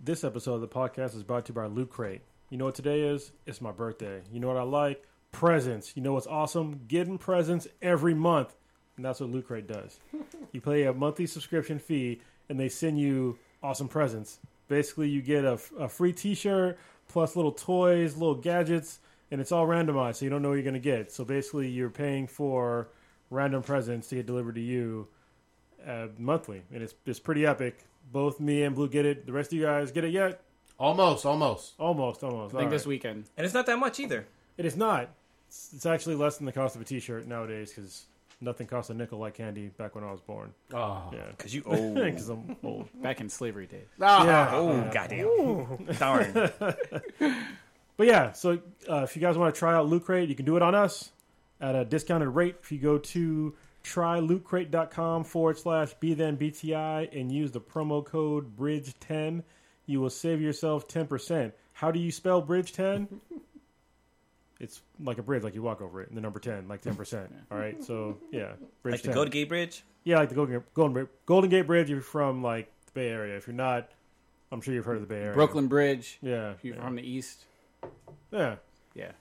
This episode of the podcast is brought to you by Loot Crate. You know what today is? It's my birthday. You know what I like? Presents. You know what's awesome? Getting presents every month. And that's what Loot Crate does. you pay a monthly subscription fee, and they send you awesome presents. Basically, you get a, a free t shirt, plus little toys, little gadgets, and it's all randomized, so you don't know what you're going to get. So basically, you're paying for random presents to get delivered to you uh, monthly, and it's it's pretty epic. Both me and Blue get it. The rest of you guys get it yet? Almost, almost. Almost, almost. I think this weekend. And it's not that much either. It is not. It's, it's actually less than the cost of a T-shirt nowadays because nothing costs a nickel like candy back when I was born. Oh, Yeah, Because you owe. because I'm old. Back in slavery days. Ah. Yeah. Oh, goddamn. Darn. But yeah, so uh, if you guys want to try out Loot Crate, you can do it on us at a discounted rate. If you go to trylootcrate.com forward slash be then BTI and use the promo code Bridge10, you will save yourself 10%. How do you spell Bridge10? it's like a bridge, like you walk over it, and the number 10, like 10%. All right, so yeah, Bridge Like the Golden Gate Bridge? yeah, like the Golden Gate, Golden, Bri- Golden Gate Bridge, if you're from like the Bay Area. If you're not, I'm sure you've heard of the Bay Area. Brooklyn Bridge. Yeah. You're Yeah. from the east. yeah. Yeah.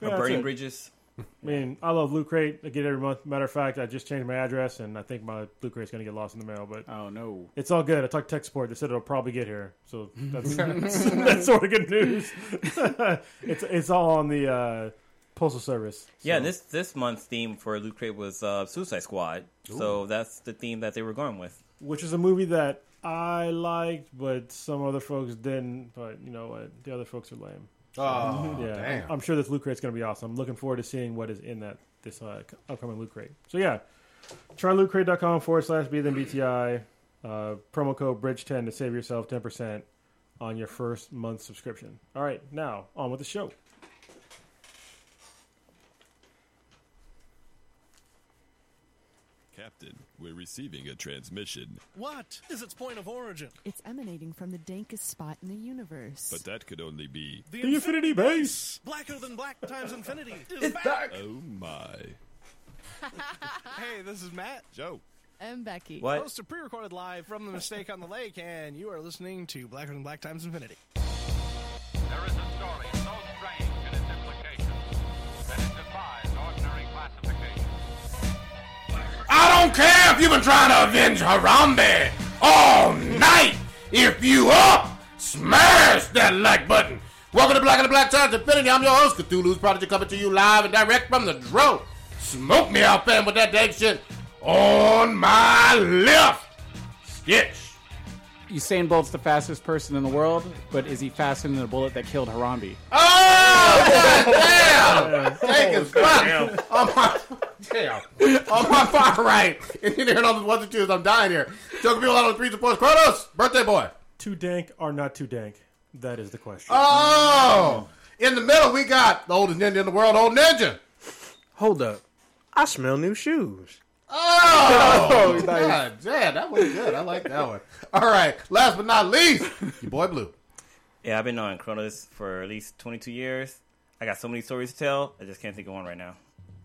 Yeah, or that's Burning it. Bridges? I mean, I love Loot Crate. I get it every month. Matter of fact, I just changed my address, and I think my Loot Crate's going to get lost in the mail. But Oh no. it's all good. I talked to tech support. They said it'll probably get here. So that's that's, that's sort of good news. it's it's all on the uh, postal service. Yeah, So- this this month's theme for Loot Crate was uh, Suicide Squad. So that's the theme that they were going with. which is a movie that I liked, but some other folks didn't. But you know what? The other folks are lame. Oh, Mm-hmm. yeah, damn. I'm sure this loot crate's going to be awesome. I'm looking forward to seeing what is in that this uh, c- upcoming loot crate. So yeah, trylootcrate.com forward slash be then BTI uh, promo code bridge ten to save yourself ten percent on your first month subscription. All right, now on with the show. Captain, we're receiving a transmission, What is its point of origin? It's emanating from the dankest spot in the universe. but that could only be. The, Infinity Base. blacker than black times infinity is back. Oh my. Hey, this is Matt. Joe. I'm Becky. What? Host of pre-recorded live from the Mistake on the Lake, and you are listening to Blacker than Black Times Infinity. There is a story so strange in its implications that it defies ordinary classification. I don't care if you've been trying to avenge Harambe all night. If you up, smash that like button. Welcome to Black and the Black Times Infinity. I'm your host, Cthulhu's Prodigy, coming to you live and direct from the dro. Smoke me out, fam, with that dang shit on my left. Stitch. Usain Bolt's the fastest person in the world, but is he faster than the bullet that killed Harambe? Oh, damn! Take his spot. On my, damn. On my far right. And you hear all the ones and twos. I'm dying here. Joking people out on the threes and fours. Kronos, birthday boy. Too dank or not too dank? That is the question. Ah, Oh! In the middle, we got the oldest ninja in the world, old ninja. Hold up. I smell new shoes. Oh! God damn, that was good. I like that one. All right. Last but not least, your boy Blue. Yeah, I've been on Cronus for at least 22 years. I got so many stories to tell. I just can't think of one right now.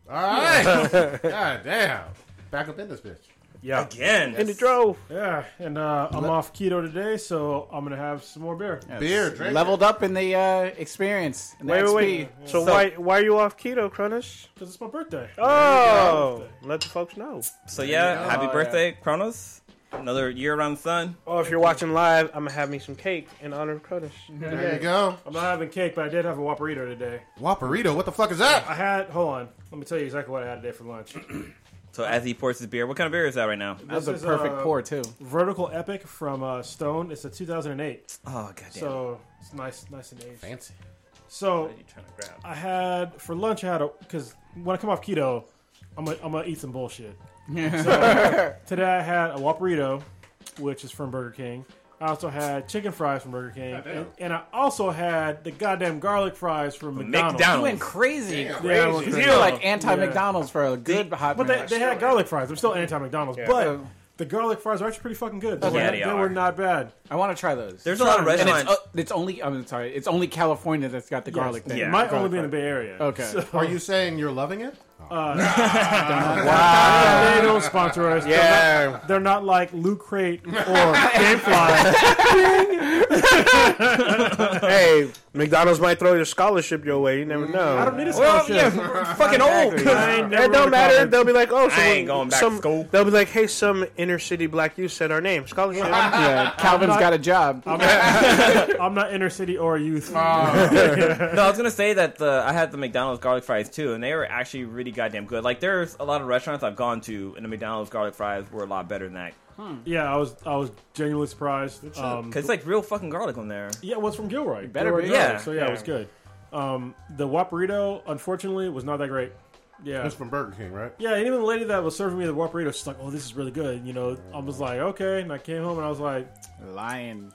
All right. God damn. Back up in this bitch. Oh. Yeah. Again. In the drove. yeah, and uh, I'm off keto today, so I'm gonna have some more beer. Beer, drink. Leveled up in the uh, experience. in the Wait, wait, XP. wait. So, why why are you off keto, Cronus? Cause it's my birthday. Oh, let the folks know. So Oh, yeah, happy yeah. birthday, Cronus. Another year around the sun. Or if you're watching live, I'm gonna have me some cake in honor of Cronus. There you go. I'm not having cake, but I did have a Whopperito today. Waparito, what the fuck is that? I had. Hold on, let me tell you exactly what I had today for lunch. So as he pours his beer, what kind of beer is that right now? That was a This is, perfect uh, pour too. Vertical Epic from uh, Stone. It's a 2008, Oh goddamn! so it's nice, nice and aged. Fancy. So What are you trying to grab? I had for lunch. I had a because when I come off keto, I'm gonna, I'm gonna eat some bullshit. so today I had a Whopperito, which is from Burger King. I also had chicken fries from Burger King, and, and I also had the goddamn garlic fries from McDonald's. You went McDonald's. crazy. Yeah, I went You crazy. were like Yeah. anti-McDonald's for a good hot But they, minute. they had garlic fries. They're still anti McDonald's, but Yeah. Oh. the garlic fries are actually pretty fucking good. They, were, Yeah, they, they were are. not bad. I want to try those. There's a lot of and it's, restaurants. uh, it's only I'm sorry. It's only California that's got the garlic Yes. thing. It Yeah. might only Garlic be in the fries. Bay Area. Okay. Are you saying you're loving it? Uh, they don't sponsor us. They're not- Yeah. They're not like Loot Crate or Gamefly. hey, McDonald's might throw your scholarship your way. You never know. I don't need a Well, scholarship. yeah, fucking old. I ain't never Oh, it don't would've matter. called it. They'll be like, oh, I someone, ain't going back to some, school. They'll be like, hey, some inner city black youth said our name. Scholarship. Yeah, Calvin's got a job. I'm not inner city or youth. Oh. No, I was gonna say that the, I had the McDonald's garlic fries too, and they were actually really goddamn good. Like there's a lot of restaurants I've gone to, and the McDonald's garlic fries were a lot better than that. yeah, I was I was genuinely surprised. Um, Cause it's like real fucking garlic on there. yeah, it was from Gilroy. better Gilroy be. Garlic, Yeah. So yeah, it was good. Um, the Waparito, unfortunately, was not that great. Yeah. That's from Burger King, right? Yeah, and even the lady that was serving me the Waparito, she's like, "Oh, this is really good." You know, I was like, "Okay," and I came home and I was like, Lion.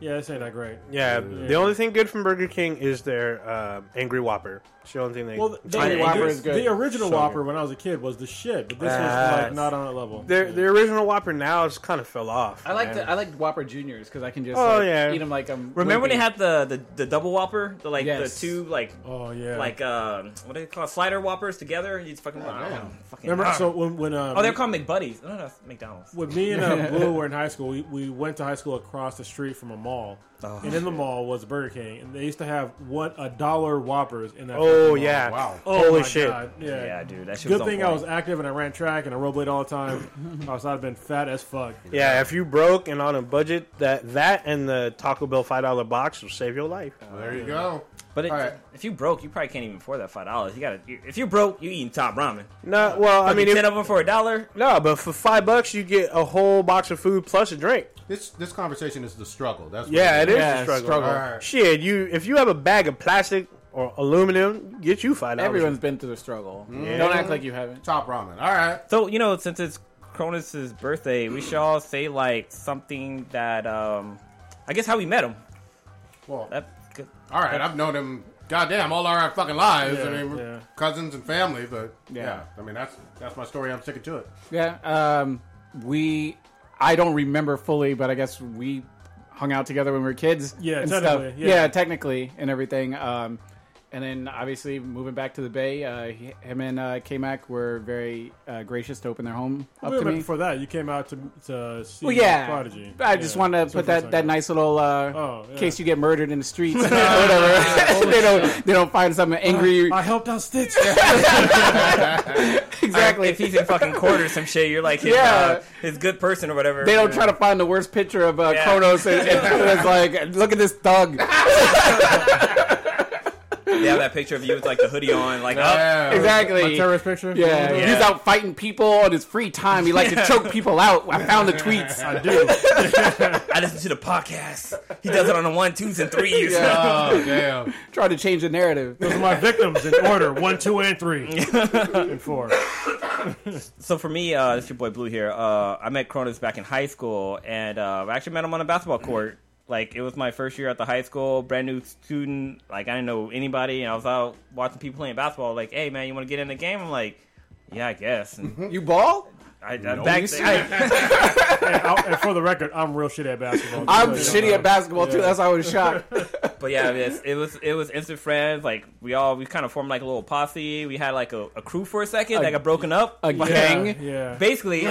"Yeah, this ain't that great." yeah, the only thing good from Burger King is their um, Angry Whopper. It's the only thing they. Well, the, Tiny the- Whopper is good. the original So Whopper when I was a kid was the shit, but this was like Yes. not on that level. their, their original Whopper now has kind of fell off. I like man. the I like Whopper Juniors because I can just Oh, like, yeah. eat them like I'm. Remember when they limping. had the, the, the double whopper, the like Yes. the two like oh yeah, like um what do they call it? slider whoppers together? You just fucking, I don't know, fucking remember? ah. So when when uh, oh they're called McBuddies. No, no, that's McDonald's. when me and uh, Blue were in high school, we, we went to high school across the street from a mall, and in the mall was Burger King, and they used to have what a dollar Whoppers in that. fucking Oh mall. yeah! Wow. Oh, Holy my shit! God, Yeah. Yeah, dude, that shit. was Good on thing I point. was active and I ran track and I rollblade all the time. I was I'd been fat as fuck. Yeah, if you broke and on a budget, that that and the Taco Bell five dollar box will save your life. There you go. But it, All right. if you broke, you probably can't even afford that five dollars. You gotta. If you broke, you eating top ramen. No, well, I mean, ten if, of them for a dollar. no, but for five bucks you get a whole box of food plus a drink. This this conversation is the struggle. That's what Yeah, it is Yeah, a struggle. struggle. All right. Shit, you if you have a bag of plastic or aluminum, get you five dollars. Everyone's been through the struggle. Don't act like you haven't. Top ramen. All right. So you know, since it's Cronus's birthday, we should all say like something that um, I guess how we met him. Well, That's good. all right. I've known him, goddamn, all our fucking lives. Yeah, I mean, we're yeah. cousins and family. But yeah. Yeah. I mean that's that's my story. I'm sticking to it. Yeah. Um, we. I don't remember fully, but I guess we hung out together when we were kids. Yeah, and technically, Stuff. yeah. technically, and everything. Um, and then obviously moving back to the Bay, uh, he- him and uh, K-Mac were very uh, gracious to open their home up Wait a to minute me. before that, you came out to to see Well, yeah. Prodigy. But I just Yeah. wanted to So put for a that, second. that nice little uh, Oh, yeah. case you get murdered in the streets or whatever. they don't they don't find some angry I helped out Stitch. exactly. If he's in fucking quarters, some shit, you're like his, Yeah. uh, his good person or whatever. they don't try to find the worst picture of uh, Yeah. Kronos and, and it's like, look at this thug. They have that picture of you with like the hoodie on, like Uh, up. Yeah. exactly. terrorist picture. Yeah, Yeah. he's out fighting people on his free time. He likes to choke people out. I found the tweets. I do. "Oh, I listen to the podcast. He does it on the one, twos, and threes. Yeah. Oh damn. Trying to change the narrative. Those are my victims in order: one, two, and three, and four. So for me, uh, it's your boy Blue here. Uh, I met Cronus back in high school, and uh, I actually met him on a basketball court. Like it was my first year at the high school, brand new student. Like I didn't know anybody, and I was out watching people playing basketball. Like, hey man, you want to get in the game? I'm like, yeah, I guess. And You ball? I, I back, Mm-hmm. You I, And, I'll- and for the record, I'm real shit at basketball. I'm Just so you shitty know. at basketball too. Yeah. That's why I was shocked. but yeah, it was, it was it was instant friends. Like we all we kind of formed like a little posse. We had like a, a crew for a second. that got broken up. A gang. Yeah. Yeah. Basically,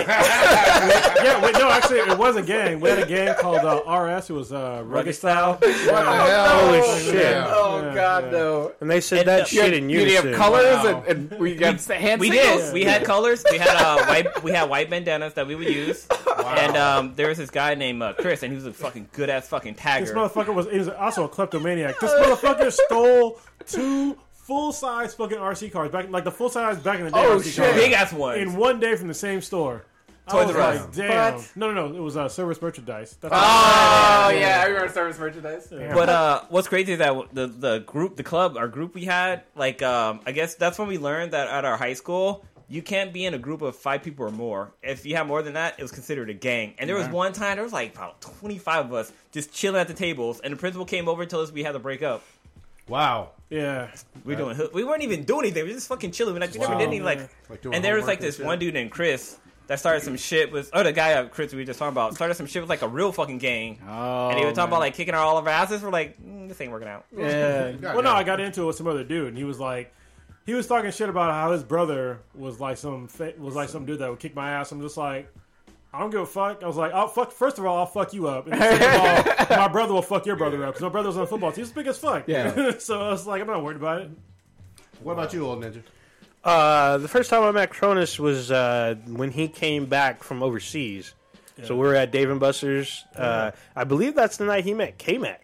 yeah wait, no, actually, it was a gang. We had a gang called uh, RS. It was uh, rugged Rugged. style. What the hell? Holy Oh, shit! Yeah. Oh God, no. And they said And, that uh, shit in You unison. have colors Wow. and, and we got the hand We signals? did. We had colors. We had uh, white. We had white bandanas that we would use. And um, there was this guy named uh, Chris, and he was a fucking good ass fucking This tagger. motherfucker was, he was also a kleptomaniac. This motherfucker stole two full size fucking RC cars back, like the full size back in the day. Oh, RC shit. cars. Big ass one. in one day from the same store. Toys I was R Us. like, damn. What? No, no, no. It was uh, Service Merchandise. That's Oh yeah, I remember service merchandise. but uh, what's crazy is that the the group, the club, our group we had, like, um, I guess that's when we learned that at our high school. You can't be in a group of five people or more. If you have more than that, it was considered a gang. And there was one time there was like about twenty five of us just chilling at the tables, and the principal came over and told us we had to break up. Wow. yeah. We doing we weren't even doing anything. We were just fucking chilling. We like we never Wow. did any like. Like doing and there was homework like this and shit. one dude named Chris that started some shit with oh the guy uh, Chris we were just talking about started some shit with like a real fucking gang. Oh, and he was talking about like kicking our all of our asses. We're like mm, this ain't working out. yeah. God Well, no, damn. I got into it with some other dude, and he was like, he was talking shit about how his brother was like some fa- was like some dude that would kick my ass. I'm just like, I don't give a fuck. I was like, I'll fuck. First of all, I'll fuck you up. And then second of all, my brother will fuck your brother up because my brother was on the football team. He's big as fuck. Yeah. so I was like, I'm not worried about it. What about you, old ninja? Uh, the first time I met Cronus was uh, when he came back from overseas. So we were at Dave and Buster's. Uh, I believe that's the night he met K Mac.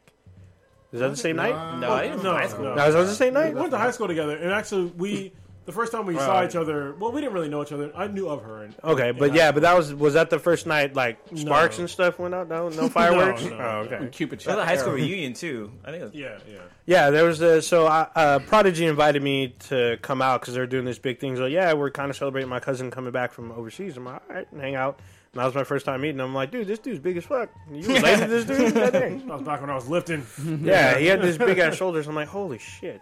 Is that the same Uh, night? Oh, No, I didn't No, know. no. No, is that the same night? We went to high school together, and actually, we the first time we saw each other. Well, we didn't really know each other. I knew of her. And, Okay, but yeah, but that was was that the first night like sparks No. and stuff went out? No, no fireworks. no, oh, okay. Cupid That shot was a high school arrow. reunion too. I think. It was, yeah, yeah. Yeah, there was a so I, uh, Prodigy invited me to come out because they were doing this big thing. So yeah, we're kind of celebrating my cousin coming back from overseas. I'm like, all right, and hang out. And that was my first time meeting. him. I'm like, dude, this dude's big as fuck. You related to this dude? That thing. I was back when I was lifting. Yeah, he had this big ass shoulders. I'm like, holy shit.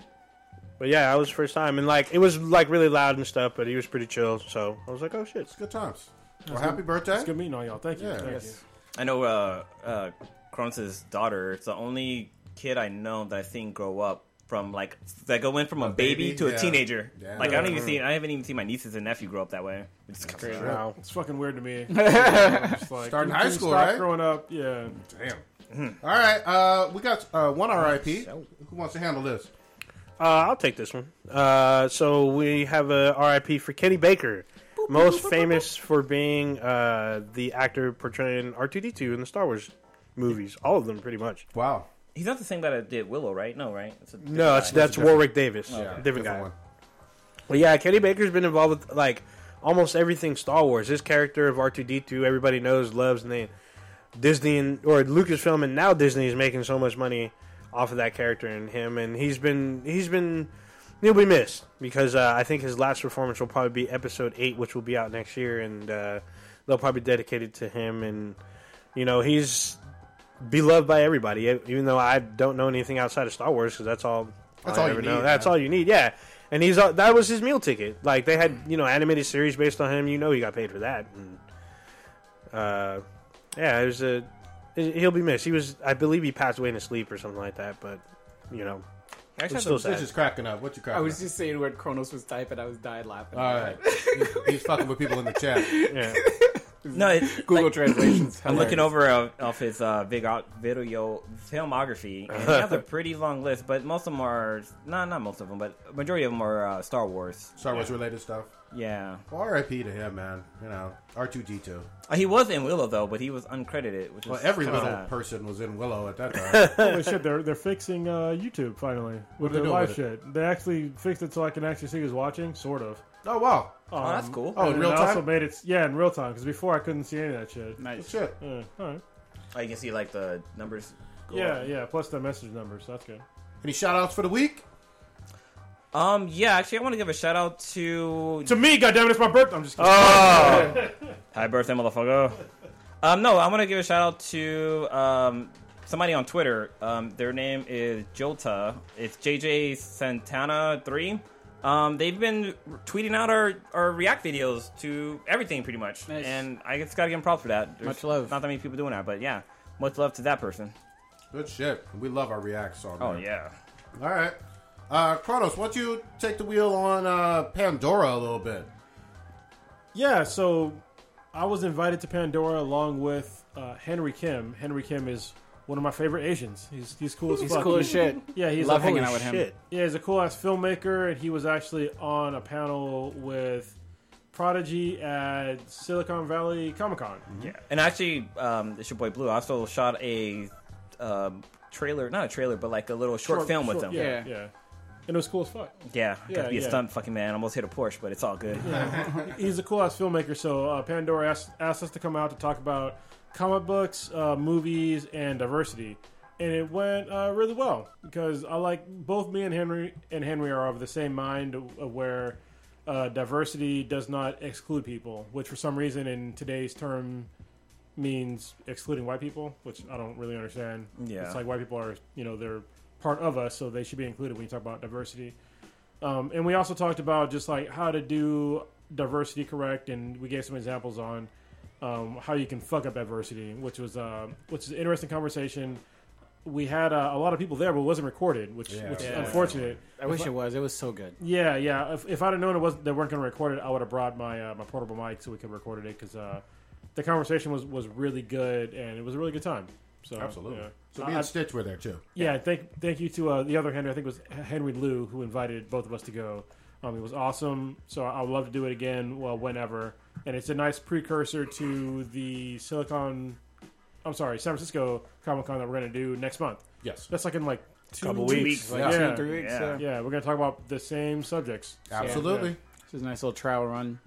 But yeah, that was the first time, and like it was like really loud and stuff. But he was pretty chill, so I was like, oh shit. Good times. Well, happy birthday. It's good meeting all y'all. Thank you. Yeah. Thank Yes. I know. Uh, uh, Cronus' daughter. It's the only kid I know that I've seen grow up from like that go in from a, baby, baby? to a Yeah. teenager. Yeah. Like I don't even see. I haven't even seen my nieces and nephew grow up that way. It's crazy. Wow. you. It's fucking weird to me. Just like, Starting you high can school, stop right? Growing up, yeah. Damn. Hmm. All right, uh, we got uh, one RIP. Who wants to handle this? Uh, I'll take this one. Uh, so we have a RIP for Kenny Baker, most famous for being uh, the actor portraying R2D2 in the Star Wars movies, all of them pretty much. Wow. He's not the same guy that did Willow, right? No, right? It's a different No, that's, guy. that's Warwick Davis, different guy. But yeah, Kenny Baker's been involved with like almost everything Star Wars. His character of R2D2, everybody knows, loves, and they Disney and or Lucasfilm and now Disney is making so much money off of that character and him. And he's been he's been he'll be missed because uh, I think his last performance will probably be Episode Eight, which will be out next year, and uh, they'll probably dedicate it to him. And you know he's beloved by everybody, e, even though I don't know anything outside of Star Wars because that's all That's I all you ever need, That's man. all you need, yeah. And he's uh, that was his meal ticket. Like they had you know animated series based on him. You know he got paid for that. And, uh, yeah, it was a. He'll be missed. He was, I believe, he passed away in his sleep or something like that. But you know, Actually, it's that's still a- This sad. is cracking up. What you cracking I was up? just saying when Kronos was typing, I was dying laughing. All right. He- he's fucking with people in the chat. Yeah. no. It's, Google translations. I'm looking over uh, off his uh, big out- video filmography, and he has a pretty long list, but most of them are no, not most of them, but majority of them are uh, Star Wars. Star Wars related stuff. Yeah, Well, R.I.P. to him, man. You know, R2D2. uh, he was in Willow though, but he was uncredited, which is Well, every kinda little sad. person was in Willow at that time. Holy shit, they're they're fixing uh, YouTube finally with are they their doing live with shit. They actually fixed it so I can actually see who's watching, sort of. oh wow. Oh, that's cool. Oh, in And real it also time. made it yeah in real time because before I couldn't see any of that shit. Nice. Shit. Yeah, all right. Oh, you can see like the numbers. go Yeah, up. yeah. Plus the message numbers. That's good. Any shout outs for the week? Um, yeah. Actually, I want to give a shout out to To me, goddamn it, it's my birthday. I'm just kidding. Happy birthday, motherfucker. Um, no, I want to give a shout out to um, somebody on Twitter. Um, their name is Jota. It's JJ Santana three. Um, they've been tweeting out our, our React videos to everything pretty much, Nice. and I just gotta give them props for that. There's Much love. Not that many people doing that, but yeah, much love to that person. Good shit. We love our reacts on. Oh there. yeah. All right. Uh, Kronos, why don't you take the wheel on uh, Pandora a little bit? Yeah, so I was invited to Pandora along with uh, Henry Kim. Henry Kim is one of my favorite Asians. He's he's cool as He's fuck. cool as He- shit. Yeah, he's Love like, hanging holy out with him. Shit. Yeah, he's a cool ass filmmaker, and he was actually on a panel with Prodigy at Silicon Valley Comic Con. Mhm. Yeah, And actually, um, it's your boy Blue. I also shot a um, trailer, not a trailer, but like a little short, film with them. Yeah, Yeah. yeah, and it was cool as fuck. Yeah, got Yeah, to be a yeah. stunt fucking man. Almost hit a Porsche, but it's all good. He's a cool ass filmmaker. So uh, Pandora asked, asked us to come out to talk about comic books, uh, movies, and diversity, and it went uh, really well because I like both me and Henry and Henry are of the same mind of where uh, diversity does not exclude people, which for some reason in today's term means excluding white people, which I don't really understand. Yeah. it's like white people are you know they're part of us, so they should be included when you talk about diversity. Um, and we also talked about just like how to do diversity correct, and we gave some examples on um, how you can fuck up adversity, which was uh, which is an interesting conversation. We had uh, a lot of people there, but it wasn't recorded, which Yeah. which is Yeah. unfortunate. I wish it was. It was so good. Yeah, yeah. If, if I'd have known it was they weren't going to record it, I would have brought my uh, my portable mic so we could record it because uh, the conversation was was really good, and it was a really good time. So Absolutely. yeah. So I- me and I- Stitch were there too. yeah, thank thank you to uh, the other Henry. I think it was H- Henry Liu who invited both of us to go. Um, it was awesome. So I I would love to do it again, well, whenever. And it's a nice precursor to the Silicon, I'm sorry, San Francisco Comic Con that we're gonna do next month. Yes. That's like in like two Couple weeks. weeks. Like two Yeah. three weeks. Yeah. Yeah. Yeah, we're gonna talk about the same subjects. Absolutely. This is a nice little trial run.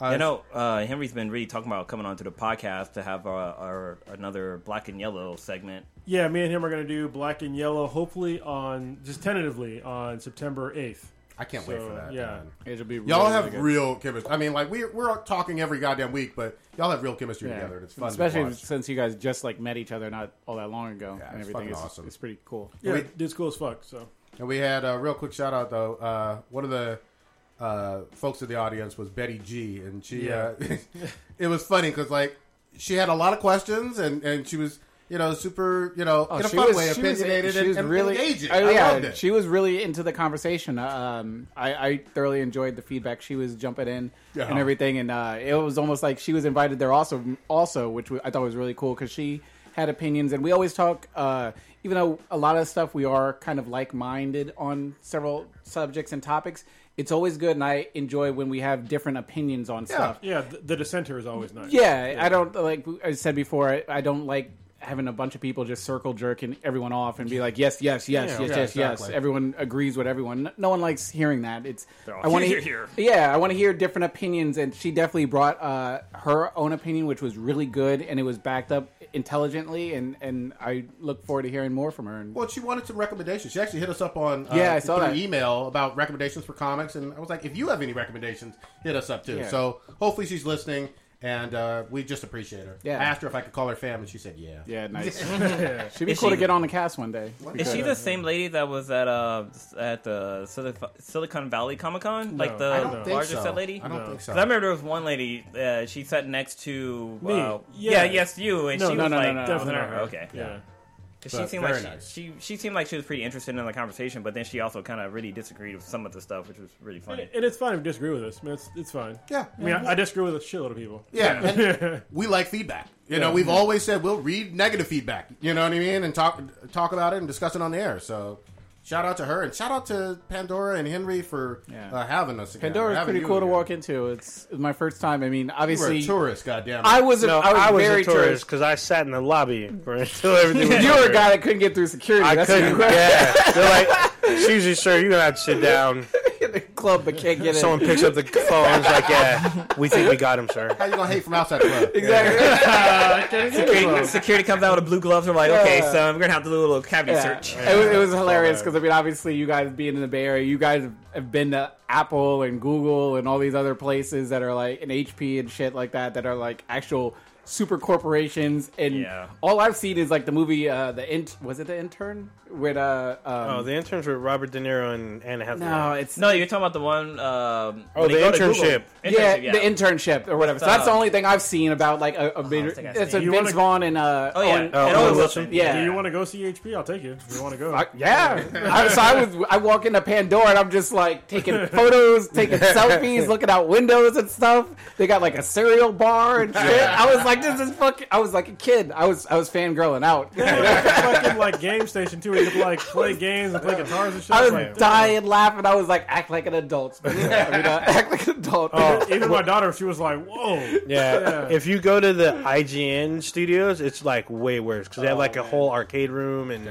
I know uh, Henry's been really talking about coming onto the podcast to have our, our another black and yellow segment. Yeah, me and him are gonna do black and yellow. Hopefully on just tentatively on September eighth. I can't wait for that. yeah. man. It'll be Y'all really, have really good. real chemistry. I mean, like we're we're talking every goddamn week, but y'all have real chemistry Yeah. together. And it's fun, especially To watch. since you guys just like met each other not all that long ago Yeah, and it's everything. fucking It's, awesome. it's pretty cool. Yeah, We- dude's cool as fuck. So And we had a real quick shout out though. Uh, one of the uh, folks in the audience was Betty G, and she. Uh, it was funny because like she had a lot of questions, and and she was you know super you know in a fun way opinionated and, and engaging. Oh, I yeah, loved it. She was really into the conversation. Um, I, I thoroughly enjoyed the feedback. She was jumping in Yeah. and everything, and uh, it was almost like she was invited there also, also, which wa- I thought was really cool because she had opinions, and we always talk. Uh, even though a lot of stuff we are kind of like-minded on several subjects and topics, it's always good, and I enjoy when we have different opinions on stuff. yeah, the, the dissenter is always nice. Yeah, I don't like I said before. I, I don't like having a bunch of people just circle jerking everyone off and be like, yes, yes, yes, yes, yeah, yes, yes. exactly. Everyone agrees with everyone. No one likes hearing that. It's all, I want to "Here, hear, here, yeah, I want to hear different opinions, and she definitely brought uh, her own opinion, which was really good, and it was backed up intelligently, and and I look forward to hearing more from her. And Well, she wanted some recommendations. She actually hit us up on uh, Yeah, I saw through that. email about recommendations for comics, and I was like, if you have any recommendations, hit us up too. Yeah. So hopefully she's listening, and uh, we just appreciate her. Yeah. I asked her if I could call her fam, and she said, yeah. yeah, nice. She'd be Is cool to she- get on the cast one day. Is she the same lady that was at uh at the Silic- Silicon Valley Comic Con, like the I Oh, don't think largest so. set lady? I don't think so. 'Cause I remember there was one lady. Uh, she sat next to Me. uh, Yeah. yeah. yes, you. And No, she no, was no, no, like, no, definitely wasn't not her. her. Okay, Yeah. 'Cause But she seemed like very she, nice. she she seemed like she was pretty interested in the conversation, but then she also kind of really disagreed with some of the stuff, which was really funny. And it's fine if you disagree with us. I mean, it's, it's fine. Yeah. I mean, I, I disagree with a shitload of people. Yeah, and we like feedback. You know, we've always said we'll read negative feedback. You know what I mean, and talk talk about it and discuss it on the air. So, shout out to her and shout out to Pandora and Henry for Yeah. uh, having us. Again, Pandora's having pretty you cool to again. walk into. It's, it's my first time. I mean, You were obviously, a tourist, goddamn. I was a, No, I was, very a tourist because I sat in the lobby for, until everything was You were over. a guy that couldn't get through security. I That's couldn't. the Yeah, they're like, excuse me, sir, you're gonna have to sit down. in the club but can't get Someone in. picks up the phone. and is like, yeah, we think we got him, sir. How you gonna hate from outside the club? Exactly. Security, security comes out with blue gloves. I'm like, okay, Yeah. so I'm gonna have to do a little cavity Yeah. search. It, was, it was hilarious because I mean, obviously, you guys being in the Bay Area, you guys have been to Apple and Google and all these other places that are like an HP and shit like that that are like actual super corporations. And Yeah. all I've seen is like the movie, uh, the int was it the intern with uh, um, Oh, the interns were Robert De Niro and Anna Hathaway. no, it's No, you're talking about the one. Um, Oh, when the they go to Google. internship. Internship, yeah, the internship or whatever. So that's uh, the only thing I've seen about like a, a bigger. I think I it's see. a You Vince wanna- Vaughn and uh, Oh yeah, Owen- and Owen Owen Wilson. Wilson. Do yeah. you want to go see HP? I'll take you. If you want to go. I- yeah. I, so I was I walk into Pandora and I'm just like taking photos, taking selfies, looking out windows and stuff. They got like a cereal bar and shit. I was like, this is fucking. I was like a kid. I was I was fangirling out. fucking like game station too, where you can like play games and play guitars and shit. I was Like, dying laughing. I was like, act like an adult. I mean, uh, act like an adult. Oh, Even my daughter, she was like, "Whoa, Yeah. Yeah. If you go to the IGN studios, it's like way worse because they have Oh, like a whole arcade room and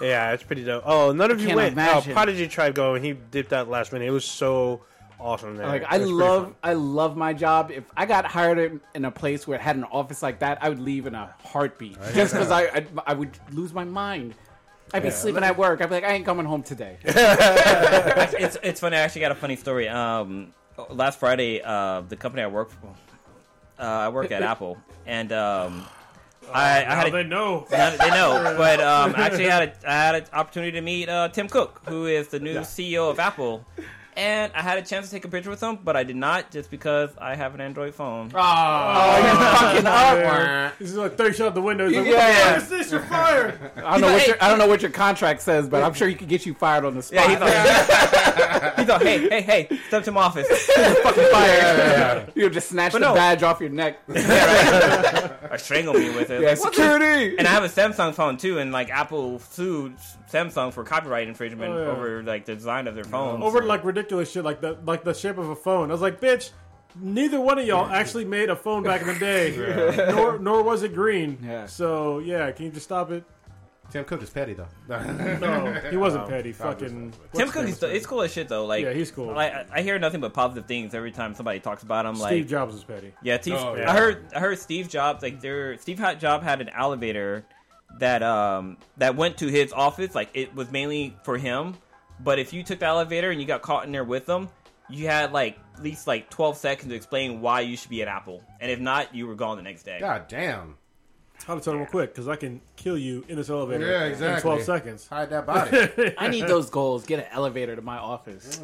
yeah, it's pretty dope. Oh, none of you can't went. Oh, imagine. Prodigy tried going. He dipped out last minute. It was so awesome there. Like I It was pretty love, fun. I love my job. If I got hired in- in a place where it had an office like that, I would leave in a heartbeat. Oh, just because I, I, I would lose my mind. I'd be sleeping at work. I'd be like, I ain't coming home today. it's it's funny. I actually got a funny story. Um, last Friday, uh, the company I work for, uh, I work at Apple, and um, Oh, I, I how had they a, know." now they know, but um, I actually had a, I had an opportunity to meet uh, Tim Cook, who is the new CEO E of Apple. and I had a chance to take a picture with him, but I did not just because I have an Android phone. This is like thirty shot out the window. He's like, Yeah, what the yeah. fuck is this? You're fired. I don't know what He's like, your, I don't know what your contract says, but I'm sure he could get you fired on the spot. Yeah, he thought, he thought, hey, hey, hey, step to my office. fucking fired. You have just snatched But the no. badge off your neck. Or strangle me with it. Yeah, Like, what the- security. and I have a Samsung phone too, and like Apple sued Samsung for copyright infringement Oh, yeah. over like the design of their phones. Over like ridiculous shit, like the like the shape of a phone. I was like, bitch. Neither one of y'all actually made a phone back in the day, nor nor was it green. Yeah. So yeah, can you just stop it? Tim Cook is petty though. No, he Oh, wasn't petty. Fucking Tim Cook is it's cool as shit though. Like Yeah, he's cool. Like I, I hear nothing but positive things every time somebody talks about him. Steve Like Jobs was petty. yeah, Steve, Oh, I heard I heard Steve Jobs like there Steve Hot Job had an elevator that um that went to his office. Like it was mainly for him, but if you took the elevator and you got caught in there with him, you had like at least like twelve seconds to explain why you should be at Apple, and if not, you were gone the next day. God damn. I'll tell him real quick because I can kill you in this elevator. Yeah, In exactly. Twelve seconds. Hide that body. I need those goals. Get an elevator to my office.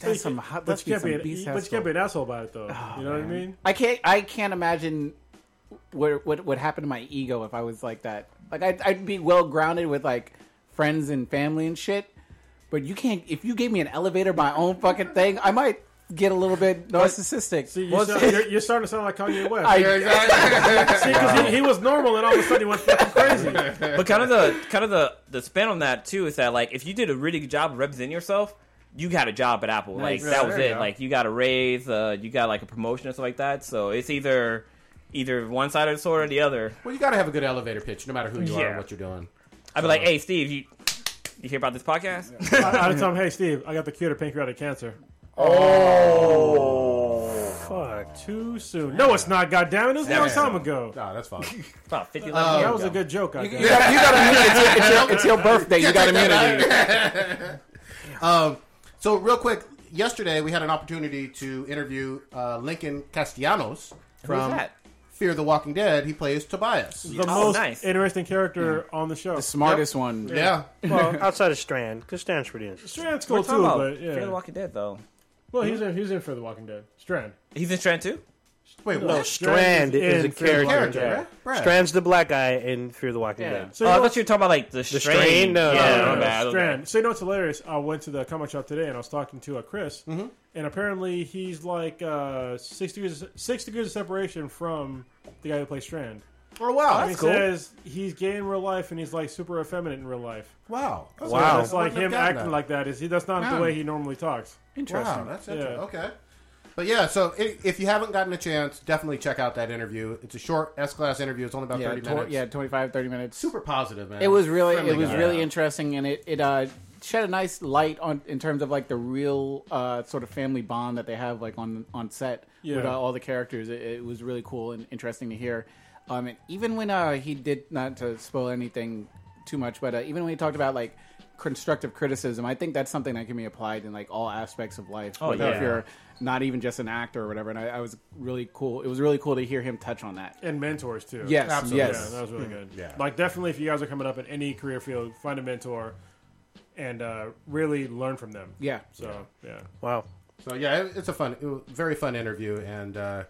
That's some hot. But That's you, can't be an, some e, beast Oh, but you can't be an asshole about it though. you know what I mean? I can't. I can't imagine what what would happen to my ego if I was like that. Like I'd, I'd be well grounded with like friends and family and shit. But you can't. If you gave me an elevator, my own fucking thing, I might get a little bit narcissistic. See, you sound, you're, you're starting to sound like Kanye West. I- yeah, exactly. See, 'cause he, he was normal and all of a sudden he went fucking crazy. But kind of the kind of the the spin on that too is that like if you did a really good job of representing yourself, you got a job at Apple. Like Nice. that was There you it. go. Like you got a raise, uh, you got like a promotion or something like that. So it's either either one side of the sword or the other. well, you gotta have a good elevator pitch, no matter who you are Yeah. and what you're doing. I'd be like, hey Steve, you you hear about this podcast? I, I tell him, hey Steve, I got the cure to pancreatic cancer. Oh, fuck! Too soon. No, it's not. Goddamn it! It was a long Yeah. time ago. Nah, that's fine. about fifty. that levels. was a good joke. I guess. you got, you got immunity. It's your, it's your, it's your birthday. You got immunity. um, so real quick, yesterday we had an opportunity to interview uh, Lincoln Castellanos from that? Fear the Walking Dead. He plays Tobias. the Oh, most nice. interesting character on the show. Smartest one. Yeah. Well, outside of Strand, because Strand's pretty interesting. Strand's We're cool talking too, about but yeah. Fear the Walking Dead though. well, he's in, he's in for the Walking Dead. Strand. He's in Strand too. Wait, No, what? Strand is a in Fear the character. Walking Character, yeah. right? Brad. Strand's the black guy in Fear the Walking Yeah. Dead. So Oh, you I know- thought you were talking about like the strain. strain? No, yeah, no, my no, bad, my bad. Strand. So you know what's hilarious? I went to the comic shop today and I was talking to uh, Chris, Mm-hmm. and apparently he's like uh, six degrees six degrees of separation from the guy who plays Strand. Oh wow, he says he's gay in real life and he's like super effeminate in real life. Wow. That's Oh. So Wow. that's like him acting like that. Is he? That's not Yeah. the way he normally talks. Wow, that's interesting. Yeah. Okay. But yeah, so i if you haven't gotten a chance, definitely check out that interview. It's a short S class interview. It's only about Yeah, thirty tw- minutes. yeah, 25, 30 minutes. super positive, man. It was really, Friendly it was guy. really interesting, and it it uh, shed a nice light on in terms of like the real uh, sort of family bond that they have like on on set with Yeah. uh, all the characters. It, it was really cool and interesting to hear. Um, and even when uh, he did not to spoil anything too much, but uh, even when he talked about like constructive criticism, I think that's something that can be applied in like all aspects of life. Oh yeah. if you're not even just an actor or whatever. And I, I was really cool. It was really cool to hear him touch on that. And mentors too. Yes, Absolutely. Yeah, yes. that was really good. Yeah. Like definitely, if you guys are coming up in any career field, find a mentor and uh, really learn from them. Yeah. So yeah. Wow. So yeah, it, it's a fun, it was a very fun interview, and uh,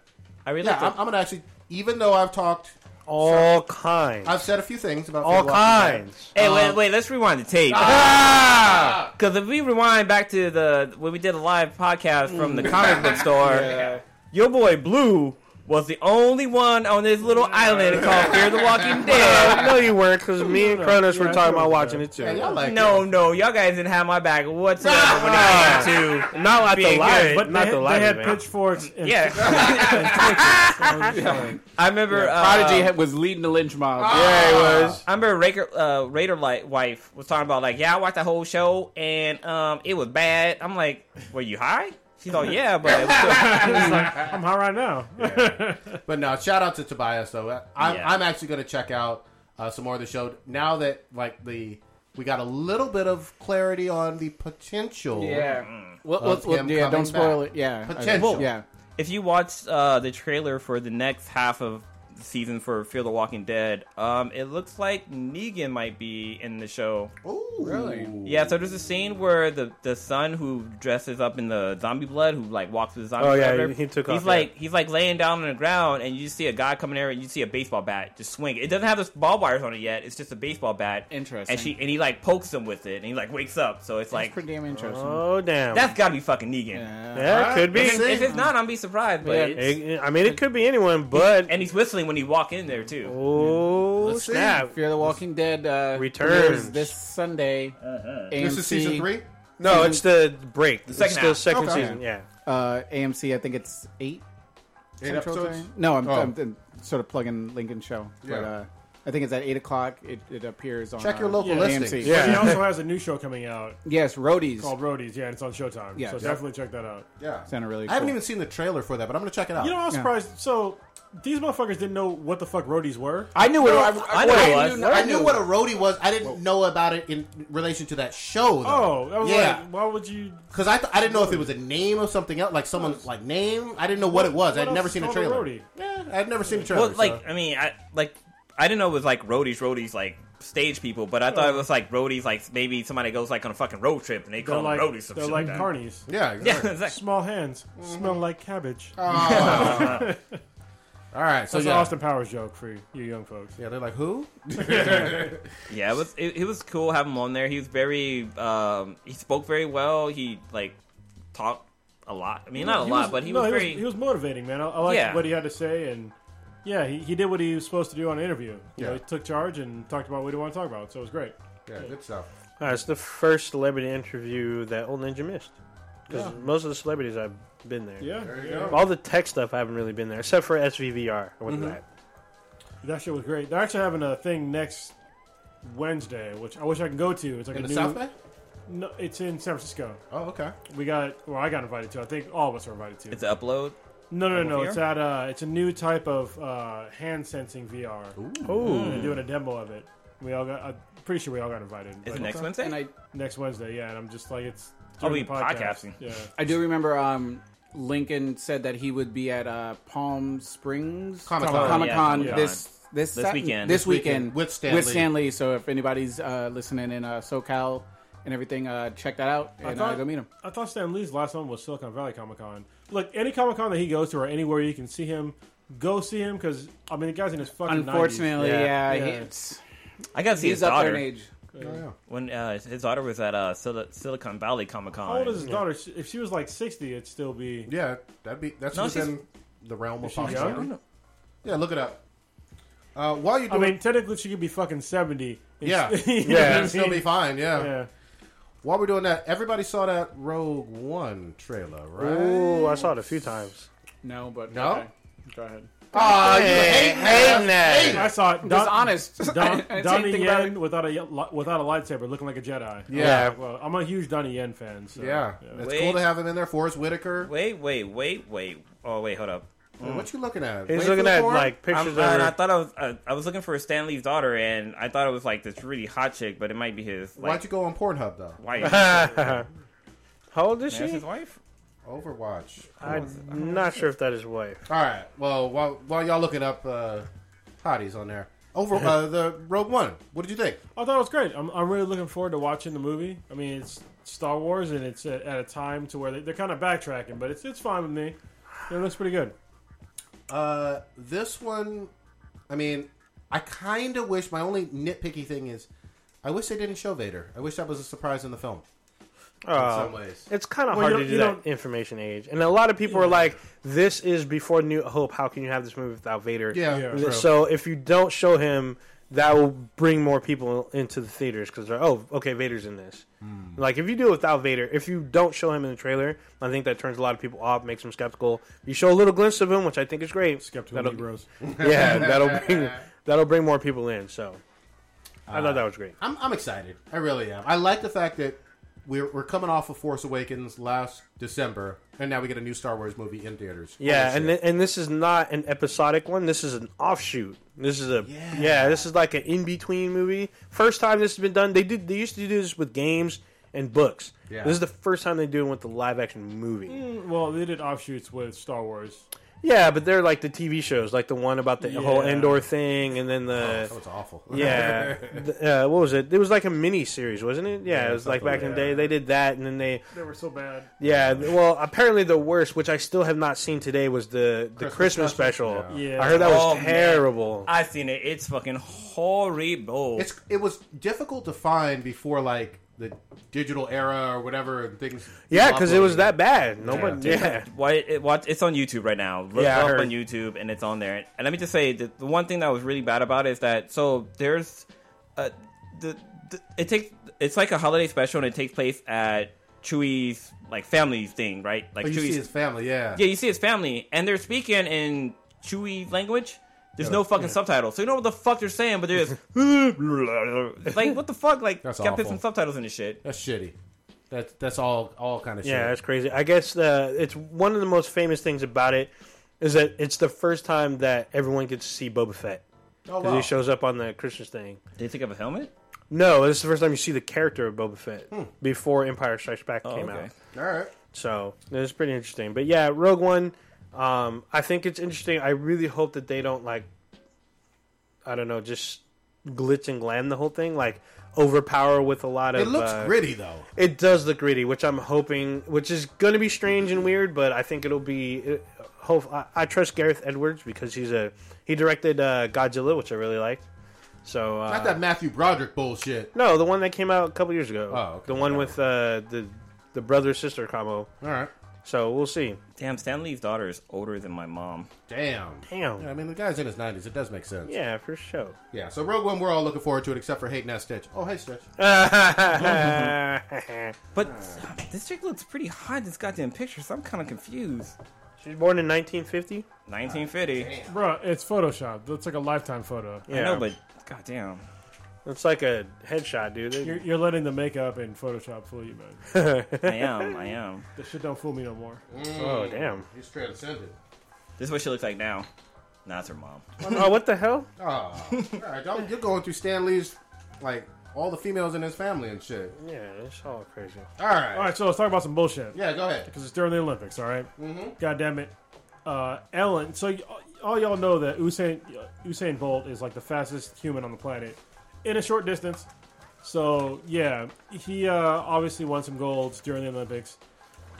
I really yeah, like I'm, I'm gonna actually, even though I've talked, All kinds. I've said a few things about All Fear the Walking Dead. kinds. Hey, wait, wait, let's rewind the tape. Ah! Because if we rewind back to the when we did a live podcast from Mm. the comic book store, your boy Blue was the only one on this little Mm. island called Fear the Walking Dead. no, you weren't, because me and Cronus Yeah, were I talking thought it about was watching it too. Yeah, y'all like No, no, y'all guys didn't have my back whatsoever when it came to Ah! Not like the Being live, good, But but not they, the had- live they had event. pitchforks and yeah. I remember Prodigy uh, had- was leading the lynch mob. Yeah, it was. I remember Raker, uh, Raider like wife was talking about like, yeah, I watched that whole show and um, it was bad. I'm like, were you high? She's like, yeah, but it was still- I'm high right now. But no, shout out to Tobias though. I, I'm- Yeah. I'm actually going to check out uh, some more of the show now that like the we got a little bit of clarity on the potential. Mm. Well, Of well, him yeah, coming don't spoil back. it. Yeah. Potential. Yeah. if you watch uh, the trailer for the next half of season for Fear the Walking Dead. Um, it looks like Negan might be in the show. Really? Yeah, so there's a scene where the the son who dresses up in the zombie blood, who like walks with the zombie. Oh, yeah, whatever, he took He's off, yeah. like he's like laying down on the ground, and you see a guy coming there, and you see a baseball bat just swing. It doesn't have the ball wires on it yet. It's just a baseball bat. Interesting. And she and he like pokes him with it, and he like wakes up. So it's Like like pretty damn interesting. Oh damn. that's got to be fucking Negan. yeah. that could be. If, it- if it's not, I'm be surprised. But Yeah. it's- It- I mean, it could be anyone, but and he's whistling when he walk in there too. oh Let's see. snap! Fear the Walking Dead uh, Returns. Uh-huh. premieres this Sunday. AMC, This is season three. No, it's the break. The second it's the half. second Okay. season. Yeah. Uh, AMC, I think it's eight. Eight Central episodes. Time? No, I'm, Oh. I'm, I'm sort of plugging Lincoln Show. Yeah. But, uh, I think it's at eight o'clock. It, it appears on Check your uh, local AMC. listings. Yeah. He also has a new show coming out Yes, Roadies. called Roadies. Yeah, it's on Showtime. Yeah. so definitely check that out. Yeah, Sounded really I haven't cool. even seen the trailer for that, but I'm gonna check it out. You know, I was Yeah. surprised. So these motherfuckers didn't know what the fuck Roadies were. I knew what I, I know what it knew was. not- I knew what a roadie was. I didn't know about it in relation to that show. Oh, Though. I was yeah. like, why would you? Because I, th- I didn't know if it was a name of something else, like someone's like name. I didn't know what, it was. What I'd never else seen a is called trailer. roadie? yeah, I'd never seen a trailer. Well, like so- I mean, I like I didn't know it was like roadies, roadies like stage people, but I thought it was like roadies, like maybe somebody goes like on a fucking road trip and they They're call like, them roadies. Some they're shit like that. carnies. yeah, Yeah, exactly. it's like, Small hands Mm-hmm. smell like cabbage. All right, That's so Oh, yeah. an Austin Powers joke for you young folks. Yeah, they're like who? yeah, it was it, it was cool having him on there. He was very um, he spoke very well. He like talked a lot. I mean, not a lot, but he no, was he very was, he was motivating, man. I, I liked Yeah. what he had to say, and yeah, he, he did what he was supposed to do on an interview. You know, Yeah. he took charge and talked about what he wanted to talk about, so it was great. Yeah, good stuff. All right, it's the first celebrity interview that Old Ninja missed. Because most of the celebrities I've been there. Yeah, There you yeah. go. All the tech stuff I haven't really been there, except for SVVR. I went to that. that shit was great. They're actually having a thing next Wednesday, which I wish I could go to. It's like In a the new, South Bay? No, it's in San Francisco. Oh, okay. We got, well, I got invited to. I think all of us were invited to. it's an upload. no, no, no. VR? It's at uh, it's a new type of uh, hand sensing VR. Oh, Hmm. They're doing a demo of it. We all got. I'm pretty sure we all got invited. Is but- it next Wednesday? And I, next Wednesday. Yeah, and I'm just like it's. I'll during be the podcasting. Yeah, I do remember um, Lincoln said that he would be at uh, Palm Springs Comic-Con. Comic Con Oh, yeah, this this This Sat- weekend. This This weekend, weekend with Stan Lee. Stanley. So if anybody's uh, listening in uh, SoCal and everything, uh, check that out and uh, thought- go meet him. I thought Stan Lee's last one was Silicon Valley Comic Con. Look, any Comic Con that he goes to or anywhere you can see him, go see him because I mean the guy's in his fucking. 90s. Unfortunately, yeah, Yeah. he- Yeah. it's- I got to see he's his up there in daughter age. when uh, his daughter was at uh, Sil- Silicon Valley Comic How old is his Con. daughter? She- If she was like 60, it'd still be. Yeah, that'd be that's No, she's- within the realm of she's young? possibility. Yeah, look it up. Uh, while you're I doing, mean, technically, she could be fucking 70. yeah, You know what I yeah, still mean? be fine. Yeah. While we're doing that, everybody saw that Rogue One trailer, right? Ooh, I saw it a few times. No, but No? okay. Go ahead. Oh, you hate hating that. I saw it. Just Don, honest. I Don, didn't say Donnie anything about Yen without a ye- without a lightsaber, looking like a Jedi. Yeah. Like, well, I'm a huge Donnie Yen fan. So, Yeah, it's Wait. cool to have him in there. Forrest Whitaker. Wait, wait, wait, wait. Oh, wait, hold up. What you looking at? He's Wait for looking the at form? like I'm, pictures of and I her. thought I was uh, I was looking for Stanley's daughter, and I thought it was like this really hot chick, but it might be his Why'd like you go on Pornhub though? wife. How old is That's she? his wife. Overwatch. I'm not sure if that is wife. All right. Well, while while y'all looking up uh, hotties on there, over uh, the Rogue One. What did you think? I thought it was great. I'm, I'm really looking forward to watching the movie. I mean, it's Star Wars, and it's at, at a time to where they, they're kind of backtracking, but it's it's fine with me. It looks pretty good. Uh, this one, I mean, I kind of wish. My only nitpicky thing is, I wish they didn't show Vader. I wish that was a surprise in the film. Oh, some ways. It's kind of Well, you don't- hard to do you that don't- information age. And a lot of people are like, this is before New Hope. How can you have this movie without Vader? Yeah. Yeah. true. So if you don't show him, that will bring more people into the theaters because they're oh okay Vader's in this. Hmm. Like if you do it without Vader, if you don't show him in the trailer, I think that turns a lot of people off, makes them skeptical. You show a little glimpse of him, which I think is great. Skeptical That'll- Negroes. Yeah, that'll bring that'll bring more people in. So I thought that was great. I'm, I'm excited. I really am. I like the fact that we're, we're coming off of Force Awakens last December, and now we get a new Star Wars movie in theaters. Yeah, Holy and shit. th- and this is not an episodic one. This is an offshoot. This is a yeah. this is like an in between movie. First time this has been done. They did. They used to do this with games and books. Yeah. This is the first time they do it with the live action movie. Well, they did offshoots with Star Wars. Yeah, but they're like the TV shows, like the one about the whole Yeah. Endor thing, and then the Oh, That was awful. yeah, the, uh, what was it? It was like a mini series, wasn't it? Yeah, it was like something back in the like day that. they did that, and then they They were so bad. yeah. th- Well, apparently the worst, which I still have not seen today, was the the Christmas, special. Yeah. I heard that was Oh, man. terrible. I've seen it. It's fucking horrible. It's it was difficult to find before like the digital era or whatever and things. Yeah, because it was that bad. Nobody. Yeah. Why it, what, it's on YouTube right now. Look Yeah, I up heard. on YouTube, and it's on there. And let me just say, the, the one thing that was really bad about it is that so there's, uh, the, the it takes it's like a holiday special, and it takes place at Chewie's like family thing, right? Like Oh, you see Chewie's his family, yeah. yeah, you see his family, and they're speaking in Chewy language. There's no fucking subtitles, so you know what the fuck they're saying, but they're just like, what the fuck? Like, That's gotta put awful. some subtitles in this shit. That's shitty. That's that's all all kind of Yeah, shit. that's crazy. I guess uh, it's one of the most famous things about it is that it's the first time that everyone gets to see Boba Fett oh, because wow. he shows up on the Christmas thing. Did he take off a helmet? No, this is the first time you see the character of Boba Fett before Empire Strikes Back Oh, came okay. out. all right. So it's pretty interesting. But yeah, Rogue One. Um, I think it's interesting. I really hope that they don't like, I don't know, just glitch and glam the whole thing, like overpower with a lot of. It looks uh, gritty though. It does look gritty, which I'm hoping, which is going to be strange and weird, but I think it'll be. It, hope I, I trust Gareth Edwards because he's a he directed uh, Godzilla, which I really liked. So uh, Not that Matthew Broderick bullshit. no, the one that came out a couple years ago. Oh, okay, the one with uh, the the brother sister combo. All right. So we'll see. Damn, Stanley's daughter is older than my mom. Damn. Damn. Yeah, I mean, the guy's in his 90s. It does make sense. Yeah, for sure. Yeah, so Rogue One, we're all looking forward to it, except for hating that Stitch. Oh, hey, Stitch. Uh. But this chick looks pretty hot in this goddamn picture, so I'm kind of confused. She's born in 1950. 1950. Bruh, it's Photoshop. That's like a lifetime photo. Yeah, I know, but goddamn. it's like a headshot, dude. You're, you're letting the makeup and Photoshop fool you, man. I am, I am. That shit don't fool me no more. oh damn! He's transcended. This is what she looks like now. Nah, it's her mom. oh, what the hell? Oh, all right, y'all- you're going through Stan Lee's, like, all the females in his family and shit. Yeah, it's all crazy. All right. All right, so let's talk about some bullshit. Yeah, go ahead. Because it's during the Olympics, all right? Mm-hmm. God damn it. Uh, Ellen, so y- all y'all know that Usain, uh, Usain Bolt is like the fastest human on the planet in a short distance. So, yeah, he uh, obviously won some golds during the Olympics.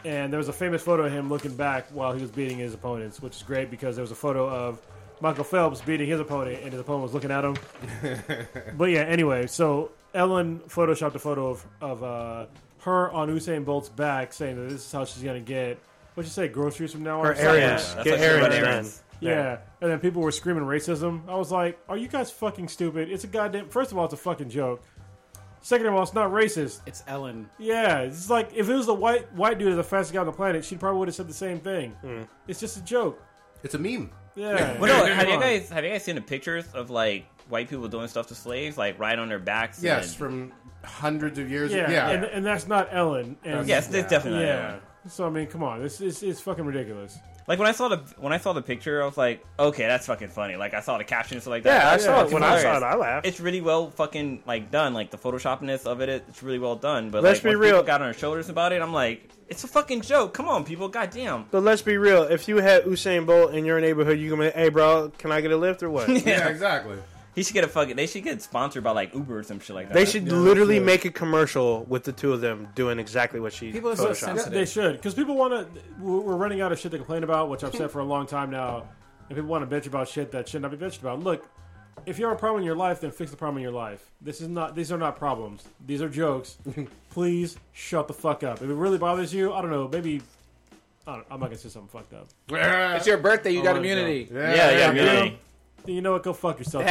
And there was a famous photo of him looking back while he was beating his opponents, which is great because there was a photo of Michael Phelps beating his opponent, and his opponent was looking at him. But yeah, anyway, so Ellen photoshopped a photo of, of uh, her on Usain Bolt's back saying that this is how she's going to get, what'd you say, groceries from now on? Her Something like errands. that. that's Get like errands everybody done. else. Yeah. And then people were screaming racism. I was like, are you guys fucking stupid? It's a goddamn, first of all, it's a fucking joke. Second of all, it's not racist. It's Ellen. Yeah, it's like if it was the white white dude as the fastest guy on the planet, she probably would have said the same thing. It's just a joke. It's a meme. Yeah. Hmm. Well, no, have you guys have you guys seen the pictures of like white people doing stuff to slaves, like right on their backs? Yes, and- from hundreds of years Yeah, yeah. And, and that's not Ellen. And yes, it's definitely. yeah. So I mean, come on, this is it's fucking ridiculous. Like when I saw the when I saw the picture, I was like, okay, that's fucking funny. Like I saw the caption and stuff like that. Yeah, I That's saw it fucking when I saw it. hilarious. I laughed. It's really well fucking like done. Like the photoshoppiness of it, it- it's really well done. But Let's like, be when real. people got on their shoulders about it, I'm like, it's a fucking joke. Come on, people, goddamn. But let's be real. If you had Usain Bolt in your neighborhood, you gonna, hey, bro, can I get a lift or what? yeah, exactly. He should get a fucking. They should get sponsored by like Uber or some shit like that. They should literally make a commercial with the two of them doing exactly what she. People are so photoshopped. sensitive. They should, because people want to. We're running out of shit to complain about, which I've said for a long time now. And people want to bitch about shit that should not be bitched about. Look, if you have a problem in your life, then fix the problem in your life. This is not. These are not problems. These are jokes. Please shut the fuck up. If it really bothers you, I don't know. Maybe I don't, I'm not gonna say something fucked up. It's your birthday. You got let it go. immunity. Yeah, yeah, You know, really. you know what? Go fuck yourself.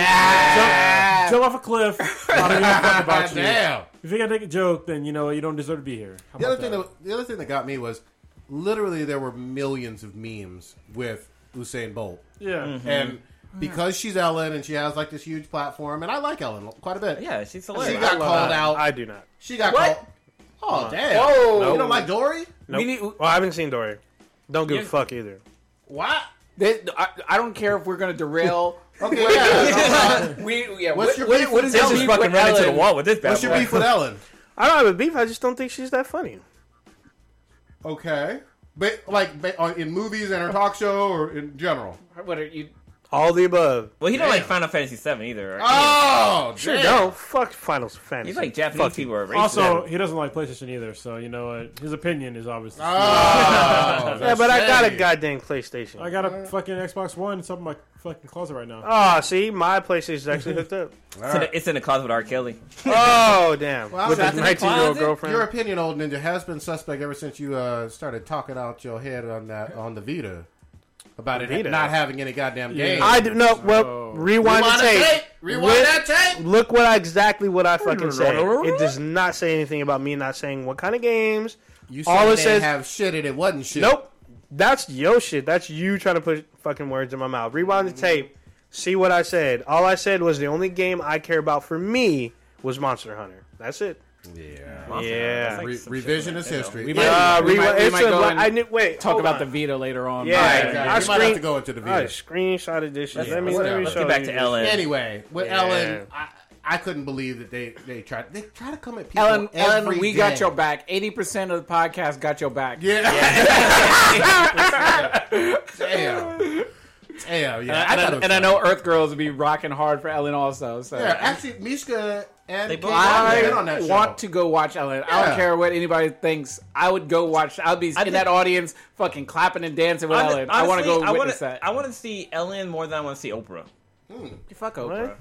Jump, jump off a cliff. I don't give a fuck about you. Damn. If you gotta make a joke, then you know you don't deserve to be here. How The about other thing that the other thing that got me was literally there were millions of memes with Usain Bolt, yeah. and because she's Ellen and she has like this huge platform, and I like Ellen quite a bit. Yeah, she's she hilarious. got called out. I do not. she got What? called. Oh damn! You don't like Dory? Nope. need- well, I haven't seen Dory. Don't give a Yeah. fuck either. What? This- I, I don't care if we're going to derail. Okay, yeah. we, yeah, What's what, your what, beef what with is This your Ellen? is beef fucking with running to the Ellen? wall with this bad What's your boy. beef with Ellen? I don't have a beef. I just don't think she's that funny. Okay. Ba- like ba- on- in movies and her talk show or in general. What are you? All the above. Well, he don't like Final Fantasy Seven either. Right? Oh, Sure damn. don't. Fuck Final Fantasy. He's like Japanese Fuck you. people are racist. Also, he doesn't like PlayStation either, so you know what? His opinion is obviously. Ah. Oh, Yeah, but I got a shitty. goddamn PlayStation. I got a fucking Xbox One. It's up in my fucking closet right now. Oh, see, my PlayStation's actually hooked up. it's, in the, it's in the closet with R. Kelly. Oh, damn. Well, With that's his in the 19 year old closet? girlfriend. Your opinion, old ninja, has been suspect ever since you uh, started talking out your head on that on the Vita about it Vita? not having any goddamn Yeah. game. I do no. Well, Rewind rewind, the tape. that tape. Rewind that Look- tape. Look what I, exactly what I fucking said. It does not say anything about me not saying what kind of games. You said All it it says, have shit and it wasn't shit. nope. That's your shit. That's you trying to put fucking words in my mouth. Rewind the tape. See what I said. All I said was the only game I care about for me was Monster Hunter. That's it. Yeah. Monster. Yeah. That's Re- some shit revisionist like that, history. We Yeah. might- Uh, we rewi- might- we it's might a go li- and I knew, wait. Talk hold about on. the Vita later on. Oh, Yeah, Alright, I guys, we might have screen- to go into the Vita. I screenshotted this shit. Yeah, Let me, let whatever. me Let's Let's get show back you to this. Ellen. Anyway, with Yeah. Ellen, I, I couldn't believe that they they tried they try to come at people. Ellen, Ellen, every we got day. your back. Eighty percent of the podcast got your back. Yeah. Damn. Damn. Yeah. and, thought I, it was and funny. I know Earth Girls would be rocking hard for Ellen also. So Yeah, actually, Mishka and They Kate both- Bobbitt been on I that want show. to go watch Ellen. I Yeah. don't care what anybody thinks. I would go watch. I'd be in think- that audience, fucking clapping and dancing with Hon- Ellen. I want to honestly, go I witness wanna, that. I want to see Ellen more than I want to see Oprah. fuck Oprah. What?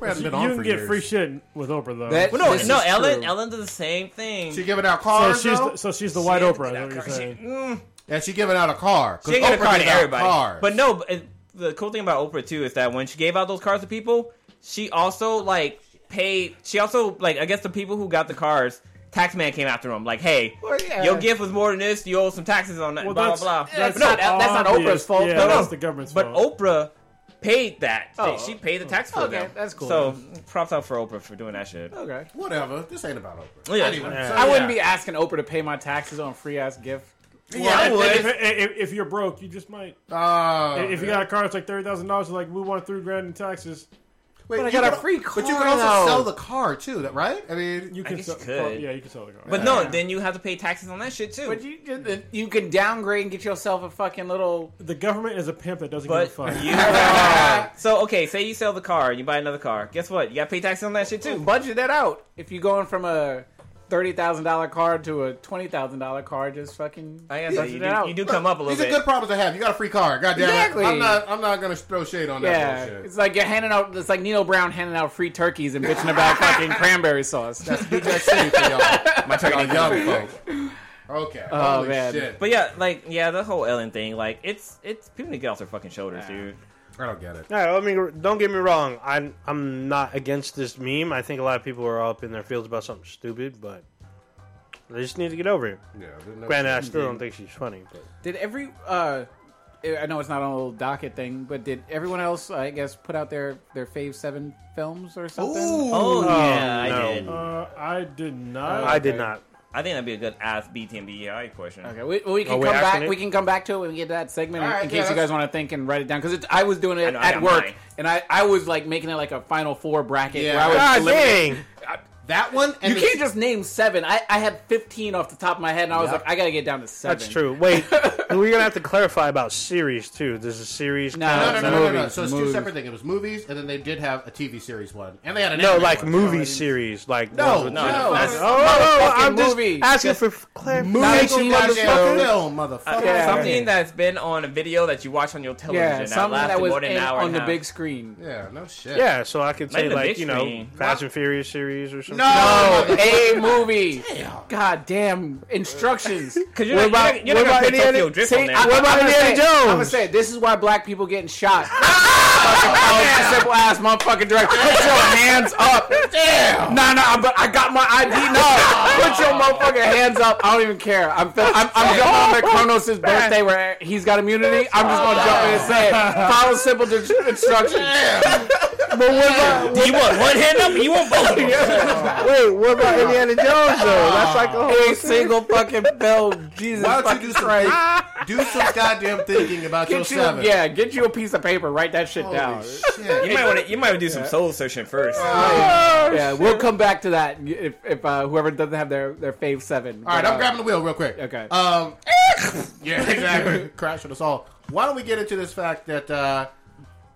Oprah hasn't you been on can for get years. free shit with Oprah though. That- Well, no, This no, is Ellen, true. Ellen does the same thing. She giving out so cars, she's though? the, so she's the white Oprah. Is what you're She- saying. mm, and she giving out a car. 'cause she ain't got a Oprah card to gives out everybody. cars. But no, but, uh, the cool thing about Oprah too is that when she gave out those cards to people, she also like paid. She also like I guess the people who got the cards, tax man came after them. Like, hey, Well, yeah. your gift was more than this. You owe some taxes on that. Well, blah that's, blah blah. That's, But no, that- that's not obvious. Oprah's fault. Yeah, No, no. that's the government's But fault. Oprah paid that. Oh. she paid the tax for Okay, them. that's cool. So props out for Oprah for doing that shit. Okay. Whatever. This ain't about Oprah. Yeah. Anyway, Yeah. so, I wouldn't yeah. be asking Oprah to pay my taxes on a free ass gift. Yeah, I would. If, if, if you're broke, you just might. Oh, if you got a car that's like thirty thousand dollars, like we want three grand in taxes. Wait, I you got a can- free But you car, can also though. sell the car, too, that- right? I mean, You can guess sell, you could. yeah, you can sell the car. But no, then you have to pay taxes on that shit too. But you you can downgrade and get yourself a fucking little. the government is a pimp that doesn't But give a fuck. you uh, so okay, say you sell the car and you buy another car. Guess what? You got to pay taxes on that shit too. budget that out. If you're going from a thirty thousand dollar car to a twenty thousand dollar car, just fucking I guess budget you, it do, out. you do come up a little these are bit. good problems to have. You got a free car. Goddamn Exactly. it. I'm not, I'm not going to throw shade on that yeah, bullshit. it's like you're handing out. It's like Nino Brown handing out free turkeys and bitching about fucking cranberry sauce. That's New Jack City for y'all. My y'all young folk. Okay. Oh, Holy man. shit. But yeah, like yeah, the whole Ellen thing, like it's it's people need to get off their fucking shoulders, dude. I don't get it. No, I mean, don't get me wrong. I'm I'm not against this meme. I think a lot of people are up in their fields about something stupid, but they just need to get over it. Yeah. there's no- Granted, I still don't think she's funny, but Did every uh I know it's not on a little docket thing, but did everyone else I guess put out their their fave seven films or something? Oh yeah, no. I did. uh, I did not. I did okay. not. I think that'd be a good ask BTMBI question. Okay, we, we can Oh, come wait, back. actually- We can come back to it when we get to that segment in- All right, in yeah, case you that's- guys want to think and write it down because I was doing it know, I at got work mine. and I, I was like making it like a final four bracket. Yeah. Where I was God eliminating- dang! That one. And You the- can't just name seven. I, I had fifteen off the top of my head, and I was Yeah. like, I gotta get down to seven. That's true. Wait, we're gonna have to clarify about series too. There's a series. No, No, no, count? no, no, no, no. Movies, So it's two movies. separate things. It was movies, and then they did have a TV series one, and they had an No, anime like one. movie series, like No, ones with- no, no, That's- no, oh, no, fucking I'm just movie. asking Just for f- That's clarification, a goddamn motherfucker. film, motherfucker. Yeah. Something that's been on a video that you watch on your television Yeah, that something lasted that was more than an in- hour on and the a half. big screen. Yeah, no shit. Yeah, so I could say Like the like big you know, screen. Fast and Furious series or something. No. Oh, a movie. Damn. God damn instructions. Because you're, What not- about- you're, not- you're not what about gonna put Indiana- Tokyo Drift on there. What about gonna Indiana say- Jones? I'm gonna say this is why black people getting shot. Fucking oh, simple ass motherfucking director. Put your hands up. Damn. Nah, nah, but I got my ID. No, put your motherfucking hands up. I don't even care. I'm feel, I'm, I'm jumping on to Kronos' birthday where he's got immunity. I'm just gonna jump in and say it. follow simple di- instructions. Damn. you want one hand up? or You want both? of them? Wait, what about Indiana Jones though? That's like a whole Every single fucking film. Jesus Why don't fucking you do some, Christ. think- do some goddamn thinking about your Get you, seven? yeah, get you a piece of paper. Write that shit down. Holy shit. You might want to. You might wanna do some soul searching first. Yeah, we'll come back to that if, if uh, whoever doesn't have their, their fave seven. All right, I'm grabbing the wheel real quick. Okay. Um, yeah, exactly. crashing us all. Why don't we get into this fact that uh,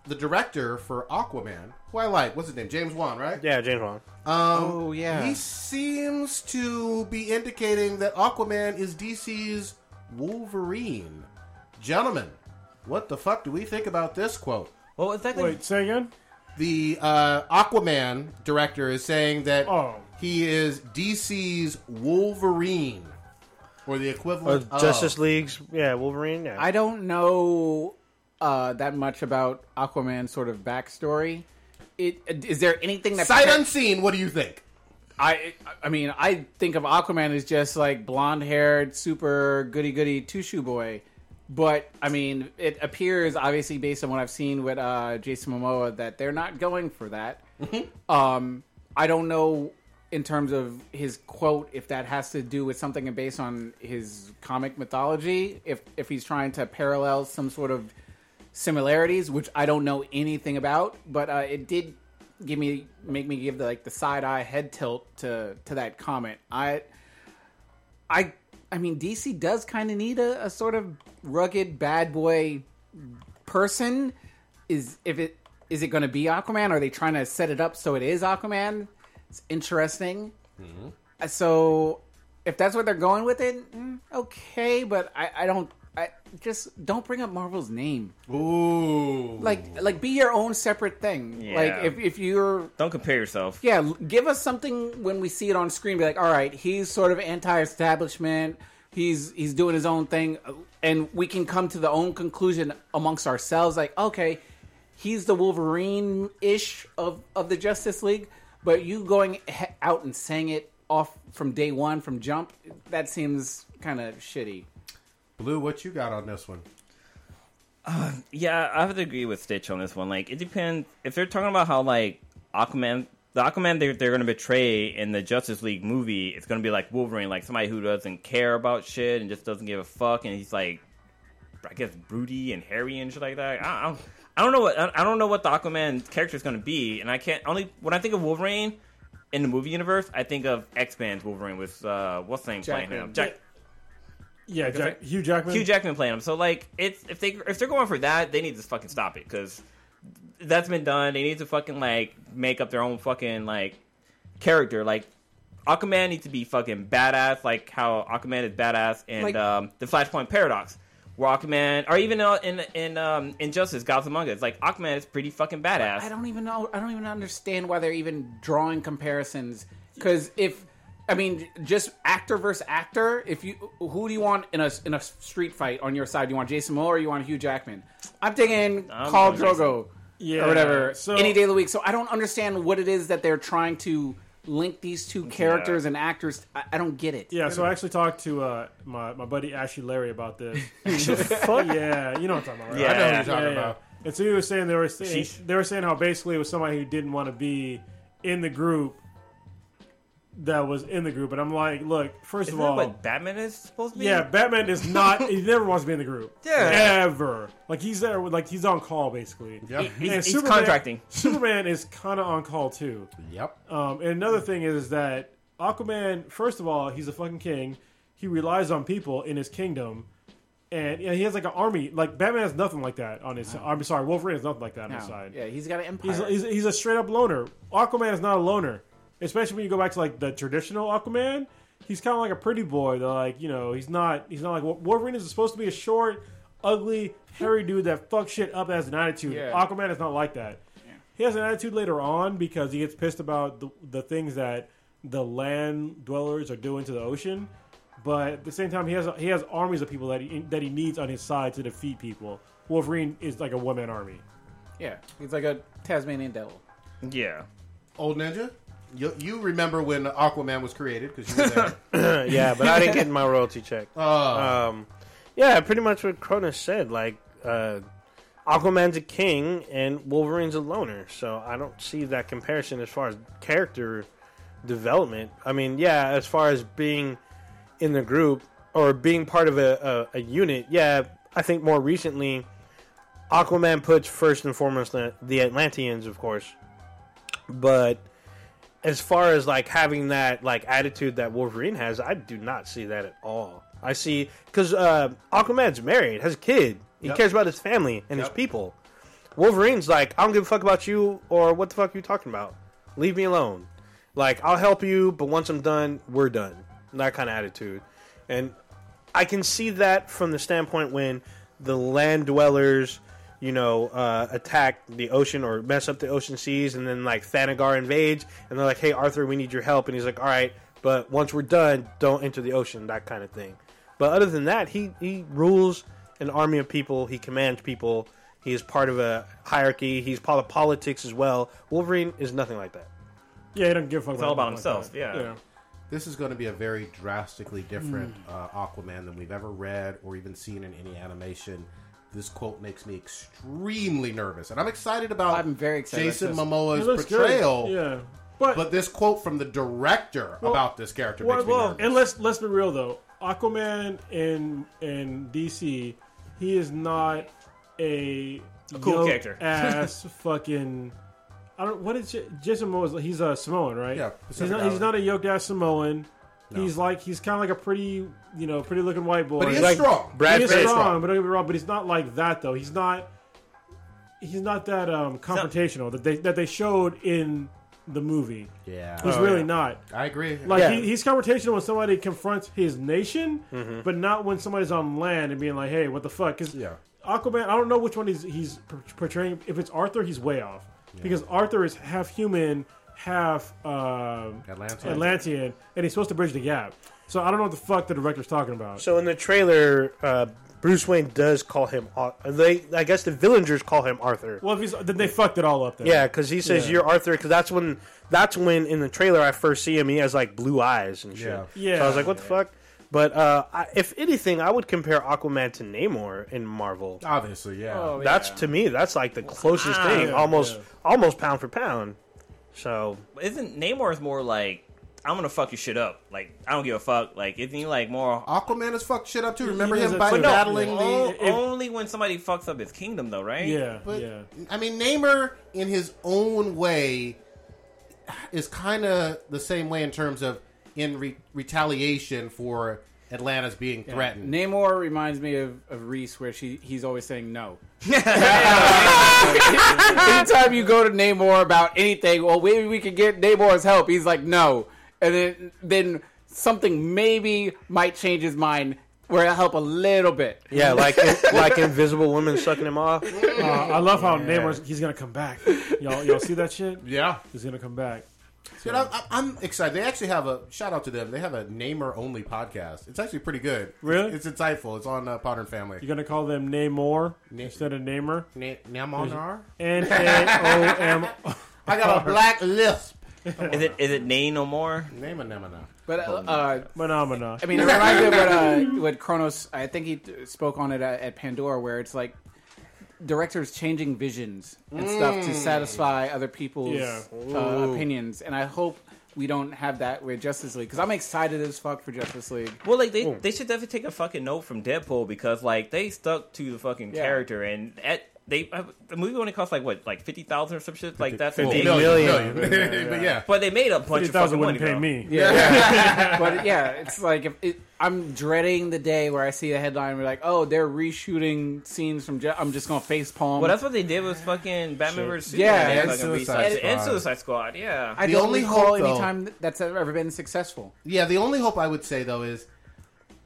the director for Aquaman, who I like, what's his name? James Wan, right? Yeah, James Bond. Um, Oh, yeah. He seems to be indicating that Aquaman is DC's Wolverine. Gentlemen, what the fuck do we think about this quote? Well, exactly. Wait, say again? The uh, Aquaman director is saying that Oh. he is DC's Wolverine, or the Or Oh. equivalent of Justice League's, yeah, Wolverine. Yeah. I don't know uh, that much about Aquaman's sort of backstory. It, is there anything that Sight unseen, what do you think? I I mean I think of Aquaman as just like blonde haired, super goody goody two shoe boy. But I mean, it appears obviously based on what I've seen with uh, Jason Momoa that they're not going for that. um, I don't know in terms of his quote if that has to do with something based on his comic mythology. If if he's trying to parallel some sort of similarities, which I don't know anything about, but uh, it did give me make me give the like the side eye head tilt to to that comment. I I I mean DC does kind of need a, a sort of rugged bad boy person. Is if it is it going to be Aquaman? Are they trying to set it up so it is Aquaman? It's interesting. Uh, So if that's what they're going with it, mm, okay. But I, I don't. I just don't bring up Marvel's name. Ooh. Like like be your own separate thing. Like Yeah. if if you're Don't compare yourself. yeah, l- give us something when we see it on screen. Be like, all right, he's sort of anti-establishment. He's he's doing his own thing, uh, and we can come to the own conclusion amongst ourselves. Like, okay, he's the Wolverine ish of of the Justice League, but you going he- out and saying it off from day one from jump that seems kind of shitty. Blue, what you got on this one? Yeah, I have to agree with Stitch on this one. Like, it depends if they're talking about how like Aquaman, the Aquaman they're, they're going to betray in the Justice League movie, it's going to be like Wolverine, like somebody who doesn't care about shit and just doesn't give a fuck, and he's like, I guess broody and hairy and shit like that. I, I, don't- I don't know what I, I don't know what the Aquaman character is going to be, and I can't only when I think of Wolverine in the movie universe, I think of X Men's Wolverine with uh, what's the name playing him, Jackman. Jack, Yeah, Jack, Hugh Jackman. Hugh Jackman playing him. So like, it's if they if they're going for that, they need to fucking stop it because that's been done. They need to fucking like make up their own fucking like character. Like Aquaman needs to be fucking badass, like how Aquaman is badass in Like- um, the Flashpoint Paradox. Where Aquaman, or even uh, in in um, Injustice, Gods Among Us, like Aquaman is pretty fucking badass. I don't even know. I don't even understand why they're even drawing comparisons. Because if I mean, just actor versus actor. If you who do you want in a in a street fight on your side? Do you want Jason Moore or you want Hugh Jackman? I'm thinking I'm Khal going Drogo Yeah, or whatever so- any day of the week. So I don't understand what it is that they're trying to link these two characters and actors. I, I don't get it. Yeah, so I actually talked to uh, my my buddy Ashley Larry about this. Yeah, you know what I'm talking about. Right? Yeah. I know what you're talking about. And so he was saying they were saying, Sheesh. they were saying how basically it was somebody who didn't want to be in the group that was in the group, and I'm like, look, 1st Isn't of all, that what Batman is supposed to be? yeah, Batman is not. he never wants to be in the group. Yeah. ever. Like he's there. with- Like he's on call basically. Yep. He's- And he's contracting. Superman is kind of on call too. Yep. Um, and another thing is that Aquaman, first of all, he's a fucking king. He relies on people in his kingdom, and you know, he has like an army. Like Batman has nothing like that on his. I'm sorry, Wolverine has nothing like that on No. his side. yeah, he's got an empire. He's, he's, he's a straight up loner. Aquaman is not a loner, especially when you go back to like the traditional Aquaman. He's kind of like a pretty boy. That like you know he's not he's not like Wolverine is supposed to be a short, ugly, hairy dude that fucks shit up and has an attitude. Yeah. Aquaman is not like that. He has an attitude later on because he gets pissed about the, the things that the land dwellers are doing to the ocean. But at the same time, he has he has armies of people that he that he needs on his side to defeat people. Wolverine is like a one man army. yeah, he's like a Tasmanian devil. yeah. Old Ninja, you, you remember when Aquaman was created because you were there. yeah, but I didn't get my royalty check. Uh, Um, yeah, pretty much what Cronus said. Like, uh, Aquaman's a king and Wolverine's a loner, so I don't see that comparison as far as character development. I mean, yeah, as far as being in the group or being part of a, a, a unit, yeah, I think more recently, Aquaman puts first and foremost the, the Atlanteans, of course, but. As far as like having that like attitude that Wolverine has, I do not see that at all. I see because uh, Aquaman's married, has a kid. He Yep. cares about his family and his Yep. people. Wolverine's like, I don't give a fuck about you or what the fuck you talking about. Leave me alone. Like I'll help you, but once I'm done, we're done. That kind of attitude, and I can see that from the standpoint when the land dwellers, you know, uh, attack the ocean or mess up the ocean seas, and then like Thanagar invades, and they're like, "Hey, Arthur, we need your help," and he's like, "All right, but once we're done, don't enter the ocean." That kind of thing. But other than that, he he rules an army of people. He commands people. He is part of a hierarchy. He's part of politics as well. Wolverine is nothing like that. Yeah, he don't give a fuck. It's all about anything like himself, yeah. This is going to be a very drastically different uh, Aquaman than we've ever read or even seen in any animation. This quote makes me extremely nervous, and I'm excited about. I'm very excited about Jason this. It Momoa's looks good, portrayal, Yeah, but, but this quote from the director Well, about this character well, makes me well, nervous. and let's let's be real though. Aquaman in in DC, he is not a, cool yoke character. ass fucking. I don't. What is J- Jason Momoa? He's a Samoan, right? Yeah, He's Pacific not. He's Islander. not a yoke ass Samoan. He's like he's kind of like a pretty you know pretty looking white boy. but he is like- strong. Brad he is Pitt. strong, but don't get me wrong. But he's not like that though. He's not. He's not that um, confrontational that they that they showed in the movie. yeah, He's really not. I agree. Like Yeah. he, he's confrontational when somebody confronts his nation, but not when somebody's on land and being like, "Hey, what the fuck?" 'Cause Yeah. Aquaman, I don't know which one he's he's p- portraying. If it's Arthur, he's way off because Arthur is half human, half um, Atlantean. Atlantean, and he's supposed to bridge the gap. So I don't know what the fuck the director's talking about. So in the trailer, uh, Bruce Wayne does call him. Ar- They, I guess, the villagers call him Arthur. well, if he's then they fucked it all up. Then Yeah, because he says Yeah. you're Arthur. Because that's when that's when in the trailer I first see him. He has like blue eyes and shit. Yeah. Yeah. So I was like, what the fuck? But uh, I, if anything, I would compare Aquaman to Namor in Marvel. Obviously, yeah. Oh, That's to me. That's like the closest Ah, thing, yeah, almost yeah. almost pound for pound. So Isn't Namor is more like I'm gonna fuck your shit up. Like I don't give a fuck. Like isn't he like more? Aquaman has fucked shit up too. Remember does him it by too. But no, battling O- the. if- only when somebody fucks up his kingdom, though, right? yeah, But yeah. I mean, Namor in his own way is kind of the same way in terms of in re- retaliation for Atlanta's being threatened. Uh, Namor reminds me of, of Reese, where she he's always saying no. Anytime you go to Namor about anything, well, maybe we could get Namor's help. He's like, no, and then then something maybe might change his mind, where it'll help a little bit. yeah, like like Invisible Woman sucking him off. Uh, I love how Namor's he's gonna come back. Y'all, y'all see that shit? Yeah. He's gonna come back. Dude, I'm, I'm- I'm excited. They actually have a shout out to them. They have a Namor only podcast. It's actually pretty good. Really? It's, insightful. It's on uh, Potter and Family. You're gonna call them Namor instead of Namor. Na- Namonar? N A O M. I got a black lisp. Is it is it Nay no more? Name a Namona. But uh, uh, Phenomena. I mean, it reminds me of what, uh, what Kronos, I think he t- spoke on it at, at Pandora, where it's like directors changing visions and stuff to satisfy other people's Yeah. uh, opinions. And I hope we don't have that with Justice League, because I'm excited as fuck for Justice League. Well, like they, they should definitely take a fucking note from Deadpool because like they stuck to the fucking Yeah. character and at they uh, the movie only cost like what like fifty thousand or some shit like that. for Fifty the- million. but yeah. But they made a bunch of 5000 fucking money. wouldn't pay though. me. Yeah, but yeah, it's like if it, I'm dreading the day where I see a headline where like, oh, they're reshooting scenes from. Ju- I'm just gonna face palm. Well, that's what they did with fucking Batman vs Superman. Yeah, They and fucking Suicide reset- and, and Squad. Suicide Squad. Yeah, I The don't only recall hope, any though- time that's ever been successful. Yeah, the only hope I would say though is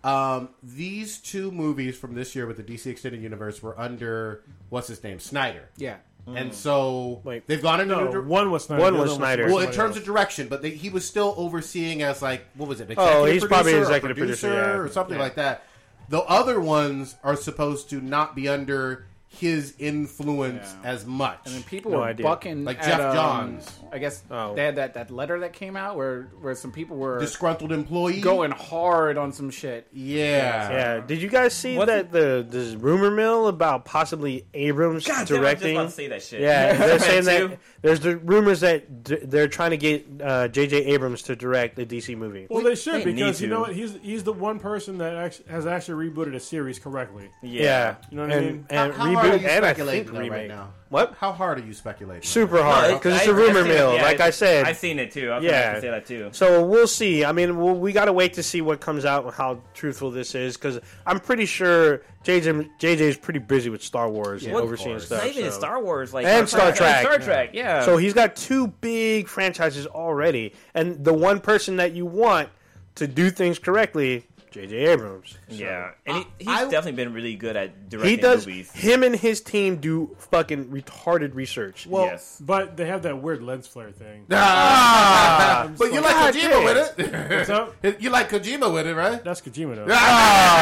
um, these two movies from this year with the DC Extended Universe were under what's his name Snyder, Yeah. Mm. and so Wait. they've gone into No, new dir- one was Snyder. One the was other Snyder. well somebody in terms else. of direction, but they, he was still overseeing as like what was it? Oh, executive he's probably producer or executive producer, yeah. or something Yeah. like that. The other ones are supposed to not be under his influence as much. And people No were idea. bucking Like at, Jeff um, Johns. I guess Oh. they had that, that letter that came out where where some people were Disgruntled employee going hard on some shit. Yeah. Yeah. Did you guys see What's that the this rumor mill about possibly Abrams God damn, I was just directing? about to say that shit. Yeah, they're saying Too. that there's the rumors that d- they're trying to get uh, J.J. Abrams to direct the DC movie. Well, they should They because need you know to. what? He's he's the one person that actually, has actually rebooted a series correctly. yeah. yeah, You know what I and, mean? And How- how hard are reboot you and I speculating, think though, remake. right now? What? How hard are you speculating? Super hard because it's a rumor mill. like I said, I've seen it too. I was yeah, yeah. to say that too. So we'll see. I mean, we'll, we got to wait to see what comes out and how truthful this is because I'm pretty sure JJ JJ's pretty busy with Star Wars and What- overseeing stuff. Not even so. Star Wars, like and Star Trek. Star Trek, yeah. So he's got two big franchises already, and the one person that you want to do things correctly, JJ Abrams. So yeah, and he, he's definitely been really good at directing He does. movies. Him and his team do fucking retarded research. Well, but they have that weird lens flare thing. Ah, but you like God Kojima dang. with it. What's up? You like Kojima with it, right? That's Kojima though.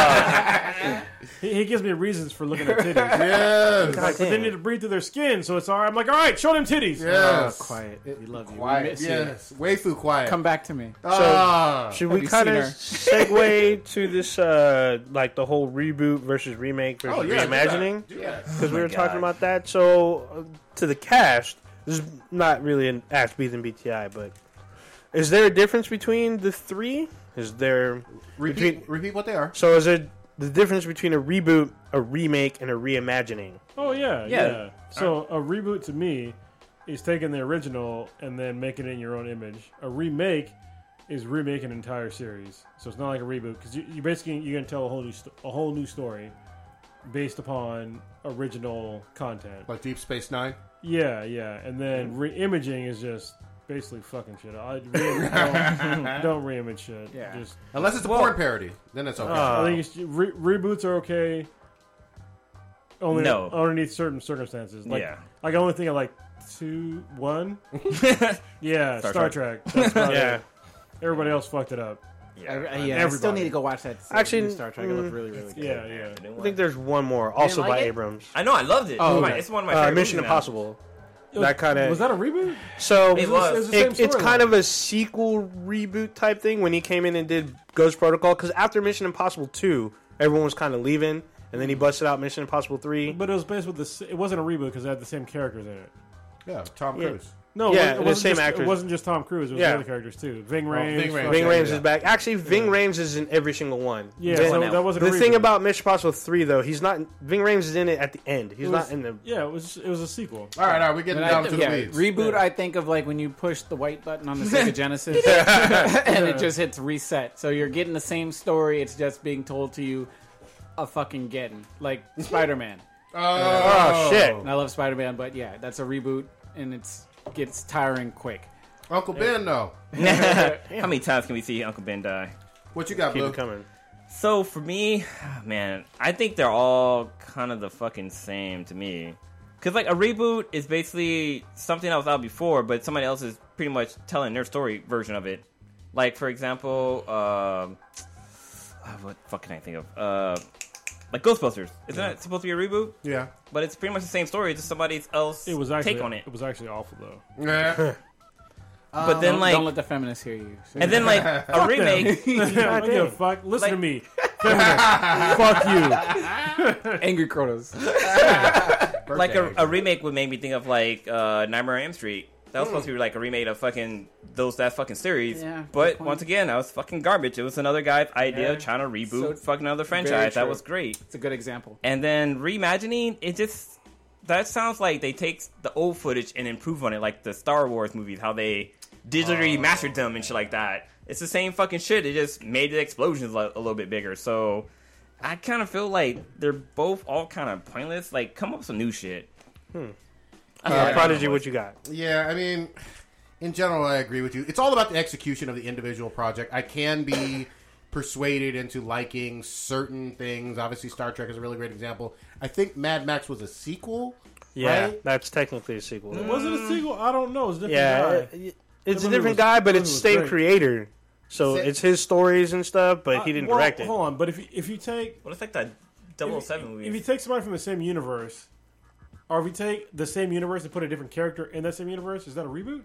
Ah! he, he gives me reasons for looking at titties. Yes. Like, but they need to breathe through their skin, so it's all right. I'm like, all right, show them titties. Yes. Oh, quiet. We love you. We Quiet. miss you. Yes. Waifu quiet. Come back to me. So Ah. should Have we you kind seen of her? segue to this, uh, like the whole reboot versus remake versus Oh, yeah, do that. reimagining? Do that. Because we were talking God. about that. So uh, to the cast, this is not really an ask Beat and BTI, but is there a difference between the three? Is there Repeat, between? repeat what they are. So is it the difference between a reboot, a remake, and a reimagining? Oh yeah, yeah. Yeah. So a reboot to me is taking the original and then making it in your own image. A remake is remaking an entire series, so it's not like a reboot because you, you basically you're gonna tell a whole new st- a whole new story based upon original content. Like Deep Space Nine. Yeah, yeah. And then re-imaging is just basically fucking shit. I really don't, don't re-image shit. Yeah. Just Unless it's a porn parody, then it's okay. I think it's, re- reboots are okay. Only No. underneath certain circumstances. Like, Yeah. like I only think of like two, one. yeah, Star, Star Trek. That's probably Yeah. Everybody else fucked it up. I, Uh, yeah, I still Everybody. need to go watch that. Actually, new Star Trek. It looked really, Mm. really good. Yeah, yeah. I think there's one more, also like by it? Abrams. I know, I loved it. Oh, It's my- okay. it's one of my Uh, favorite. Mission movies now. Impossible. That kind of was that a reboot? So It was. It was the same it- it's storyline. kind of a sequel reboot type thing when he came in and did Ghost Protocol because after Mission Impossible two, everyone was kind of leaving, and then he busted out Mission Impossible three. But it was based with the. s- It wasn't a reboot because it had the same characters in it. yeah, Tom Yeah. Cruise. No, it Yeah, wasn't, it the wasn't same just, It actors. wasn't just Tom Cruise. It was Yeah. the other characters too. Ving Rhames. fucking- Ving Rhames. Ving Yeah, Rhames yeah. is back. Actually, Ving Rhames is in every single one. Yeah, The- so that wasn't a the thing reboot. about Mission Impossible three though. He's not Ving Rhames is in it at the end. He's It not was- in the. Yeah, it was. It was a sequel. All right, all right, we're getting But down I, to the yeah, weeds. reboot. I think of like when you push the white button on the Sega Genesis, and it just hits reset. So you're getting the same story. It's just being told to you a fucking getting like Spider Man. Oh, shit! And I love Spider Man, but yeah, that's a reboot, and it's gets tiring quick. Uncle Ben, though, How many times can we see Uncle Ben die? what you got, Keep Blue? it coming. So for me, man, I think they're all kind of the fucking same to me. Cause like a reboot is basically something that was out before, but somebody else is pretty much telling their story version of it. Like for example, um, ah, what fuck can I think of? Uh, like Ghostbusters, isn't that supposed to be a reboot? Yeah. But it's pretty much the same story, just somebody else It was actually. take on it. It was actually awful though. Yeah. but then don't, like, don't let the feminists hear you. So- and then like a remake. I don't give a fuck. Listen to Like- me. Feminist. fuck you. angry Kronos. like a, a remake would make me think of like uh, Nightmare on Elm Street. That Hmm. was supposed to be like a remake of fucking those that fucking series. Yeah, good but point. once again, that was fucking garbage. It was another guy's idea Yeah. of trying to reboot So- fucking another Very franchise. That true. was great. It's a good example. And then reimagining, it just that sounds like they take the old footage and improve on it, like the Star Wars movies, how they Oh. digitally mastered them and shit like that. It's the same fucking shit. They just made the explosions lo- a little bit bigger. So I kind of feel like they're both all kind of pointless. Like, come up with some new shit. Uh, Prodigy, what you got? Yeah, I mean, in general, I agree with you. It's all about the execution of the individual project. I can be persuaded into liking certain things. Obviously, Star Trek is a really great example. I think Mad Max was a sequel. Yeah, Right? that's technically a sequel. Was it a sequel? I don't know. It's a different Mm. Yeah, guy. it- it- it's The a movie different was- guy, but the it's movie was same great. creator. So Sa- it's his stories and stuff, but he didn't Uh, Well, direct it. Hold on, but if you, if you take What if like that 007 movie? if you take somebody from the same universe, or if you take the same universe and put a different character in that same universe, is that a reboot?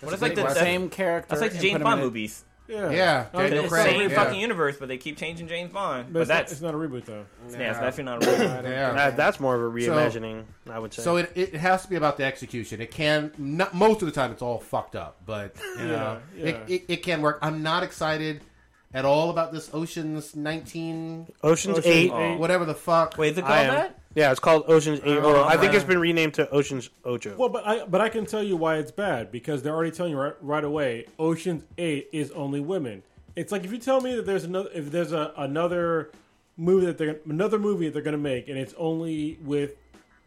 what if like the, That's that- Same character. That's like the and James put him Bond in a- movies. Yeah, Yeah, Okay. Daniel It's the Craig, same yeah. fucking universe, but they keep changing James Bond. But, But it's, not, that's it's not a reboot though. yeah, it's definitely not a real. Yeah. That- that's more of a reimagining, I would say. So it, it has to be about the execution. It can not, most of the time it's all fucked up, but you know, Yeah, yeah. It, it, it can work. I'm not excited at all about this Ocean's 19, Ocean's Ocean Eight. Eight. whatever the fuck. Wait, is it I called am- that? Yeah, it's called Ocean's Eight. Oh, Hold on. I think okay. it's been renamed to Ocean's Ocho. Well, but I but I can tell you why it's bad because they're already telling you right, right away. Ocean's Eight is only women. It's like if you tell me that there's another if there's a, another movie that they're another movie that they're gonna make and it's only with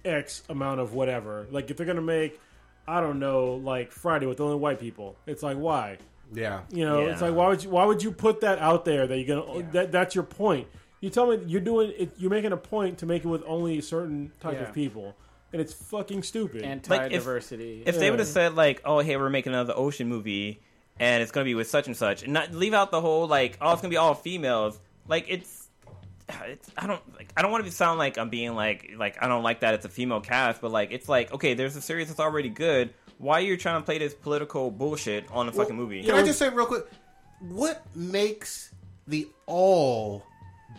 X amount of whatever. Like if they're gonna make I don't know like Friday with only white people. It's like why? Yeah. You know, it's like why would you why would you put that out there that you're gonna that that's your point. You tell me you're doing it, you're making a point to make it with only certain type Yeah. of people, and it's fucking stupid. Like, if- If, they would have said like, "Oh, hey, we're making another ocean movie, and it's gonna be with such and such," and not leave out the whole like, "Oh, it's gonna be all females," like it's, it's I don't like I don't want to sound like I'm being like like I don't like that it's a female cast, but like it's like okay, there's a series that's already good. Why are you trying to play this political bullshit on a fucking movie? Can I just say real quick, what makes the all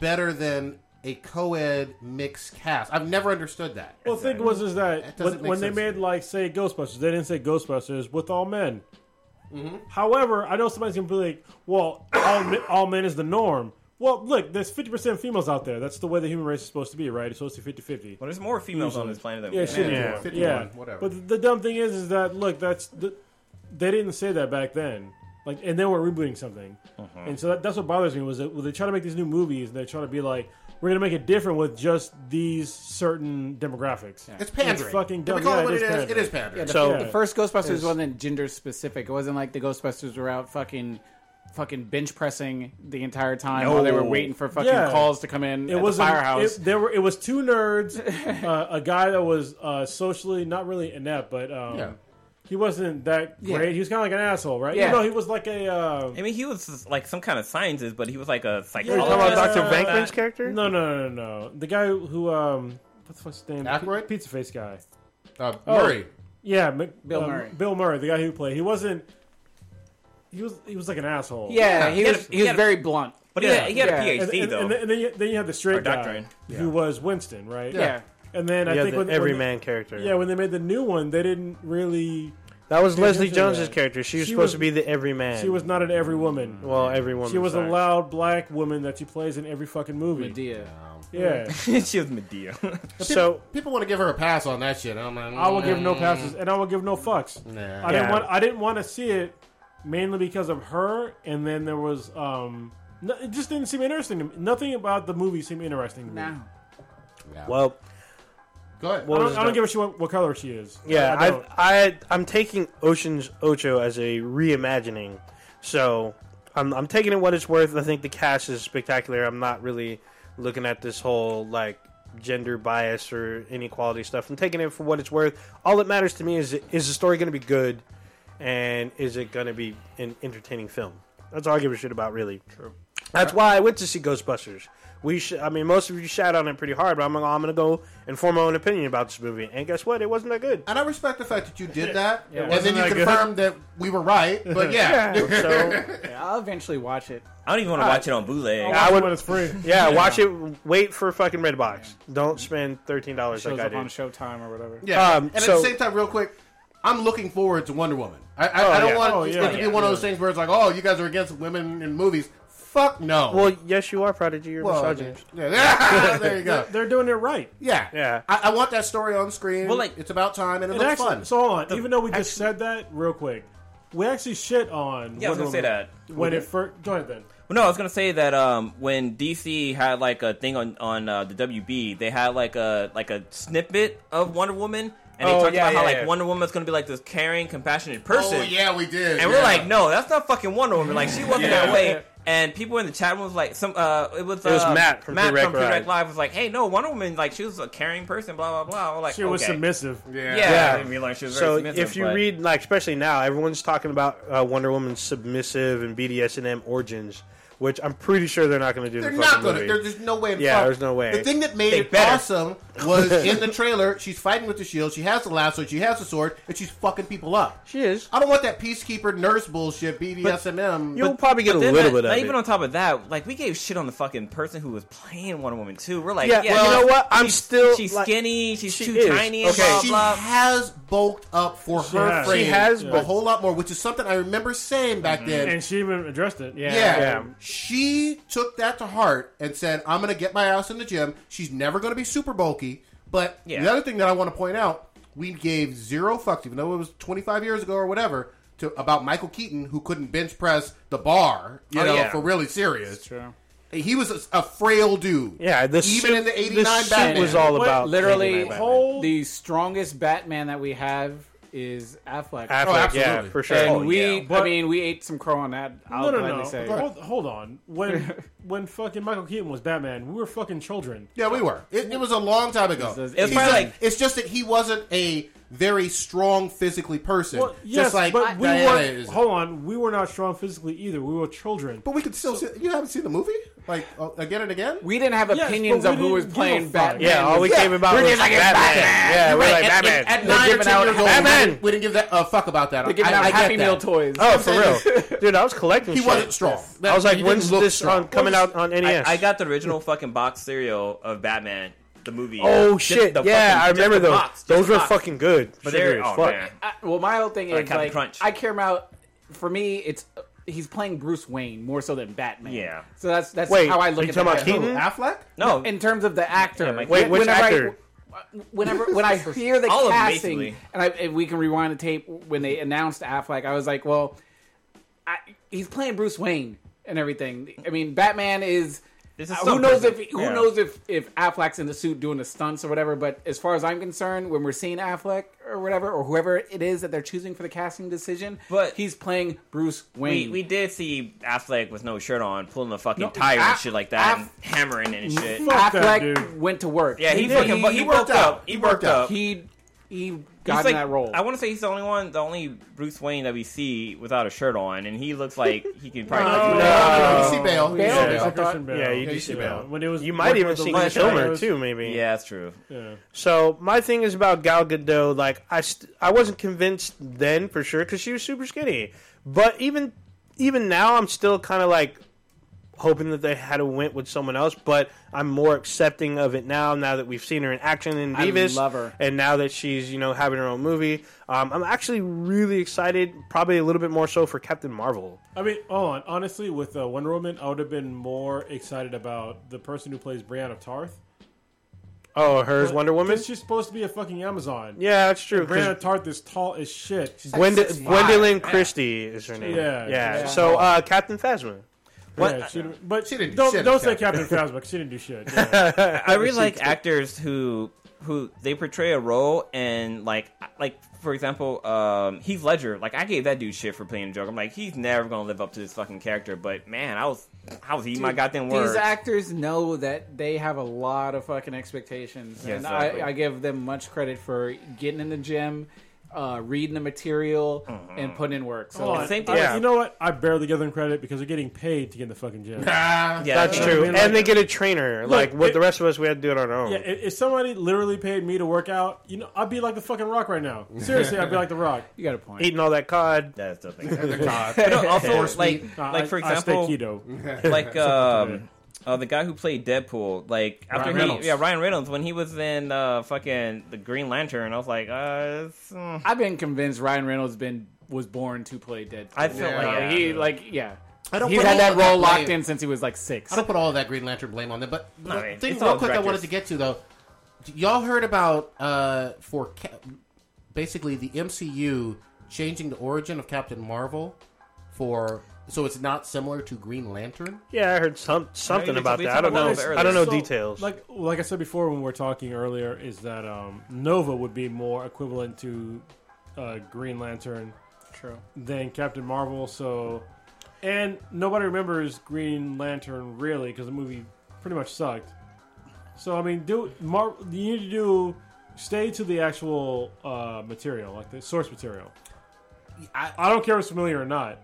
better than a co-ed mixed cast? I've never understood that. Well, the thing was is that, That doesn't when, make when they sense. made like say Ghostbusters, they didn't say Ghostbusters with all men. Mhm. However, I know somebody's gonna be like, "Well, all men, all men is the norm." Well, look, there's 50% females out there. That's the way the human race is supposed to be, right? It's supposed to be 50-50. Well, there's more females on this planet than yeah, men. it should be Yeah. more. 51, yeah. whatever. But the- the dumb thing is, is that look, that's the, they didn't say that back then. Like, and then we're rebooting something, and so that, that's what bothers me was that when they try to make these new movies and they try to be like, we're gonna make it different with just these certain demographics. It's pandering. fucking Can dumb. we call yeah, it what is it is? pandering. It is pandering. Yeah, the, So- the first Ghostbusters It's- wasn't gender specific. It wasn't like the Ghostbusters were out fucking fucking bench pressing the entire time while they were No. waiting for fucking Yeah. calls to come in at wasn't- the firehouse. It, there were. It was two nerds, uh, a guy that was uh, socially not really inept, but um, Yeah. he wasn't that Yeah. great. He was kind of like an asshole, right? Yeah. No, he was like a. Uh, I mean, he was like some kind of scientist, but he was like yeah, a psychologist. uh, Vankman's character? No, no, no, no, no. The guy who um, what's his name? Aykroyd, pizza face guy. Uh, Oh, Murray. yeah, Mc- Bill um, Murray. Bill Murray, the guy who played. He wasn't. He was. He was like an asshole. Yeah, he was he was very blunt. Yeah. Yeah. PhD, and, and, though. And then, and then you, then you had the Or straight guy doctorate. who was Winston, right? Yeah. Yeah. And then I Yeah, think the when, when everyman they- character. Yeah, when they made the new one, they didn't really. That was pay Leslie attention to Jones's that. character. She was supposed to be the everyman. She was not an every woman. Well, every woman, She was sorry. a loud black woman that she plays in every fucking movie. Medea. Yeah. she was Medea. so people want to give her a pass on that shit. I'm like, mm, I will give no passes, and I will give no fucks. I didn't Yeah. want. I didn't want to see it mainly because of her, and then there was. um no, it just didn't seem interesting to me. Nothing about the movie seemed interesting to me. No. Well, Go ahead. I don't, I don't give a shit what, what color she is. Yeah, I, I, don't. I, I'm taking Ocean's Ocho as a reimagining, so I'm, I'm taking it what it's worth. I think the cast is spectacular. I'm not really looking at this whole like gender bias or inequality stuff. I'm taking it for what it's worth. All that matters to me is is the story going to be good, and is it going to be an entertaining film? That's all I give a shit about, really. True. That's why I went to see Ghostbusters. We, sh- I mean, most of you shat on it pretty hard, but I'm like, I'm gonna go and form my own opinion about this movie. And guess what? It wasn't that good. And I respect the fact that you did that, Yeah, it and then wasn't you that good. confirmed that we were right. But yeah, so yeah, I'll eventually watch it. I don't even Uh, want to watch it on bootleg. I would- Yeah, Yeah. watch it. Wait for fucking Redbox. Don't spend thirteen dollars Shows like I up did. on Showtime or whatever. yeah. Um, and at so- the same time, real quick, I'm looking forward to Wonder Woman. I, I, Oh, I don't yeah. want Oh, it yeah. to be one of those things where it's like, oh, you guys are against women in movies. Fuck no. Well, yes, you are prodigy. You're Well, misogynist. yeah. Yeah. There you go. They're, they're doing it right. Yeah, yeah. I, I want that story on screen. Well, Well, like- like it's about time, and it, And looks actually- fun. So hold on, even though we just said that real quick, we actually shit on. Yeah, I was Wonder gonna Woman say that. when We it did. first. Go ahead then. Well, no, I was gonna say that um, when DC had like a thing on on uh, the WB, they had like a like a snippet of Wonder Woman, and they Oh, talked yeah, about how yeah, like yeah. Wonder Woman's gonna be like this caring, compassionate person. Oh, yeah, we did, And we're yeah. like, no, that's not fucking Wonder Woman. Like she wasn't Yeah. that way. And people in the chat room was like, some uh, it was, It was uh, Matt from Matt Pre-Rec from Pre-Rec Live. Live was like, hey, no, Wonder Woman, like she was a caring person, blah blah blah. We're like, She was okay. submissive. Yeah, I didn't realize she was so very submissive. if you but- read, like, especially now, everyone's talking about uh, Wonder Woman's submissive and BDSM origins, which I'm pretty sure they're not going to do. They're the not fucking gonna. movie. There, there's no way. in Yeah, fuck. there's no way. The thing that made They it better. awesome was in the trailer. She's fighting with the shield. She has the lasso. She has the sword, and she's fucking people up. She is. I don't want that peacekeeper nurse bullshit. BDSM. But- but then not, not even on top of that, like we gave shit on the fucking person who was playing Wonder Woman too. We're like, Yeah, yeah, well, you know what? I'm she's- still, she's like- skinny, she's She too is. tiny. and Okay. blah, she blah. has bulked up for She her has. frame. She has, a but- whole lot more, which is something I remember saying back then. and she even addressed it. Yeah. She took that to heart and said, I'm going to get my ass in the gym. She's never going to be super bulky. But Yeah. the other thing that I want to point out, we gave zero fucks, even though it was 25 years ago or whatever, to about Michael Keaton who couldn't bench press the bar, you Oh, know, yeah. for really serious. He was a, a frail dude. Yeah, the even suit- in the the '89 suit Batman was all What? about Literally, Batman. the strongest Batman that we have is Affleck. Affleck, Oh, absolutely. yeah, for sure. And Oh, we, yeah. I mean, we ate some crow on that. I'll no, no, gladly no. say. Hold, hold on. When when fucking Michael Keaton was Batman, we were fucking children. Yeah, we were. It, it was a long time ago. It's- it's He's probably just- like- it's just that he wasn't a very strong physically person. Well, yes, just like but we Diana were. is. Hold on, we were not strong physically either. We were children. But we could still. see, you haven't seen the movie, like uh, again and again. We didn't have Yes, opinions but we of who was didn't give a playing fuck. Batman. Yeah, all we Yeah. came about We're was just like, it's Batman. Batman. Yeah, You're we're right. like At- Batman. At, at nine or giving ten out years old, Batman. we didn't, we didn't give that a fuck about that. They're giving I, out I get Happy that. Meal toys. You know Oh, what I'm for saying? real. Dude, I was collecting. He shit. wasn't strong. I was like, he didn't when's look this strong. on coming out on E NES? I, I got the original fucking box cereal of Batman the movie. uh, uh, oh Just shit! the Yeah, fucking- I just remember the those. box, just those the were box. fucking good. But Sugary they're as oh fuck. man, I, well, my whole thing is Or Captain like Crunch. I care about. For me, it's he's playing Bruce Wayne more so than Batman. Yeah. So that's that's Wait, how I are look you at talking that. about Keaton? Affleck. no, in terms of the actor. Mike- Wait, which whenever actor? I, whenever when I hear the All of them, casting, basically. and I, if we can rewind the tape when they announced Affleck, I was like, well, I, he's playing Bruce Wayne and everything. I mean, Batman is. This uh, is who some knows person. if who Yeah. knows if if Affleck's in the suit doing the stunts or whatever? But as far as I'm concerned, when we're seeing Affleck or whatever or whoever it is that they're choosing for the casting decision, But- he's playing Bruce we Wayne. we did see Affleck with no shirt on, pulling a fucking No, tire and Aff- shit like that, Aff- and hammering it and shit. Fuck that Affleck dude. went to work. Yeah, he, did. fucking he, worked up. He worked up. He he He's got in like- that role. I want to say he's the only one, the only Bruce Wayne that we see without a shirt on, and he looks like he can probably. No, no, no, you see Bale. You see Bale. Bale. I Yeah, thought- Christian Bale. Yeah, you Yeah, do you see see that. that. When it was You working might even with the see Luke Kilmer Shadows. too, maybe. Yeah, that's true. Yeah. So my thing is about Gal Gadot. Like I, st- I wasn't convinced then for sure because she was super skinny. But even even now, I'm still kind of like hoping that they had a went with someone else. But I'm more accepting of it now. Now that we've seen her in action in I Beavis, love her. and now that she's you know having her own movie, um, I'm actually really excited. Probably a little bit more so for Captain Marvel. I mean, hold on. Honestly, with uh, Wonder Woman, I would have been more excited about the person who plays Brianna of Tarth. Oh, hers Wonder Woman. 'Cause She's supposed to be a fucking Amazon. yeah, that's true. 'cause- Brianna Tarth is tall as shit. She's Gwende- 6'5". Gwendolyn Christie is her name. Yeah. Yeah. Yeah. So uh, Captain Phasma. Yeah, she didn't- but She didn't do don't, shit don't as say Captain Captain. Phasma. 'cause She didn't do shit. Yeah. I really like actors who who they portray a role and like like for example, um, Heath Ledger. Like I gave that dude shit for playing a joke. I'm like, he's never gonna live up to this fucking character. But man, I was I was eating my goddamn words. These actors know that they have a lot of fucking expectations, Yeah, and exactly. I, I give them much credit for getting in the gym, uh, reading the material, and putting in work. So Hold on. Same I- thing- You know what? I barely give them credit because they're getting paid to get in the fucking gym. Ah, yeah, That's yeah. true. I mean, like- and they get a trainer. like what it- the rest of us, we had to do it on our own. Um, Yeah, if, if somebody literally paid me to work out, you know, I'd be like the fucking Rock right now. Seriously, I'd be like the Rock. you got a point. Eating all that cod. That's the thing. God. But no, also, like, Uh, like I- for I stay example, keto. like um, uh, the guy who played Deadpool, like after Ryan he, Reynolds. yeah, Ryan Reynolds, when he was in uh, fucking the Green Lantern, I was like, uh, it's, mm. I've been convinced Ryan Reynolds been was born to play Deadpool. I feel Yeah. like Like, yeah. Oh, he like yeah. I don't He's put had all that of role blame- locked in since he was like six. I don't put all of that Green Lantern blame on them, but No, the it's thing all real quick I directors. wanted to get to though, y'all heard about uh, for ca- basically the MCU changing the origin of Captain Marvel for so it's not similar to Green Lantern. Yeah, I heard some something we- about we that. talked I don't about know. this earlier. I don't know So, details. Like like I said before when we were talking earlier, is that um, Nova would be more equivalent to uh, Green Lantern True. than Captain Marvel. So, and nobody remembers Green Lantern really because the movie pretty much sucked. So I mean, do Mar- you need to do stay to the actual uh, material, like the source material. I- I don't care if it's familiar or not.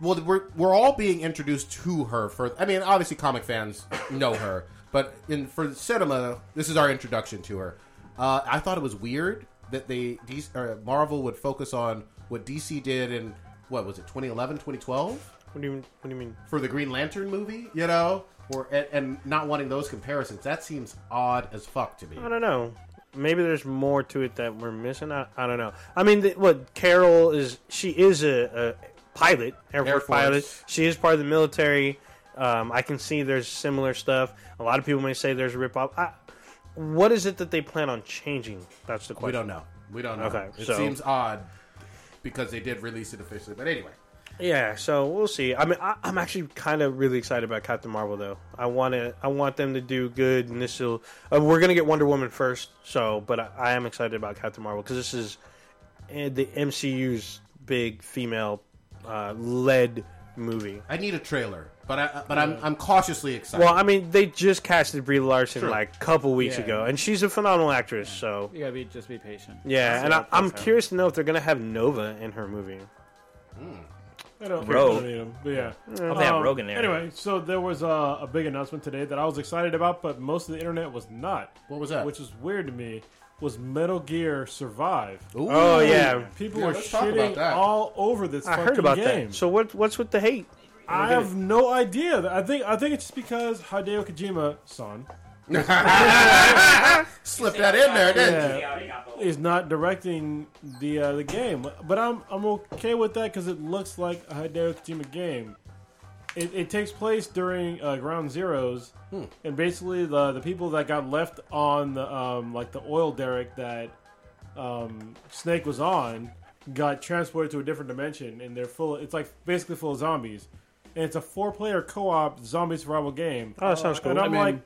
Well, we're we're all being introduced to her for. I mean, obviously, comic fans know her, but in for cinema, this is our introduction to her. Uh, I thought it was weird that they D- or Marvel would focus on what DC did in what was it 2011, 2012 what do you What do you mean? for the Green Lantern movie, you know, or and, and not wanting those comparisons. That seems odd as fuck to me. I don't know. Maybe there's more to it that we're missing. I, I don't know. I mean, th what Carol is? She is a, a pilot, Air, Air Force pilot. Force. She is part of the military. Um, I can see there's similar stuff. A lot of people may say there's a ripoff. I, what is it that they plan on changing? That's the question. We don't know. We don't know. Okay, it so- seems odd because they did release it officially. But anyway, Yeah, so we'll see. I mean, I, I'm actually kind of really excited about Captain Marvel, though. I want to, I want them to do good, and this will. Uh, we're gonna get Wonder Woman first, so but I, I am excited about Captain Marvel because this is uh, the MCU's big female uh, led movie. I need a trailer, but I but I'm I'm cautiously excited. Well, I mean, they just casted Brie Larson True. like a couple weeks Yeah. ago, and she's a phenomenal actress. So You gotta be just be patient. yeah, See and how I, it plays I'm out. curious to know if they're gonna have Nova in her movie. I don't Rogue. really need him, but yeah. Um, Hope they have Rogue in there. Anyway, so there was uh, a big announcement today that I was excited about, but most of the internet was not. What was that? Which is weird to me. Was Metal Gear Survive? Ooh. Oh, yeah. people Yeah, were let's talk about shitting that. all over this. I heard fucking about game. that. So what? What's with the hate? I have no idea. I think I think it's just because Hideo Kojima son Slip that in there, didn't yeah, is not directing the uh, the game. But I'm I'm okay with that because it looks like a Hideo Kojima game. It, it takes place during uh, Ground Zeroes, and basically the the people that got left on the um, like the oil derrick that um, Snake was on got transported to a different dimension, and they're full. It's like basically full of zombies, and it's a four player co op zombie survival game. Oh, that sounds cool. And I'm I'm in. like,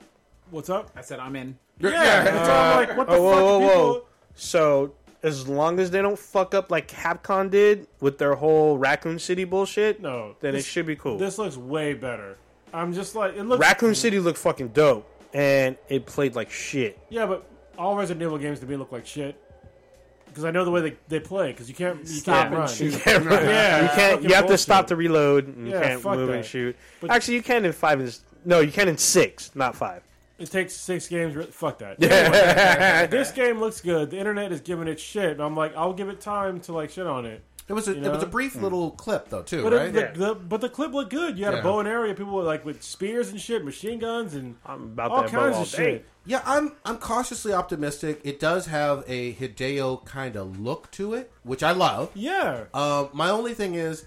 what's up? I said I'm in. Yeah. and so I'm like, what the oh, whoa, fuck? whoa, people- whoa. So, as long as they don't fuck up like Capcom did with their whole Raccoon City bullshit, No, then this- it should be cool. This looks way better. I'm just like it looks. Raccoon City looked fucking dope, and it played like shit. yeah, but all Resident Evil games to me look like shit. Because I know the way they, they play. Because you can't you can't run. Yeah, right. Yeah, you can't. fucking You have to bullshit. stop to reload, and Yeah, you can't fuck move that. and shoot. But- Actually, you can in five. And, s- no, you can in six, not five. It takes six games. re- Fuck that. this game looks good. The internet is giving it shit. And I'm like, I'll give it time to like shit on it. it? It was a You it was a know? brief little clip though too, But right? it, the, the, but the clip looked good. You had Yeah. a bow and arrow. People were like with spears and shit, machine guns, and I'm about all that bow kinds all of day. shit. Yeah, I'm I'm cautiously optimistic. It does have a Hideo kind of look to it, which I love. Yeah. Uh, Um, my only thing is,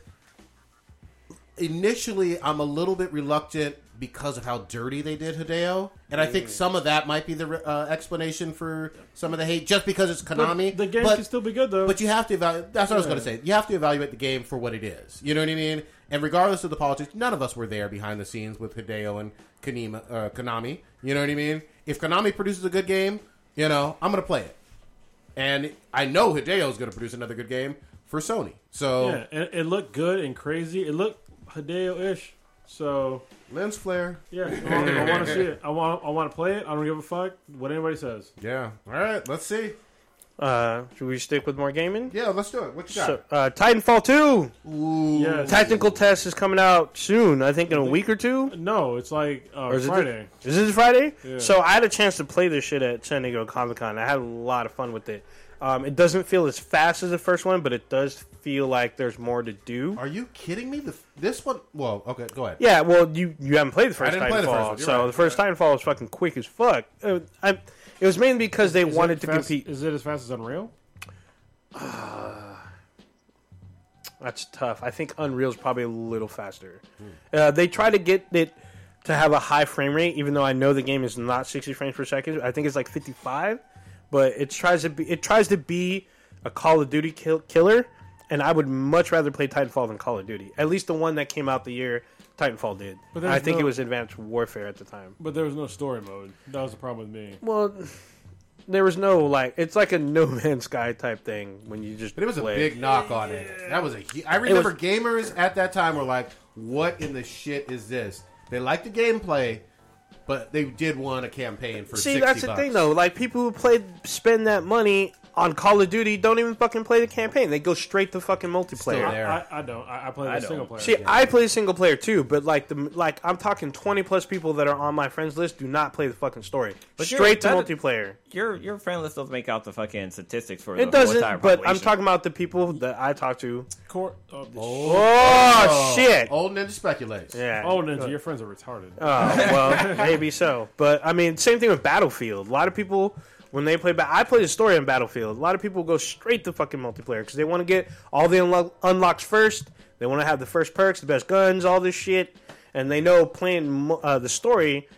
initially, I'm a little bit reluctant because of how dirty they did Hideo, and I think Mm. some of that might be the uh, explanation for some of the hate, just because it's But Konami. the game But- can still be good though. but you have to evaluate. That's what I was Yeah. going to say. You have to evaluate the game for what it is. You know what I mean? And regardless of the politics, none of us were there behind the scenes with Hideo and Konima, uh, Konami. You know what I mean? If Konami produces a good game, you know I'm going to play it. And I know Hideo is going to produce another good game for Sony. So yeah, it, it looked good and crazy. It looked Hideo-ish. So lens flare. Yeah, I want, I want to see it. I want. I want to play it. I don't give a fuck what anybody says. Yeah. All right. Let's see. Uh, should we stick with more gaming? Yeah. Let's do it. What you got? So, uh, Titanfall two Ooh. Yes. technical test is coming out soon. I think in a week or two. No, it's like uh, Or is it Friday. thi- is this Friday? Yeah. So I had a chance to play this shit at San Diego Comic Con. I had a lot of fun with it. Um, it doesn't feel as fast as the first one, but it does feel like there's more to do. Are you kidding me? The, this one. Well, okay. Go ahead. Yeah, well, you you haven't played the first didn't Titanfall, play the first one, you're so right. the first Titanfall was fucking quick as fuck. Uh, I, it was mainly because they Is wanted it to fast- compete. Is it as fast as Unreal? That's tough. I think Unreal's probably a little faster. Uh, they try to get it to have a high frame rate, even though I know the game is not 60 frames per second. I think it's like 55, but it tries to be it tries to be a Call of Duty kill, killer. And I would much rather play Titanfall than Call of Duty. At least the one that came out the year Titanfall did. But there's I think no- it was Advanced Warfare at the time. But there was no story mode. That was the problem with me. Well, there was no like it's like a No Man's Sky type thing when you just But it was a play. big knock on it. That was a. hu- I remember gamers at that time were like, "What in the shit is this?" They liked the gameplay, but they did want a campaign for. See, 60 that's the thing bucks. though. Like people who play spend that money on Call of Duty don't even fucking play the campaign. They go straight to fucking multiplayer. there. I, I don't. I, I play the single player. See, I play single player too, but like the like I'm talking 20 plus people that are on my friends list do not play the fucking story. But you're- straight to that- multiplayer. Your your friend list doesn't make out the fucking statistics for the It whole entire doesn't. But I'm population. talking about the people that I talk to. Cor- oh, the sh- Oh, shit! Old ninja speculates. Yeah. oh, Ninja, your friends are retarded. Oh, well, maybe so. But I mean, same thing with Battlefield. A lot of people when they play, ba- I played the story in Battlefield. A lot of people go straight to fucking multiplayer because they want to get all the unlo- unlocks first. They want to have the first perks, the best guns, all this shit, and they know playing mu- uh, the story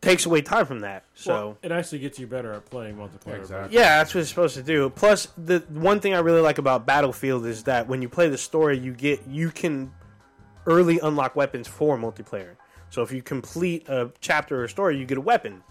takes away time from that. So. Well, it actually gets you better at playing multiplayer. Exactly. Yeah, that's what it's supposed to do. Plus, the one thing I really like about Battlefield is that when you play the story, you get you can early unlock weapons for multiplayer. So if you complete a chapter or story, you get a weapon,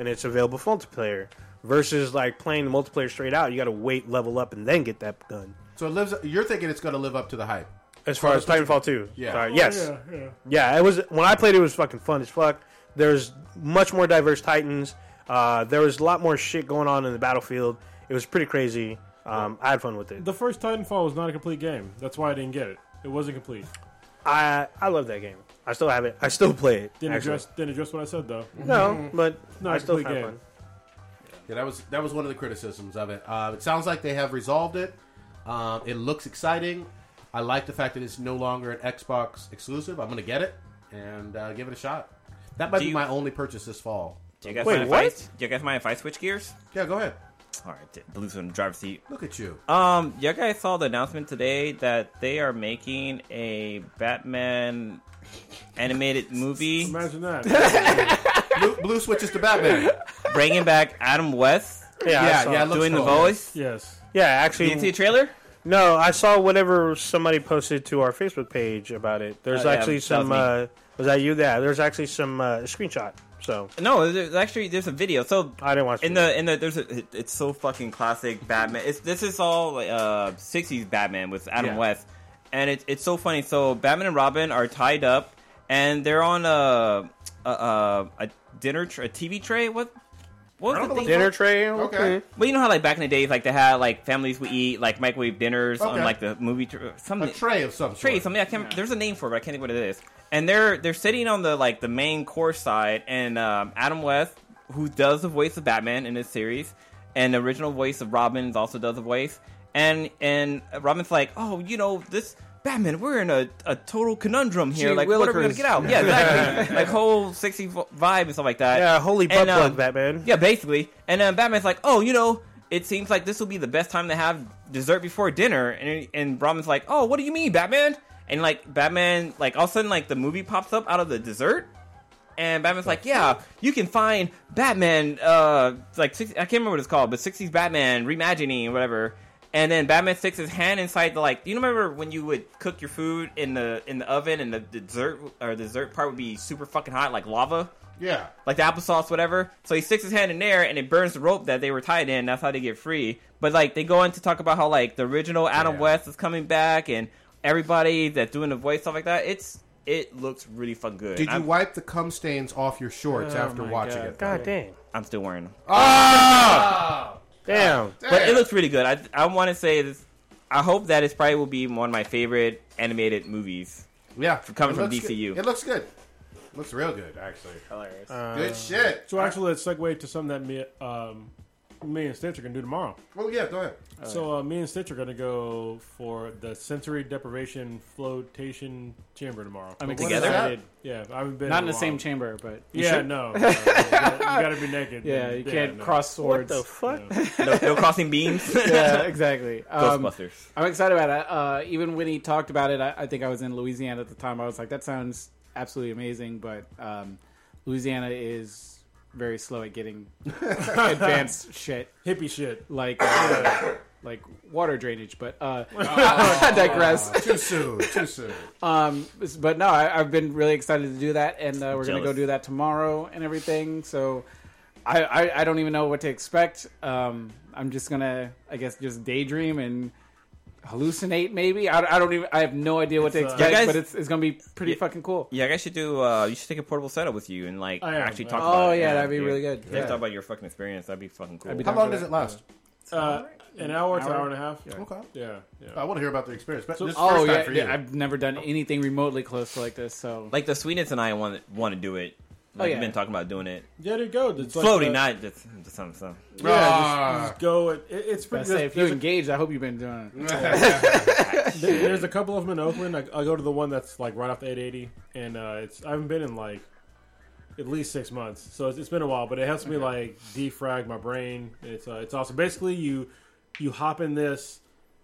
and it's available for multiplayer. Versus like playing the multiplayer straight out, you got to wait, level up, and then get that gun. So it lives. You're thinking it's going to live up to the hype. As far as Titanfall two, Yeah. Sorry, Oh, yes, yeah, yeah. Yeah, it was when I played. It was fucking fun as fuck. There's much more diverse titans. Uh, there was a lot more shit going on in the battlefield. It was pretty crazy. Um, I had fun with it. The first Titanfall was not a complete game. That's why I didn't get it. It wasn't complete. I I love that game. I still have it. I still play it. Didn't actually. address Mm-hmm. didn't address what I said though. No, but Not I a still complete find game. fun. Yeah, that was that was one of the criticisms of it. Uh, it sounds like they have resolved it. Um, it looks exciting. I like the fact that it's no longer an Xbox exclusive. I'm going to get it and uh, give it a shot. That might Do be you- my only purchase this fall. Do you guys Wait, mind what? If I, do you guys mind if I switch gears? Yeah, go ahead. All right, d- blues in the driver's seat. Look at you. Um, you guys saw the announcement today that they are making a Batman animated movie, Imagine that. Blue, blue switches to Batman. bringing back Adam West Yeah, Yeah, I saw yeah, it. look- Looks doing the cool. voice. yes. yeah. Did you see a Actually, trailer? no. I saw whatever somebody posted to our Facebook page about it. There's Oh, yeah, actually that was some. me. uh, was that you? Yeah. There's actually some uh, screenshot. So No, there's actually there's a video. So I didn't watch in the in the there's a it- it's so fucking classic Batman. It's this is all uh '60s Batman with Adam Yeah. West, and it's it's so funny. So Batman and Robin are tied up, and they're on a a, a, a dinner tr- a TV tray. What what was the thing? dinner tray. Okay. Well, you know how like back in the days, like they had like families would eat like microwave dinners on Okay. like the movie tr- A something tray of some sort. tray something I can't. There's a name for it, but I can't think what it is. And they're they're sitting on the like the main course side, and um, Adam West, who does the voice of Batman in this series, and the original voice of Robin also does the voice. And and Robin's like, oh, you know this. Batman, we're in a, a total conundrum here. Gee like, what are we gonna willikers. get out? Yeah, exactly. like whole sixty vibe and stuff like that. Yeah, holy butt And, um, plug, Batman. yeah, basically. And then Batman's like, oh, you know, it seems like this will be the best time to have dessert before dinner. And and Robin's like, oh, what do you mean, Batman? And like Batman, like all of a sudden, like the movie pops up out of the dessert. And Batman's like, yeah, you can find Batman, uh, like, 60, I can't remember what it's called, but 60s Batman, reimagining, or whatever. And then Batman sticks his hand inside the, like, you remember when you would cook your food in the in the oven and the dessert, or dessert part would be super fucking hot, like lava? Yeah. like the applesauce, whatever. So he sticks his hand in there and it burns the rope that they were tied in. That's how they get free. But like they go on to talk about how like the original Adam Yeah. West is coming back and everybody that's doing the voice stuff like that. It's it looks really fun good. Did you I'm, wipe the cum stains off your shorts after my watching God. it? God damn. I'm still wearing them, Oh, Ah! Damn. but it looks really good. I I want to say this. I hope that it's probably will be one of my favorite animated movies. Yeah, coming It from looks good. DCU. It looks good. Looks real good, actually. good shit. So actually, let's segue to something that me, um, me and Stitch are gonna do tomorrow. Oh yeah, go ahead. So uh, me and Stitch are gonna go for the sensory deprivation flotation chamber tomorrow. I'm Together? excited. yeah, I haven't been Not in a the same while. chamber, but you Yeah, should- no, no, you, gotta, you gotta be naked. yeah, you can't no. cross swords. What the fuck? No, no crossing beams. yeah, exactly. Um, Ghostbusters. I'm excited about it. Uh, even when he talked about it, I, I think I was in Louisiana at the time. I was like, that sounds absolutely amazing, but um, Louisiana is very slow at getting advanced shit hippie shit. like uh, like water drainage. But uh, I digress. Too soon. Too soon. Um, but no, I, I've been really excited to do that, and uh, we're going to go Jealous. do that tomorrow and everything. So I, I, I don't even know what to expect. Um, I'm just going to, I guess, just daydream and hallucinate, maybe. I, I don't even, I have no idea what to uh, expect, You guys- but it's, it's going to be pretty fucking cool. Yeah, I guess you should do. Uh, you should take a portable setup with you and like I am. actually talk. Oh, about Oh, it. yeah, that'd be dude. really good. You Yeah. talk about your fucking experience. That'd be fucking cool. I'd be How down long for does that. it last? Uh, an hour to hour and a half. Okay. Yeah, yeah. I want to hear about the experience. But this is Oh, first time yeah. for you. yeah, I've never done anything remotely close to like this, so. like the Sweden's and I want want to do it. Oh, Like, yeah. We've been talking about doing it. Yeah, there you go. It's like Floating, the- not just, just something. So. Yeah, just, just go. It, it- it's I pretty. say, There's, if you there's, a, engaged, I hope you've been doing it. there- there's a couple of them in Oakland. I, I go to the one that's like right off the 880, and uh, it's I haven't been in like at least six months, so it's, it's been a while. But it helps me like defrag my brain. It's uh, it's awesome. Basically, you you hop in this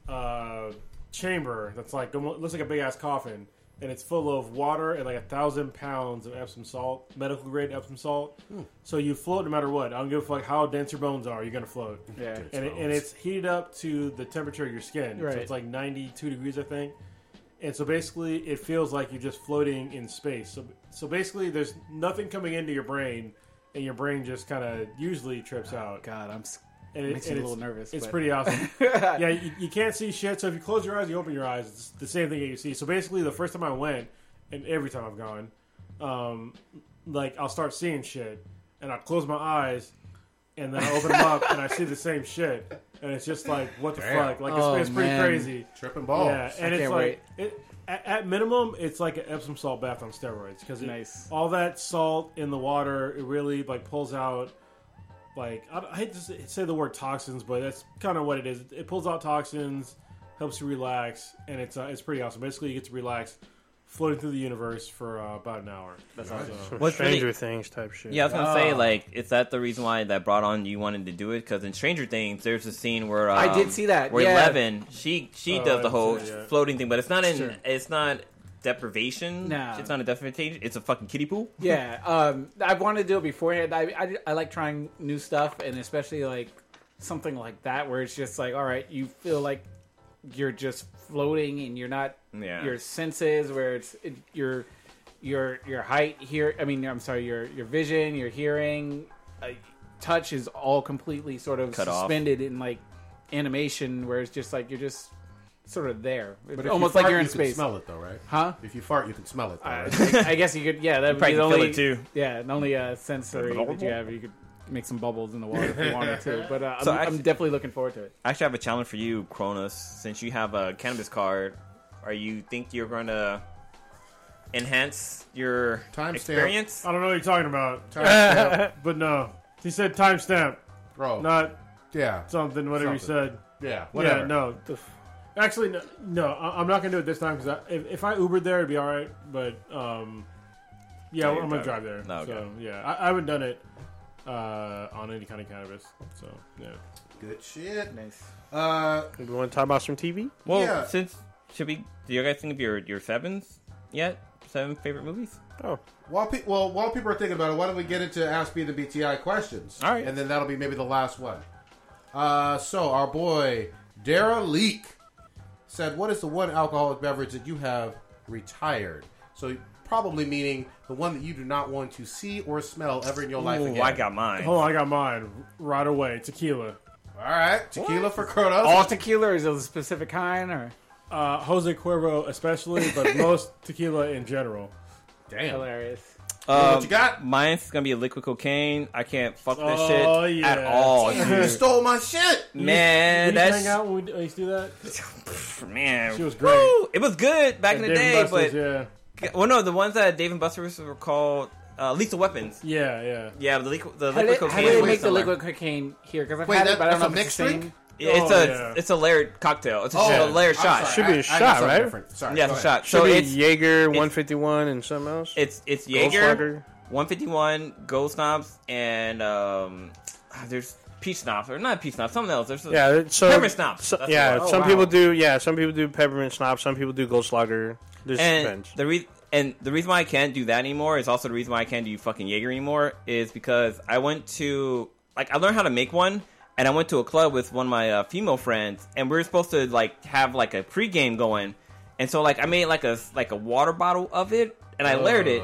uh, chamber that's like almo- looks like a big ass coffin, and it's full of water and like a thousand pounds of Epsom salt, medical grade Epsom salt. Hmm. So you float no matter what. I don't give a fuck how dense your bones are. You're gonna float. and, Yeah. Dense it, and bones. it's heated up to the temperature of your skin. Right. So it's like 92 degrees, I think. And so basically, it feels like you're just floating in space. So so basically, there's nothing coming into your brain, and your brain just kind of usually trips out. God, I'm. makes me a little nervous, It's but- pretty awesome. yeah, you, you can't see shit. So if you close your eyes, you open your eyes. It's the same thing that you see. So basically, the first time I went, and every time I've gone, um, like I'll start seeing shit, and I close my eyes, and then I open them up, and I see the same shit, and it's just like what the Damn. fuck? Like it's, Oh, it's pretty man. crazy. Tripping balls. Yeah, and Oh, it's I can't like it, at, at minimum, it's like an Epsom salt bath on steroids because Nice. all that salt in the water it really like pulls out like I, I hate to say- say the word toxins, but that's kind of what it is. It pulls out toxins, helps you relax, and it's uh, it's pretty awesome. Basically, you get to relax floating through the universe for uh, about an hour. That's Nice. awesome. What's Stranger Things type shit. Yeah, I was gonna say Ah. like, is that the reason why that brought on you wanted to do it? Because in Stranger Things, there's a scene where um, I did see that, where yeah. Eleven she Oh, she I does the haven't whole seen it yet. floating thing, but it's not in Sure. it's not deprivation. Nah. it's not a deprivation. It's a fucking kiddie pool. Yeah, um, I've wanted to do it beforehand. I, I, I like trying new stuff, and especially like something like that, where it's just like, all right, you feel like you're just floating, and you're not Yeah. your senses, where it's it, your your your height here. I mean, I'm sorry, your your vision, your hearing, uh, touch is all completely sort of Cut off. suspended in like animation, where it's just like you're just sort of there, But It's if you almost fart, like you're in you can space. smell it, though, right? Huh? If you fart, you can smell it, though, I, right? I guess you could. Yeah, You that would probably be the can feel only it, too. Yeah, the only uh, sensory that you have. You could make some bubbles in the water if you wanted to. But uh, I'm, So I'm actually- definitely looking forward to it. I actually have a challenge for you, Cronus. Since you have a cannabis card, are you think you're gonna enhance your experience? I don't know what you're talking about. Timestamp. but no, he said timestamp, bro. Not Yeah. something whatever you Something. said. Yeah, whatever. no, The f- actually no, no I, I'm not gonna do it this time because if, if I Ubered there, it'd be all right. But um, yeah, Yeah, I'm you're gonna drive driving. there. No, okay. So yeah, I, I haven't done it uh, on any kind of cannabis. So yeah, good shit. Nice. Uh, you want to talk about some TV? Well, Yeah. since should we? Do you guys think of your your sevens yet? Seven favorite movies? Oh. While pe- well, while people are thinking about it, why don't we get into Ask Me the BTI questions? All right. And then that'll be maybe the last one. Uh, so, our boy, Dara Leek, said, What is the one alcoholic beverage that you have retired? So, probably meaning the one that you do not want to see or smell ever in your life Ooh, again. I got mine. Oh, I got mine right away. Tequila. All right, tequila for Kronos. All tequila or is it a specific kind or? Uh, Jose Cuervo especially, but most tequila in general. Damn. Hilarious. Um, Mine's gonna be a liquid cocaine. I can't fuck that Oh, shit yeah. at all. You dude. stole my shit! Man, we used to that's- hang out when we I used to do that. Man, she was great. woo! It was good At back in the Dave day, and Buster's, but G- well, no, the ones that Dave and Buster's were called uh, Lethal Weapons. Yeah, yeah. yeah. The, liquid the How liquid did, how cocaine. did they was make the somewhere. liquid cocaine here? Because I've Wait, had that- it, but I don't that's a know if mixed it's the same. drink? Yeah, it's Oh, a yeah. it's a layered cocktail. It's a, Oh, a layered I'm shot. sorry. Should be a I- I got shot, something right? different. Sorry, Yeah, go it's a ahead. shot. Should So be it's Jaeger 151 and something else. It's it's Goldschlager. Jaeger, one fifty one, Gold Snobs, and um, ah, there's Peach Snobs or not Peach Snobs, something else. There's a- Yeah, so Peppermint Snobs. so- That's yeah, the one. some people do. Yeah, some people do peppermint schnapps. Some people do Goldschlager. This and depends. the re- and the reason why I can't do that anymore is also the reason why I can't do fucking Jaeger anymore is because I went to like I learned how to make one and I went to a club with one of my uh, female friends and we were supposed to like have like a pregame going and so like I made like a like a water bottle of it and I layered it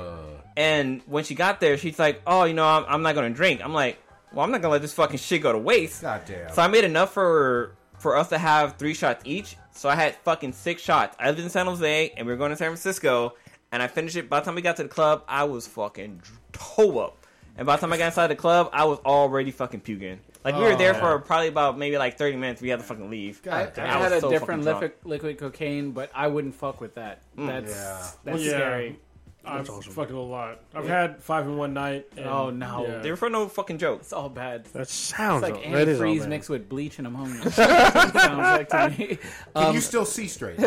and when she got there she's like oh you know I'm, I'm not gonna drink I'm like well I'm not gonna let this fucking shit go to waste God damn. so I made enough for for us to have three shots each. So I had fucking six shots. I lived in San Jose, and we were going to San Francisco. And I finished it. By the time we got to the club, I was fucking toe up. And by the time I got inside the club, I was already fucking puking. Like we were there Oh. for probably about maybe like thirty minutes. We had to fucking leave. I, And I was had a so different fucking drunk. liquid, liquid cocaine, but I wouldn't fuck with that. Mm. That's Yeah. that's Well, yeah. scary. I've fucking a lot. I've Yeah. had five in one night. And, Oh, no. yeah. They were for no fucking joke. It's all bad. That sounds it's like all- that is all antifreeze bad. mixed with bleach and ammonia. sounds like to me. Can you still see straight?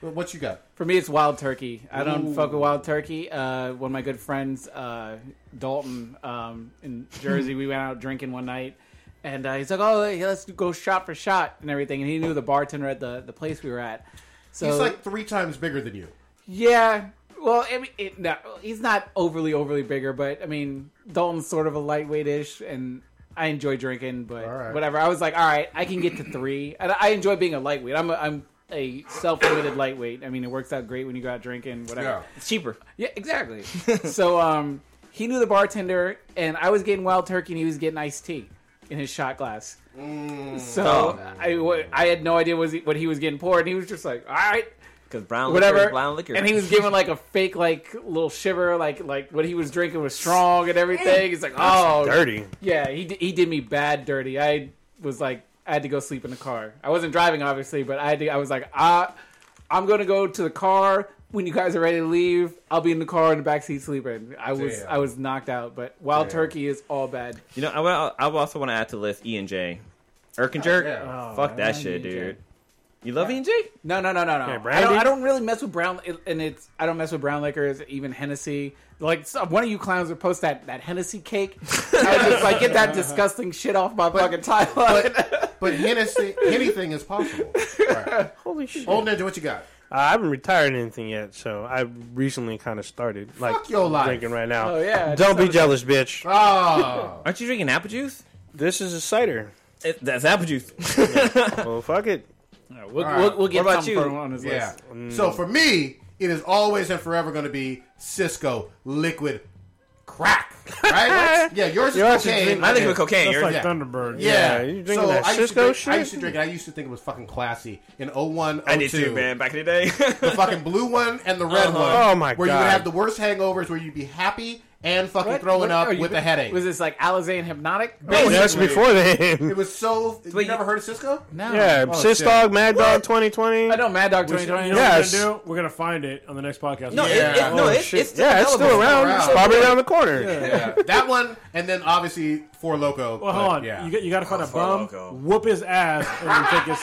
what you got? For me, it's wild turkey. I don't Ooh. fuck with wild turkey. Uh, one of my good friends, uh, Dalton, um, in Jersey, we went out drinking one night, and uh, he's like, "Oh, hey, let's go shot for shot and everything." And he knew the bartender at the, the place we were at. So He's like three times bigger than you. Yeah. Well, I mean, it, no, he's not overly overly bigger, but I mean, Dalton's sort of a lightweight-ish, and I enjoy drinking, but right. whatever. I was like, all right, I can get to three, and I enjoy being a lightweight. I'm a, I'm a self-limited lightweight. I mean, it works out great when you go out drinking, whatever. Yeah. It's cheaper. Yeah, exactly. so um, he knew the bartender, and I was getting wild turkey, and he was getting iced tea in his shot glass. So Oh. I, wa- I had no idea was he, what he was getting poured, and he was just like, all right, because brown whatever, liquor, is brown liquor, and he was giving like a fake like little shiver, like like what he was drinking was strong and everything. He's like, That's oh, dirty. Yeah, he d- he did me bad dirty. I was like, I had to go sleep in the car. I wasn't driving obviously, but I had to, I was like, I, I'm gonna go to the car. When you guys are ready to leave, I'll be in the car in the backseat sleeping. I was Damn. I was knocked out, but wild Damn. turkey is all bad. You know, I, wa- I also want to add to the list E and J, Irk and Jerk. yeah. Fuck Oh, that man, shit, E&J. dude. You love E and J? No, no, no, no, no. Yeah, I, don't, brandy? I don't really mess with brown, and it's I don't mess with brown liquors, even Hennessy. Like so- one of you clowns would post that that Hennessy cake. I was just like, get that disgusting shit off my fucking timeline. But Hennessy, anything is possible. Holy shit! Old Ninja, what you got? Uh, I haven't retired anything yet, so I recently kind of started like Fuck your life. drinking right now. Oh, yeah, don't be just- jealous, bitch. Oh. Aren't you drinking apple juice? This is a cider. It, that's apple juice. well, fuck it. we'll, All right. we'll, we'll get something for him on his yeah. list. So for me, it is always and forever going to be Cisco liquid crack. Right? yeah, yours is Yours is cocaine. drink- I think with cocaine, That's yours- like Yeah. Thunderbird. Yeah. Yeah, you drinking that I used to Cisco drink- I shit? used to drink it. I used to think it was fucking classy. In 01, I did 02, too, man. Back in the day, the fucking blue one and the red Uh-huh. one. Oh, my Where you would God. have the worst hangovers, where you'd be happy and fucking What- throwing what- up are you- with a headache. Was this like Alizane hypnotic? Basically. that's before then. It was so. you never heard of Cisco? No. Oh, Yeah, Oh, Sis shit. Dog, Mad Dog, twenty twenty. I know Mad Dog We should- You know Yes. what we're gonna do? We're gonna find it on the next podcast. No, it- it- no, Oh, it- shit. it's still Yeah, it's still available. around. It's probably around the corner. Yeah. Yeah. that one, and then obviously Four Well, Loco. but hold on. Yeah. You, got- you got to find a Four bum, Loko. whoop his ass, and then take his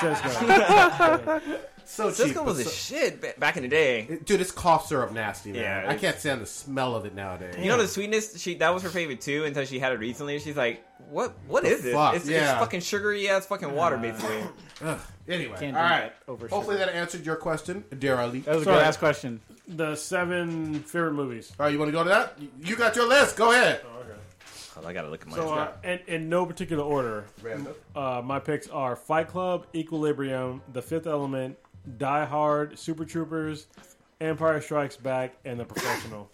Cisco. so Cisco cheap, but was a so- shit ba- back in the day. Dude, it's cough syrup nasty, man. Yeah, I it's- can't stand the smell of it nowadays. You know the sweetness? She that was her favorite too until she had it recently. She's like, what? What is this? Fuck, It's, yeah. it's fucking sugary ass fucking water, basically. Ugh. Anyway, Can't all do right. that over Hopefully sugar. that answered your question, Dare I leak? That was a Sorry. good ass question. the seven favorite movies. All right, you want to go to that? You- You got your list. Go ahead. Hold on, I gotta look at my. So, uh, and in no particular order, Random. uh, my picks are Fight Club, Equilibrium, The Fifth Element, Die Hard, Super Troopers, Empire Strikes Back, and The Professional.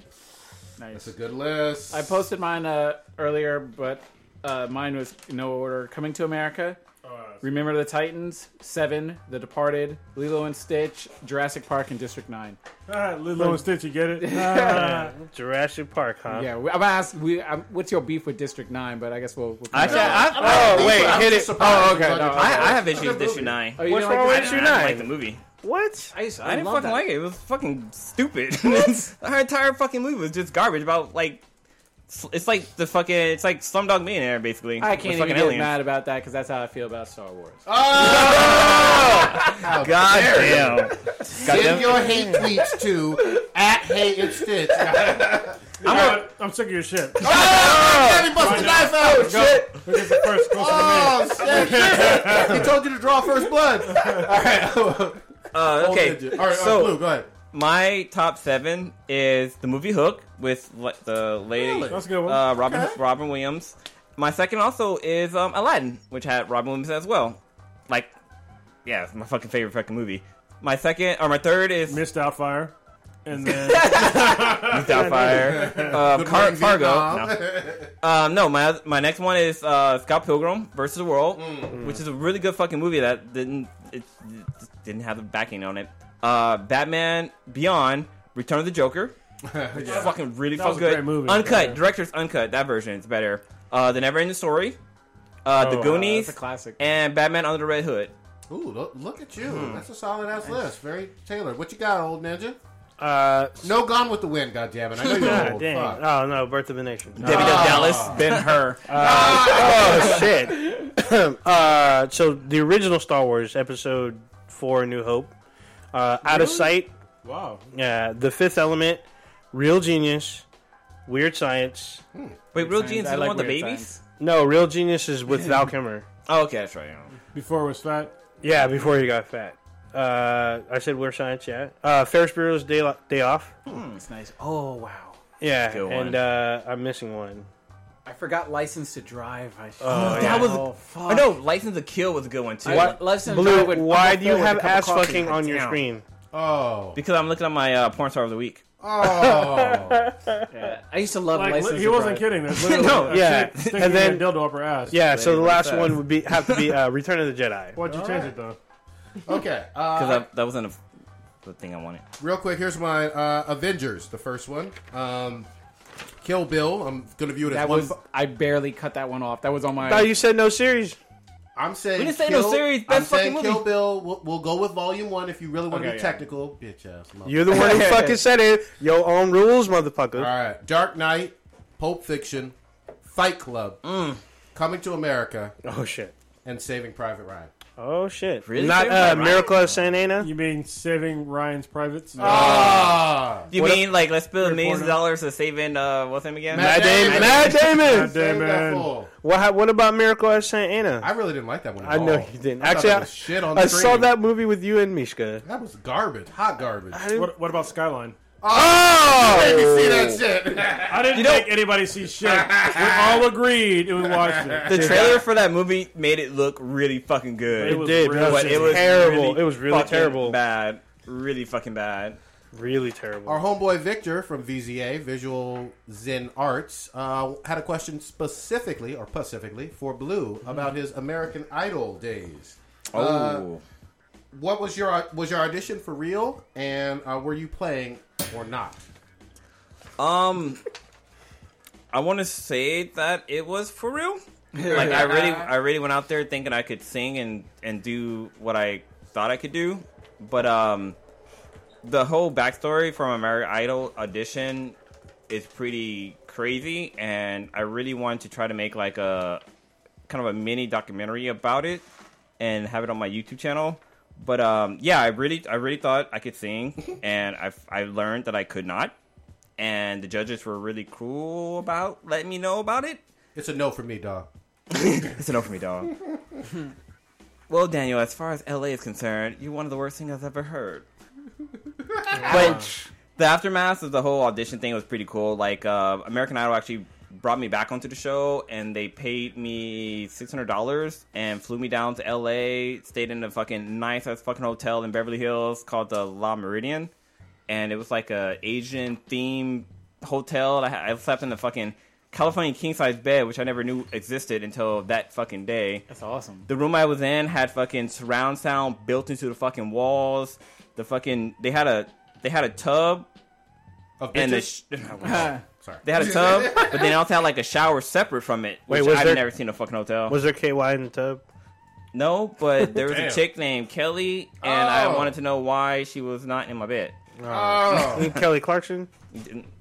Nice. That's a good list. I posted mine uh, earlier, but uh, mine was in no order. Coming to America, Remember the Titans, Seven, The Departed, Lilo and Stitch, Jurassic Park, and District Nine. Ah, Lilo and Stitch, you get it? Ah, Yeah. Jurassic Park, huh? Yeah, we, I'm gonna ask. We, i what's your beef with District Nine? But I guess we'll. we'll Actually, I've- Oh, wait, hit it. Oh, okay. No, I, I have okay. issues with Issue Nine. Oh, you What's didn't like wrong with the- Issue I didn't Nine? like the movie. What? I, used, I, didn't love fucking that. like it. It was fucking stupid. Her entire fucking movie was just garbage about like. s- It's like the fucking. It's like Slumdog Millionaire, basically. I with can't even fucking get aliens. mad about that because that's how I feel about Star Wars. How God dare damn. you. Goddamn. Send your hate tweets to at hate and stitch. I'm, a, I'm sick of your shit. Kevin, bust the knife oh, out. Go. Look at the first. Go Oh, shit. he told you to draw first blood. Uh, Old okay. Ninja. All right, so, uh, Blue, go ahead. My top seven is the movie Hook with le- the lady Really? That's a good one. Uh, Robin Robin Williams. My second also is um, Aladdin, which had Robin Williams as well. Like, yeah, it's my fucking favorite fucking movie. My second or my third is Missed Outfire. And then Missed Outfire. Uh, Good Car- morning, Fargo. Vietnam. No. Um, no, my my next one is uh, Scott Pilgrim versus the World, Mm. Mm. which is a really good fucking movie that didn't it, it didn't have the backing on it. Uh, Batman Beyond, Return of the Joker. Which Yeah. is fucking really That fucking was a good. great movie. Uncut, Yeah. director's uncut. That version is better. Uh, the Never Ending Story, uh, Oh, The wow, Goonies, that's a classic. and Batman Under the Red Hood. Ooh, look, look at you. Hmm. That's a solid ass list. Very tailored. What you got, old ninja? Uh, no Gone with the Wind, goddammit. I know Ah, you're old. dang. Uh, Fuck. Oh no, Birth of a Nation. Ah. Debbie Does Dallas, Ben Hur. oh shit. uh, so the original Star Wars episode four, A New Hope, uh, Out of Really? Sight. Wow. Yeah, Uh, The Fifth Element, Real Genius, Weird Science. Wait, Real Science. Genius is I the like one with the Weird babies? Science. No, Real Genius is with Val Kilmer. Oh, okay, that's right. Before it was fat. Yeah, before he got fat. Uh, I said Weird Science, yeah. Uh, Ferris Bueller's Day, Lo- Day Off. It's nice. Oh wow. Yeah, Good one. and uh, I'm missing one. I forgot license to drive. I Oh, that was oh, fuck. oh no, License to Kill was a good one too. What- License to Blue, Drive would- why I'm do you full with a have cup of ass coffee. fucking on your Damn. screen? Oh. Because I'm looking at my uh, porn star of the week. Oh. Yeah, I used to love Like, license. li- he to wasn't Drive. kidding. That's literally No, a yeah. chick sticking And then- a dildo up her ass. Yeah, so the Lady last Macbeth. one would be have to be uh, Return of the Jedi. Why'd you change it though? Okay. Because Uh, that wasn't a, the thing I wanted. real quick, here's my uh, Avengers, the first one. Um, Kill Bill. I'm going to view it as That one. was fu- I barely cut that one off. That was on my. Oh, you said no series. I'm saying We didn't say no Kill, series, I'm best fucking saying movie. Kill Bill. We'll, we'll go with Volume One if you really want to Okay, be yeah. technical. Bitch ass. mother- You're the one who fucking said it. Your own rules, motherfucker. All right. Dark Knight, Pulp Fiction, Fight Club, Mm. Coming to America, Oh shit. and Saving Private Ryan. Oh shit. Really? Not Saved by uh, Ryan? Miracle of Saint Ana. You mean saving Ryan's privates? Ah. You What mean like let's spend a million porno. dollars to save in uh, what's him again? Matt Matt Damon. Damon. Matt Damon. Matt Damon. Save that fool. What? ha- What about Miracle at Saint Anna? I really didn't like that one. At I know all. you didn't. I thought Actually, that I, was shit on I screen. saw that movie with you and Mishka. That was garbage. Hot garbage. I What, what about Skyline? Oh, didn't see that shit. I didn't make anybody see shit. we all agreed and we watched it. The trailer for that movie made it look really fucking good. It was did, really bro. but it was terrible. really it was really fucking terrible. Bad. Really fucking bad. Really terrible. Our homeboy Victor from VZA Visual Zen Arts uh, had a question specifically, or specifically, for Blue Mm-hmm. about his American Idol days. Oh, What was your was your audition for real, and uh, were you playing or not? um, I want to say that it was for real. Like I really, I really went out there thinking I could sing and and do what I thought I could do, but um, the whole backstory from American Idol audition is pretty crazy, and I really wanted to try to make like a kind of a mini documentary about it and have it on my YouTube channel. But um, yeah, I really, I really thought I could sing, and I, I learned that I could not, and the judges were really cool about letting me know about it. It's a no for me, dog. It's a no for me, dog. well, Daniel, as far as LA is concerned, you're one of the worst things I've ever heard. but the aftermath of the whole audition thing was pretty cool. Like, uh, American Idol actually brought me back onto the show, and they paid me $600 and flew me down to LA, stayed in a fucking nice ass fucking hotel in Beverly Hills called the La Meridian and it was like a Asian theme hotel. And I, I slept in a fucking California king size bed, which I never knew existed until that fucking day. That's awesome. The room I was in had fucking surround sound built into the fucking walls. The fucking they had a they had a tub Of and a bitches? sh- Oh, Sorry. they had a tub, but they also had like a shower separate from it, Wait, which was I've there- never seen in a fucking hotel. Was there KY in the tub? no, but there was a Damn. chick named Kelly, and I Oh. wanted to know why she was not in my bed. Oh. Kelly Clarkson.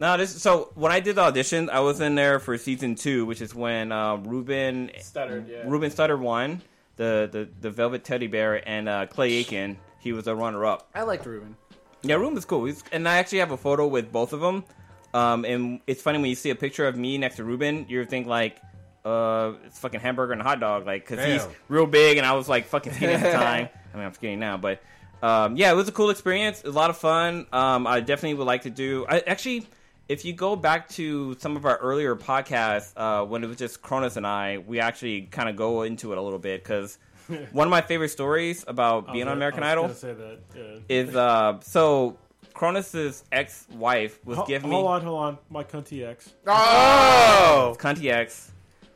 No, this. So when I did the audition, I was in there for season two, which is when uh, Ruben Stuttered, yeah. Ruben Stutter won the, the the Velvet Teddy Bear and uh, Clay Aiken. He was a runner up. I liked Ruben. Yeah, room is cool. He's, and I actually have a photo with both of them. Um, and it's funny when you see a picture of me next to Ruben, you think like, uh, it's fucking hamburger and a hot dog, like, cause he's Damn. real big, and I was like fucking skinny at the time. I mean, I'm skinny now, but um, yeah, it was a cool experience, a lot of fun. Um, I definitely would like to do. I actually, if you go back to some of our earlier podcasts, uh, when it was just Cronus and I, we actually kind of go into it a little bit because one of my favorite stories about being on American I Idol was gonna say that. yeah. is uh so Cronus's ex-wife was Ho- giving me hold on, hold on. My cunty ex. Oh, Conti ex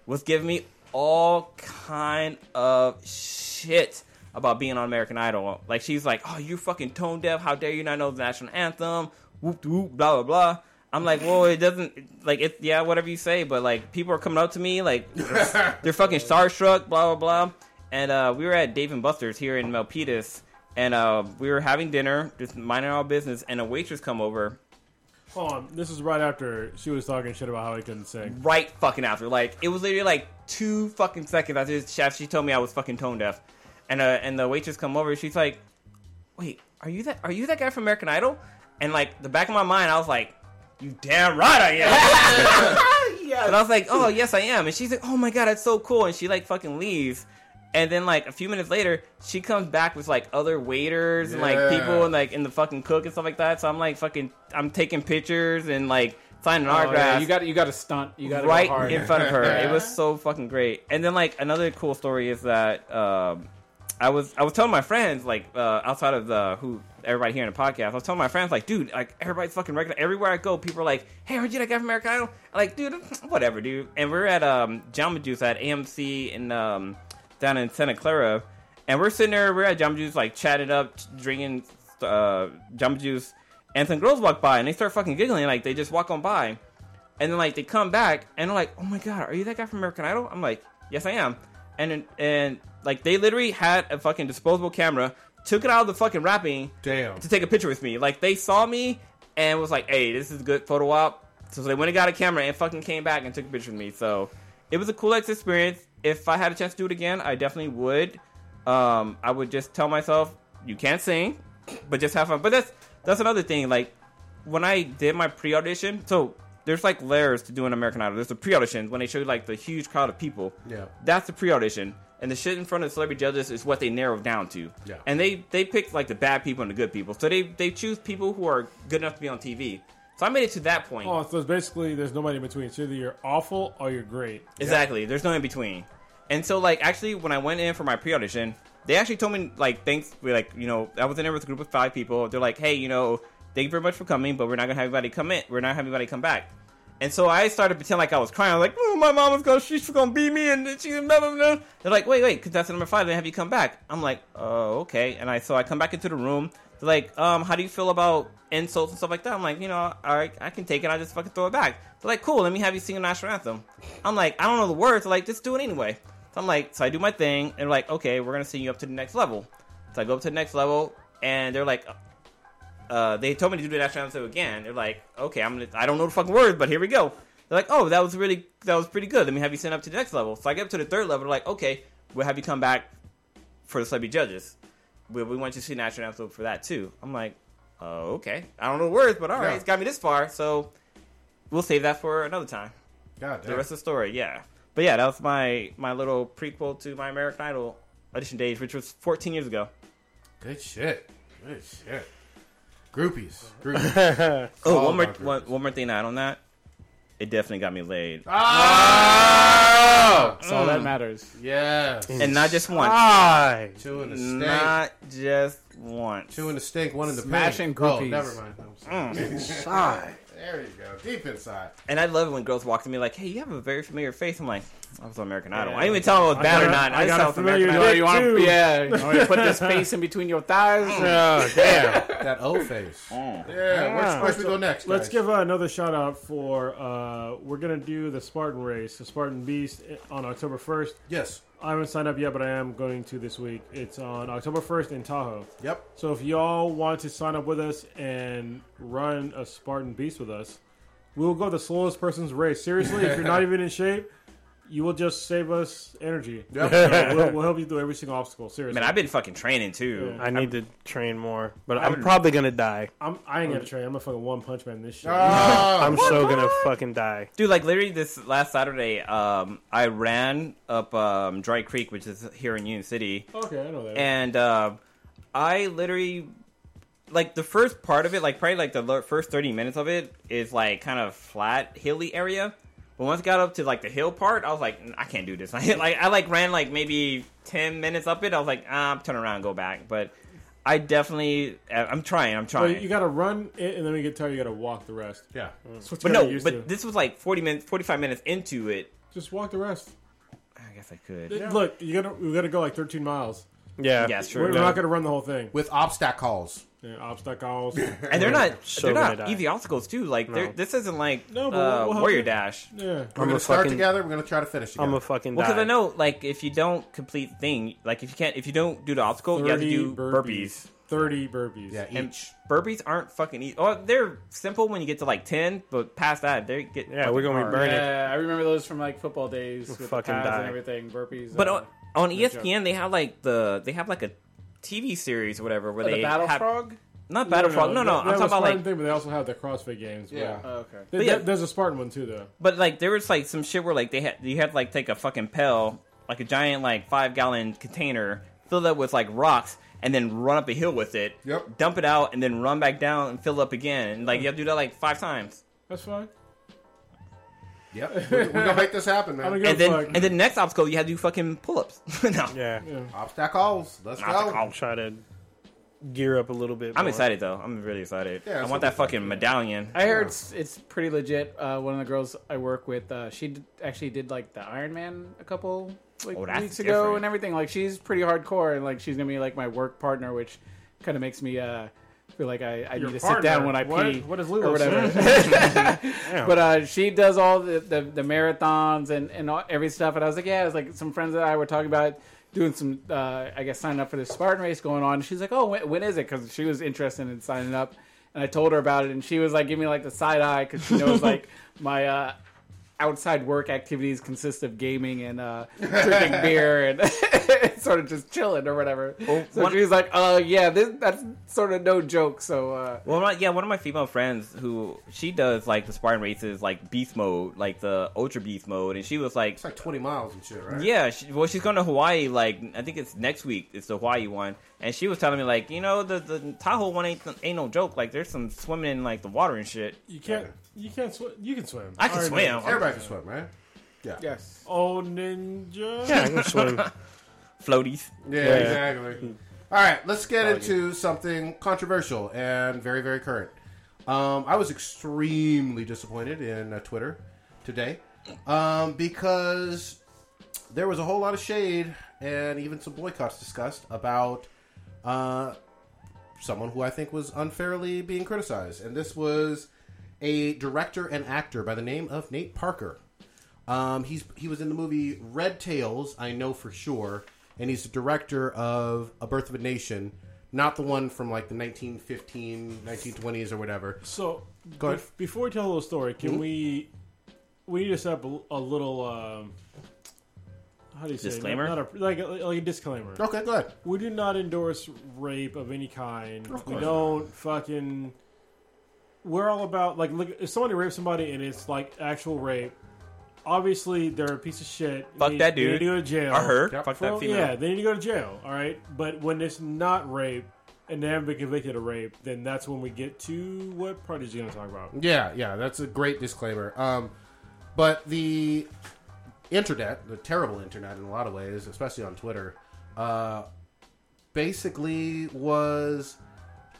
was giving me all kind of shit about being on American Idol. Like she's like, "Oh, you fucking tone deaf. How dare you not know the national anthem?" Whoop whoop, blah blah blah. I'm like, well, it doesn't like it. Yeah, whatever you say, but like people are coming up to me like they're fucking starstruck, blah blah blah. And uh, we were at Dave and Buster's here in Milpitas, and uh, we were having dinner, just minding our business, and a waitress come over Hold on. This is right after she was talking shit about how he couldn't sing. right fucking after. Like it was literally like two fucking seconds after this chef. She told me I was fucking tone deaf, and uh, and the waitress come over. She's like, "Wait, are you that? Are you that guy from American Idol?" And like the back of my mind, I was like, "You damn right I am." And I was like, "Oh yes, I am." And she's like, "Oh my god, that's so cool." And she like fucking leaves. And then like a few minutes later, she comes back with like other waiters and like people Yeah. and like in the fucking cook and stuff like that. So I'm like fucking I'm taking pictures and like signing Oh, yeah, autographs. you gotta- you gotta stunt. You gotta go right hard. in front of her. Yeah. It was so fucking great. And then like another cool story is that um, I was I was telling my friends like uh, outside of the who everybody here in the podcast. I was telling my friends like, dude, like everybody's fucking regular. Everywhere I go, people are like, hey, heard you that guy from American Idol? I'm like, dude, whatever, dude. And we're at um, Jamba Juice at AMC in um, down in Santa Clara, and we're sitting there. We're at Jamba Juice like chatting up, drinking uh, Jamba Juice. And some girls walk by and they start fucking giggling, like they just walk on by. And then like they come back and they're like, "Oh my god, are you that guy from American Idol?" I'm like, "Yes, I am." And then- and like they literally had a fucking disposable camera, took it out of the fucking wrapping, damn, to take a picture with me. Like they saw me and was like, "Hey, this is good photo op." So they went and got a camera and fucking came back and took a picture with me. So it was a cool ex experience. If I had a chance to do it again, I definitely would. Um, I would just tell myself, "You can't sing, but just have fun." But that's that's another thing. Like when I did my pre audition, so there's like layers to doing American Idol. There's the pre audition when they show you like the huge crowd of people. Yeah. That's the pre audition. And the shit in front of celebrity judges is what they narrow down to. Yeah. And they they pick like the bad people and the good people. So they they choose people who are good enough to be on TV. So I made it to that point. Oh, so it's basically there's nobody in between. It's either you're awful or you're great. Exactly. There's no in between. And so like actually when I went in for my pre audition, they actually told me like thanks we like, you know, I was in there with a group of five people. They're like, Hey, you know, thank you very much for coming, but we're not gonna have anybody come in we're not having anybody come back. And so I started pretending like I was crying. I was like, oh, my mama's gonna, she's gonna beat me, and she's blah, blah, blah. They're like, wait, wait, contestant number five, they have you come back. I'm like, oh, okay. And I so I come back into the room. They're like, um, how do you feel about insults and stuff like that? I'm like, you know, all right, I can take it. I just fucking throw it back. They're like, cool, let me have you sing a national anthem. I'm like, I don't know the words. They're like, just do it anyway. So I'm like, so I do my thing, and they're like, okay, we're gonna sing you up to the next level. So I go up to the next level, and they're like, uh, they told me to do the national anthem again. They're like, okay, I'm gonna, I don't know the fucking words, but here we go. They're like, oh, that was really, that was pretty good. Let me have you send up to the next level. So I get up to the third level. They're like, okay, we'll have you come back for the celebrity judges. We, we want you to see national anthem for that too. I'm like, oh, okay. I don't know the words, but all right, Yeah. it's got me this far. So we'll save that for another time. God the damn. rest of the story, yeah. But yeah, that was my my little prequel to my American Idol audition days, which was 14 years ago. Good shit. Good shit. Groupies. Groupies. oh, All one more about one, one more thing to add on that. It definitely got me laid. Ah. Oh! That's all that matters. Yeah. And not just once. Ah, Aye. Two in the stink. Not just once. Two in the stink, one in the Smashing paint. Oh, groupies. never mind. I'm sorry. Mm. Inside. There you go. Deep inside. And I love it when girls walk to me like, "Hey, you have a very familiar face." I'm like, "I was on American Idol." Yeah. I didn't even tell them I was I bad or got a- not. I got I, just a tell them familiar American Idol. dick, Oh, You wanna- too. yeah, you wanna put this face in between your thighs? Oh, damn. That O face. Mm. Yeah, where's where should we go next? Let's guys? give uh, another shout out for uh, we're gonna do the Spartan race, the Spartan Beast, eh, on October first. Yes. I haven't signed up yet, but I am going to this week. It's on October first in Tahoe. Yep. So if y'all want to sign up with us and run a Spartan Beast with us, we will go the slowest person's race. Seriously, if you're not even in shape, you will just save us energy. Yep. So we'll, we'll help you through every single obstacle. Seriously, Man, I've been fucking training too. I need to train more, but I I'm would- probably gonna die. I'm, I ain't gonna train. I'm a fucking one punch man. This shit. Oh, I'm so gonna fucking die. Dude, like literally this last Saturday, um, I ran up um, Dry Creek, which is here in Union City. Okay, I know that. And uh, I literally, like the first part of it, like probably like the lo- first thirty minutes of it is like kind of flat, hilly area. But once I got up to like the hill part, I was like, "N- I can't do this. I like I like ran like maybe ten minutes up it. I was like, ah, I'm turn around, and go back. But I definitely, I- I'm trying. I'm Well, trying. you gotta run it, and then we get tired. You gotta walk the rest. Yeah. That's what you but gotta no, get but used to. this was like forty minutes, forty five minutes into it. just walk the rest. I guess I could. Look, you gotta we gotta go like 13 miles. Yeah. Yeah, it's true. We're, we're Yeah. not gonna run the whole thing with obstacles. Yeah, obstacles. and they're not they're not easy obstacles too. Like they're No. this isn't like No, but uh, we'll help Warrior you. Dash. Yeah. We're We're gonna start together. We're gonna try to finish. Together. I'm a fucking Well, because die. I know like if you don't complete thing, like if you can't if you don't do the obstacle, you have to 30 do burpees. burpees. 30 burpees. Yeah, And burpees aren't fucking easy. Oh, they're simple when you get to like ten, but past that they get fucking hard. Yeah, I remember those from like football days with Fucking fucking the pads die. and everything, burpees. But uh, on, on E no joke. ESPN, they have like the they have like a TV series or whatever where Oh, the they Battle have, Frog? Not Battle Frog. No, that- no, I'm that talking was about Spartan like thing, but they also have the CrossFit games. but- Yeah. Oh, okay. There- But yeah. there- There's a Spartan one too, though. But like there was like some shit where like they had you had to like take a fucking pill like a giant like five gallon container, fill that with like rocks, and then run up a hill with it. Yep. Dump it out and then run back down and fill it up again. And like you have to do that like five times. That's fine. Yep. We're, we're gonna make this happen, man. I don't give And a then fuck. and then next obstacle you have to do fucking pull ups. no. Yeah. Obstacles. Let's go. I'll try to gear up a little bit. I'm more. excited though. I'm really excited. Yeah, I that's want what that fucking medallion. I heard it's, it's pretty legit. Uh, one of the girls I work with, uh, she d- actually did like the Iron Man a couple like, Oh, that's weeks ago different. and everything. Like she's pretty hardcore, and like she's gonna be like my work partner, which kind of makes me uh, feel like I, I need to sit down partner? when I What? pee What does or Lulu whatever. but uh, she does all the, the, the marathons and and all, every stuff. And I was like, yeah, it's like some friends and I were talking about doing some, uh, I guess, signing up for this Spartan race going on. She's like, oh, when, when is it? Because she was interested in signing up. And I told her about it, and she was like, giving me like the side eye because she knows like my uh, outside work activities consist of gaming and uh, drinking beer and sort of just chilling or whatever. so one- she was like, oh yeah, this, that's sort of no joke. So. Uh, Well, my, yeah, one of my female friends who she does like the Spartan races, like beast mode, like the ultra beast mode, and she was like, It's like 20 miles and shit, right? yeah, she, well, she's going to Hawaii. Like I think it's next week. It's the Hawaii one, and she was telling me like, you know, the the Tahoe one ain't ain't no joke. Like there's some swimming in like the water and shit. You can't. You can't swim. You can swim. I can Iron swim. Man. Everybody can swim, right? Yeah. yes. Oh, ninja. Yeah, I can swim. Floaties. Yeah, exactly. All right, let's get into something controversial and very, very current. Um, I was extremely disappointed in uh, Twitter today um, because there was a whole lot of shade and even some boycotts discussed about uh, someone who I think was unfairly being criticized. And this was a director and actor by the name of Nate Parker. Um, he's he was in the movie Red Tails, I know for sure, and he's the director of A Birth of a Nation, not the one from like the 1915, 1920s or whatever. So, Go ahead. bef- before we tell a little story, can Mm-hmm. we we need to set up a, a little um, how do you say it? Disclaimer? Not a, like a, like a disclaimer. Okay, go ahead. We do not endorse rape of any kind. Of we course. don't fucking. We're all about like look if somebody rapes somebody and it's like actual rape. Obviously, they're a piece of shit. Fuck They- that They need dude. to go to jail. Or her. Yep. Fuck Well, that female. Yeah, they need to go to jail. All right, but when it's not rape and they haven't been convicted of rape, then that's when we get to what part is you going to talk about? Yeah, yeah, that's a great disclaimer. Um, but the internet, the terrible internet in a lot of ways, especially on Twitter, uh, basically was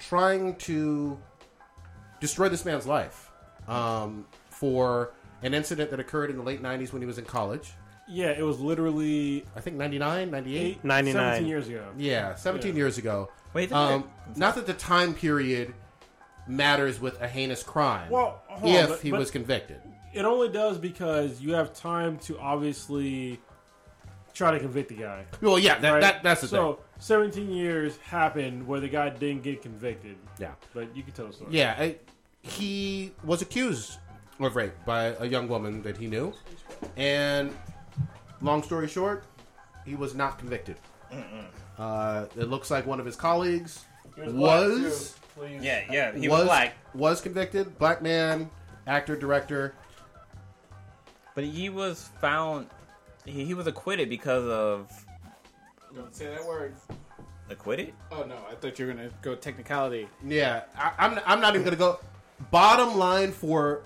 trying to destroy this man's life um, for an incident that occurred in the late 90s when he was in college. Yeah, it was literally I think 99, 98? eight, 99. 17 years ago. Yeah, 17 years ago. Wait, Um, not that the time period matters with a heinous crime Well, hold on, if but- he but- was convicted. It only does because you have time to obviously try to convict the guy. Well, yeah, that, right? that that's the so 17 years happened where the guy didn't get convicted. thing. Yeah, But you can tell the story. yeah. I, he was accused of rape by a young woman that he knew, and long story short, he was not convicted. Uh, it looks like one of his colleagues was was, yeah, yeah. He was, black, was convicted. Black man, actor, director. but he was found. He, he was acquitted because of Don't say that word. acquitted. Oh no, I thought you were gonna go technicality. Yeah, I, I'm. I'm not even gonna go. Bottom line for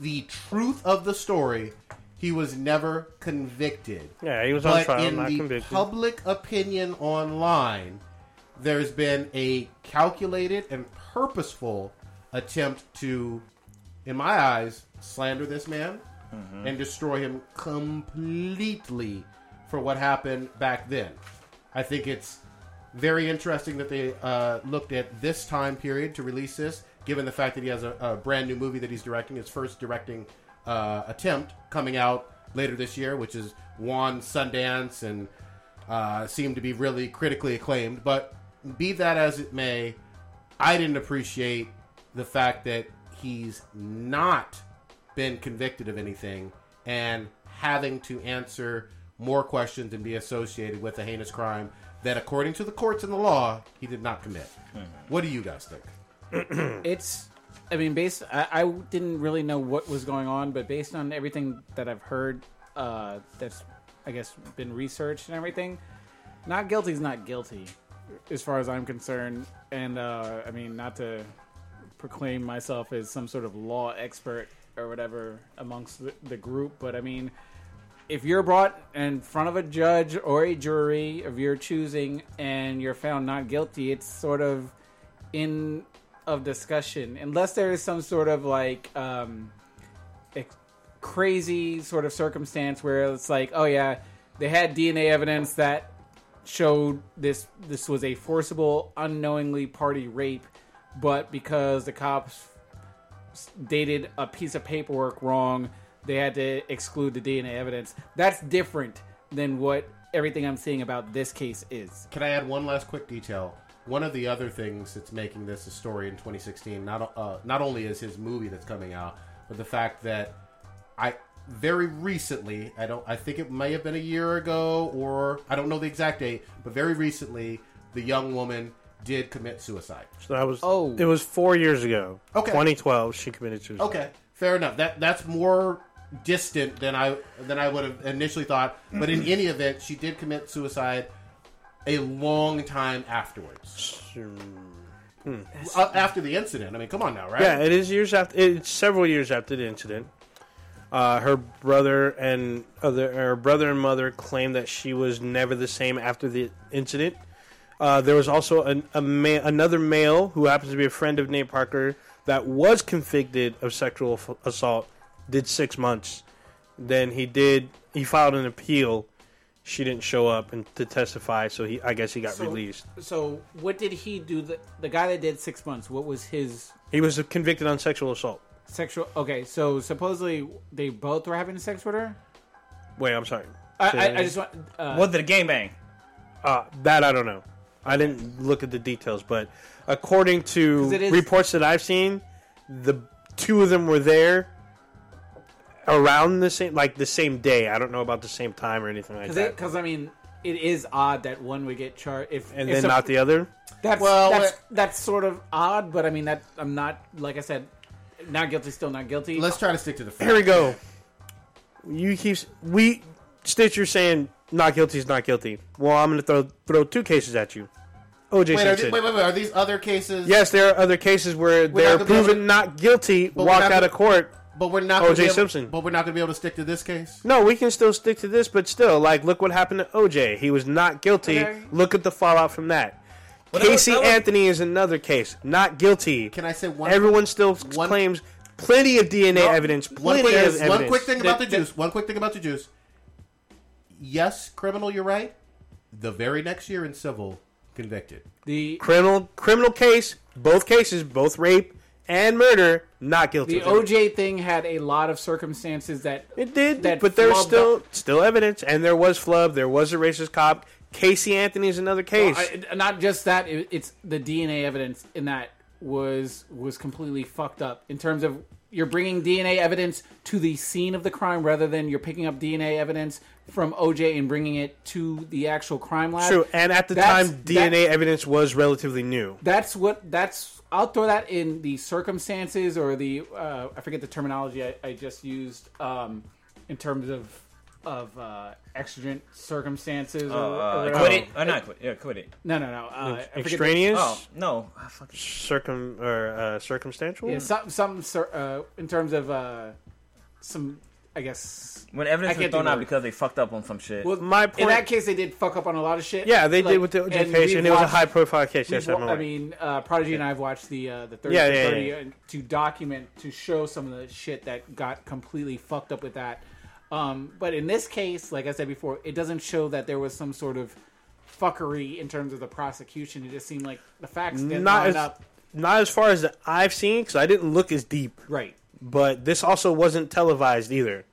the truth of the story, he was never convicted. Yeah, he was on but trial, in not the convicted. public opinion online, there's been a calculated and purposeful attempt to, in my eyes, slander this man and destroy him completely for what happened back then. I think it's very interesting that they uh, looked at this time period to release this, given the fact that he has a, a brand new movie that he's directing, his first directing uh, attempt coming out later this year, which is won Sundance and uh, seemed to be really critically acclaimed. But be that as it may, I didn't appreciate the fact that he's not been convicted of anything and having to answer more questions and be associated with a heinous crime that, according to the courts and the law, he did not commit. What do you guys think? It's, I mean, based I, I didn't really know what was going on, but based on everything that I've heard, uh, that's I guess been researched and everything, not guilty is not guilty, as far as I'm concerned. And uh, I mean, not to proclaim myself as some sort of law expert or whatever amongst the, the group, but I mean, if you're brought in front of a judge or a jury of your choosing and you're found not guilty, it's sort of in of discussion unless there is some sort of like um, ex- crazy sort of circumstance where it's like, oh yeah, they had DNA evidence that showed this this was a forcible, unknowingly party rape, but because the cops dated a piece of paperwork wrong, they had to exclude the DNA evidence. That's different than what everything I'm seeing about this case is. Can I add one last quick detail? One of the other things that's making this a story in 2016 not uh, not only is his movie that's coming out, but the fact that I very recently I don't I think it may have been a year ago or I don't know the exact date, but very recently the young woman did commit suicide. So that was oh, it was four years ago. Okay. 2012. She committed suicide. Okay, fair enough. That that's more distant than I than I would have initially thought. But in any event, she did commit suicide a long time afterwards. Uh, after the incident, I mean, come on now, right? Yeah, it is years after. It's several years after the incident. Uh, her brother and other, her brother and mother claimed that she was never the same after the incident. Uh, there was also an, a ma- another male who happens to be a friend of Nate Parker that was convicted of sexual f- assault, did six months. Then he did he filed an appeal. She didn't show up and to testify, so he I guess he got So- released. So what did he do? The, the guy that did six months. What was his He was convicted on sexual assault. sexual? Okay, so supposedly they both were having sex with her. Wait, I'm sorry. I, Say I, that I just want. Uh, Was it a gangbang? Uh, that I don't know. I didn't look at the details, but according to 'Cause it is- reports that I've seen, the two of them were there around the same, like the same day. I don't know about the same time or anything like that. Because I mean, it is odd that one would get charged if and if then some- not the other. That's Well, that's what- that's sort of odd, but I mean that I'm not like I said, not guilty, still not guilty. Let's try to stick to the facts. Here we go. You keep we Stitch. You're saying not guilty is not guilty. Well, I'm going to throw throw two cases at you. OJ Wait, are, Simpson. thi- wait, wait, wait, are these other cases? Yes, there are other cases where We're they're not gonna be able proven to- not guilty, we're walked not out gonna- of court. but we're not. O.J. gonna be able- Simpson. But we're not going to be able to stick to this case. No, we can still stick to this, but still, like, look what happened to OJ. He was not guilty. Okay. Look at the fallout from that. that was- Casey that was- Anthony is another case, not guilty. Can I say one- Everyone still one- claims plenty of DNA evidence. One Plenty quick, of one evidence. quick thing about the That- that- juice. One quick thing about the juice. Yes, criminal, you're right. The very next year in civil, convicted. the Criminal, criminal case. Both cases, both rape and murder, not guilty. the OJ thing had a lot of circumstances that It did, that but there's flubbed still up- still evidence, and there was flub. There was a racist cop. Casey Anthony is another case. I, not just that. It, it's the DNA evidence in that was was completely fucked up in terms of you're bringing DNA evidence to the scene of the crime rather than you're picking up DNA evidence from OJ and bringing it to the actual crime lab. True, and at the That's- time, that- DNA evidence was relatively new. that's what that's i'll throw that in the circumstances or the uh, i forget the terminology i, I just used um, in terms of of uh, exigent circumstances or, or Uh, whatever. quit it. Oh, not quit. Yeah, quit it. no no no uh, I forget the- Extraneous, Oh no, Ah, fuck it. circum, or uh, circumstantial. yeah, some some cir- uh, in terms of uh, some i guess when I evidence was can't thrown do out that. because they fucked up on some shit. well, my in point- that case they did fuck up on a lot of shit Yeah, they Like, did with the OJ and case, we've and it was a watched- high profile case. We've Yes, wa- I'm I aware. mean, uh, Prodigy and I have watched the uh, the 30 Yeah, for yeah, 30 yeah. and to document to show some of the shit that got completely fucked up with that. Um, but in this case, like I said before, it doesn't show that there was some sort of fuckery in terms of the prosecution. It just seemed like the facts didn't not line as up not as far as that I've seen because I didn't look as deep. right. But this also wasn't televised either.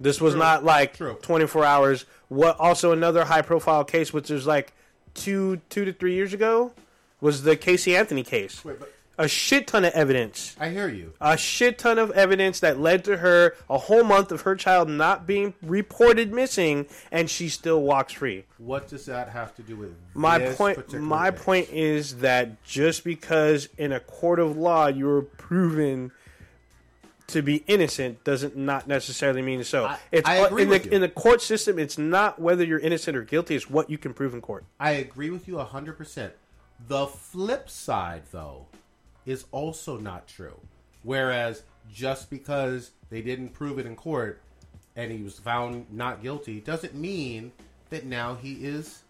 This was not like True. 24 hours. What also another high profile case, which was like two two to three years ago, was the Casey Anthony case. Wait, but a shit ton of evidence. I hear you. a shit ton of evidence that led to her a whole month of her child not being reported missing and she still walks free What does that have to do with my this point particular my case? point is that just because in a court of law you were proven to be innocent doesn't not necessarily mean so. it's I agree in with the you. in the court system. It's not whether you're innocent or guilty. It's what you can prove in court. I agree with you 100%. The flip side, though, is also not true. Whereas just because they didn't prove it in court and he was found not guilty doesn't mean that now he is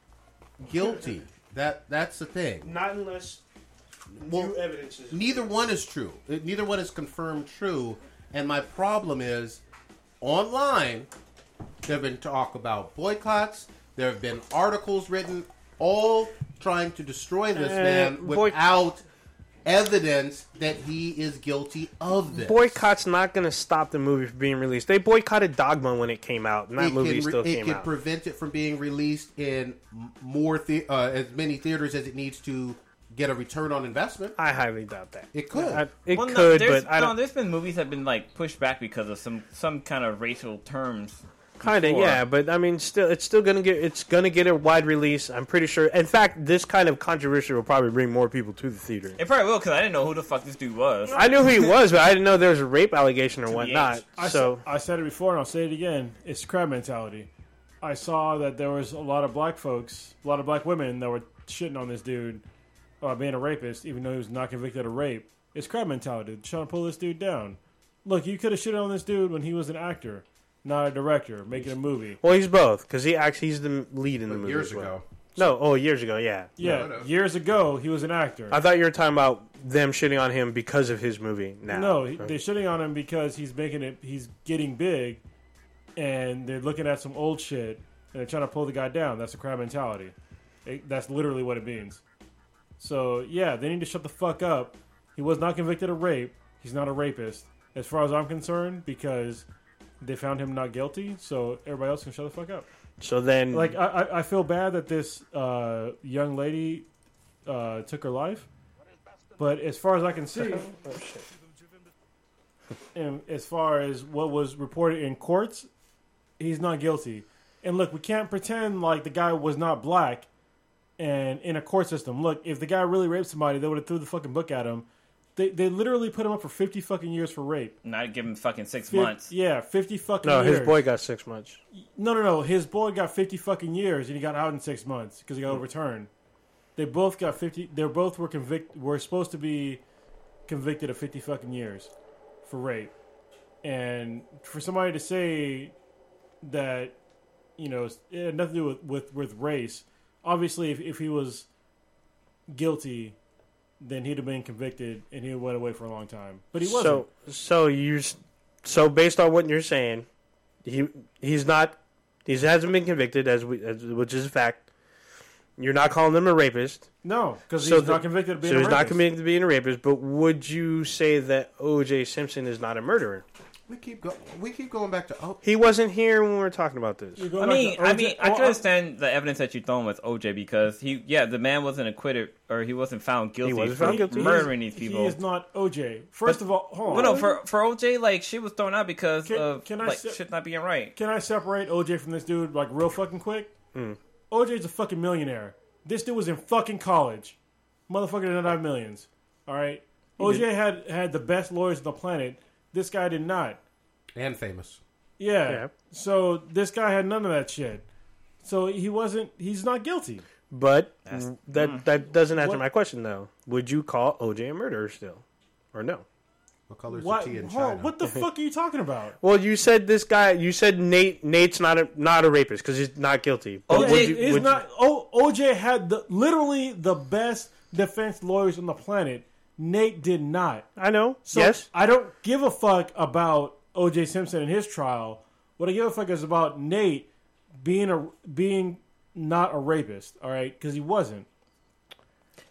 guilty. that That's the thing. Not unless Well, evidence is neither one is true. Uh, Neither one is confirmed true. And my problem is, online, there have been talk about boycotts. There have been articles written, all trying to destroy this Uh, man boy- without evidence that he is guilty of this. boycott's not going to stop the movie from being released. They boycotted Dogma when it came out, and that it movie can, re- still it came can out. prevent it from being released in m- more the- uh, as many theaters as it needs to get a return on investment. I highly doubt that. It could. I- it Well, no, could, there's- but I no, don't. there's been movies that have been like pushed back because of some some kind of racial terms. Kind of, before. yeah, but I mean, still, it's still gonna get it's gonna get a wide release. I'm pretty sure. In fact, this kind of controversy will probably bring more people to the theater. It probably will because I didn't know who the fuck this dude was. I knew who he was, but I didn't know there was a rape allegation or the whatnot. age. I, s- So I said it before and I'll say it again. It's crab mentality. I saw that there was a lot of black folks, a lot of black women that were shitting on this dude uh, being a rapist, even though he was not convicted of rape. It's crab mentality. Trying to pull this dude down. Look, you could have shitted on this dude when he was an actor, not a director, making a movie. well, he's both because he acts. He's the lead in the movie years as well. ago. No, oh, years ago, yeah. Yeah, No, no. years ago he was an actor. I thought you were talking about them shitting on him because of his movie. Now, No, he- they're shitting on him because he's making it. He's getting big, and they're looking at some old shit and they're trying to pull the guy down. That's a crab mentality. It, that's literally what it means. So yeah, they need to shut the fuck up. He was not convicted of rape. He's not a rapist, as far as I'm concerned, because they found him not guilty. So everybody else can shut the fuck up. so then, Like I, I- I feel bad that this uh, young lady uh, took her life, but as far as I can see, and as far as what was reported in courts, he's not guilty. And look, we can't pretend like the guy was not black. And in a court system, look, if the guy really raped somebody, they would have threw the fucking book at him. They, they literally put him up for fifty fucking years for rape. Not give him fucking six Fif- months. Yeah, fifty fucking. no, years. his boy got six months. No, no, no. His boy got fifty fucking years, and he got out in six months because he Hmm. got overturned. They both got fifty. They both were convict. Were supposed to be convicted of fifty fucking years for rape, and for somebody to say that you know it's- it had nothing to do with with, with race. Obviously, if, if he was guilty, then he'd have been convicted and he went away for a long time. But he wasn't. So, so you, s- so based on what you're saying, he he's not, he hasn't been convicted as we, as, which is a fact. You're not calling him a rapist, no, because so he's the- not convicted of being. so a he's not rapist. committed to being a rapist. But would you say that O.J. Simpson is not a murderer? We keep go- we keep going back to oh, He wasn't here when we were talking about this. You're going I back mean, to I OJ mean, I well, can understand the evidence that you're throwing with OJ because he, yeah, the man wasn't acquitted or he wasn't found guilty wasn't for found guilty. murdering these He people. is not OJ. First of all, hold Well, on. no, for for OJ, like shit was thrown out because Can- of can I like se- shit not being right. Can I separate OJ from this dude like real fucking quick? Hmm. OJ's a fucking millionaire. This dude was in fucking college. Motherfucker did not have millions. All right. OJ had had the best lawyers on the planet. This guy did not. and famous. Yeah. Yeah. So this guy had none of that shit. So he wasn't. He's not guilty. But that that doesn't answer What- my question though. Would you call O.J. a murderer still, or no? What colors Why- the tea in hold on, China? what the fuck are you talking about? Well, you said this guy. You said Nate. Nate's not a not a rapist because he's not guilty. But OJ would you- It's would you- Oh, not. O, OJ had the literally the best defense lawyers on the planet. Nate did not. I know. So yes. I don't give a fuck about O.J. Simpson and his trial. What I give a fuck is about Nate being a being not a rapist. All right, because he wasn't.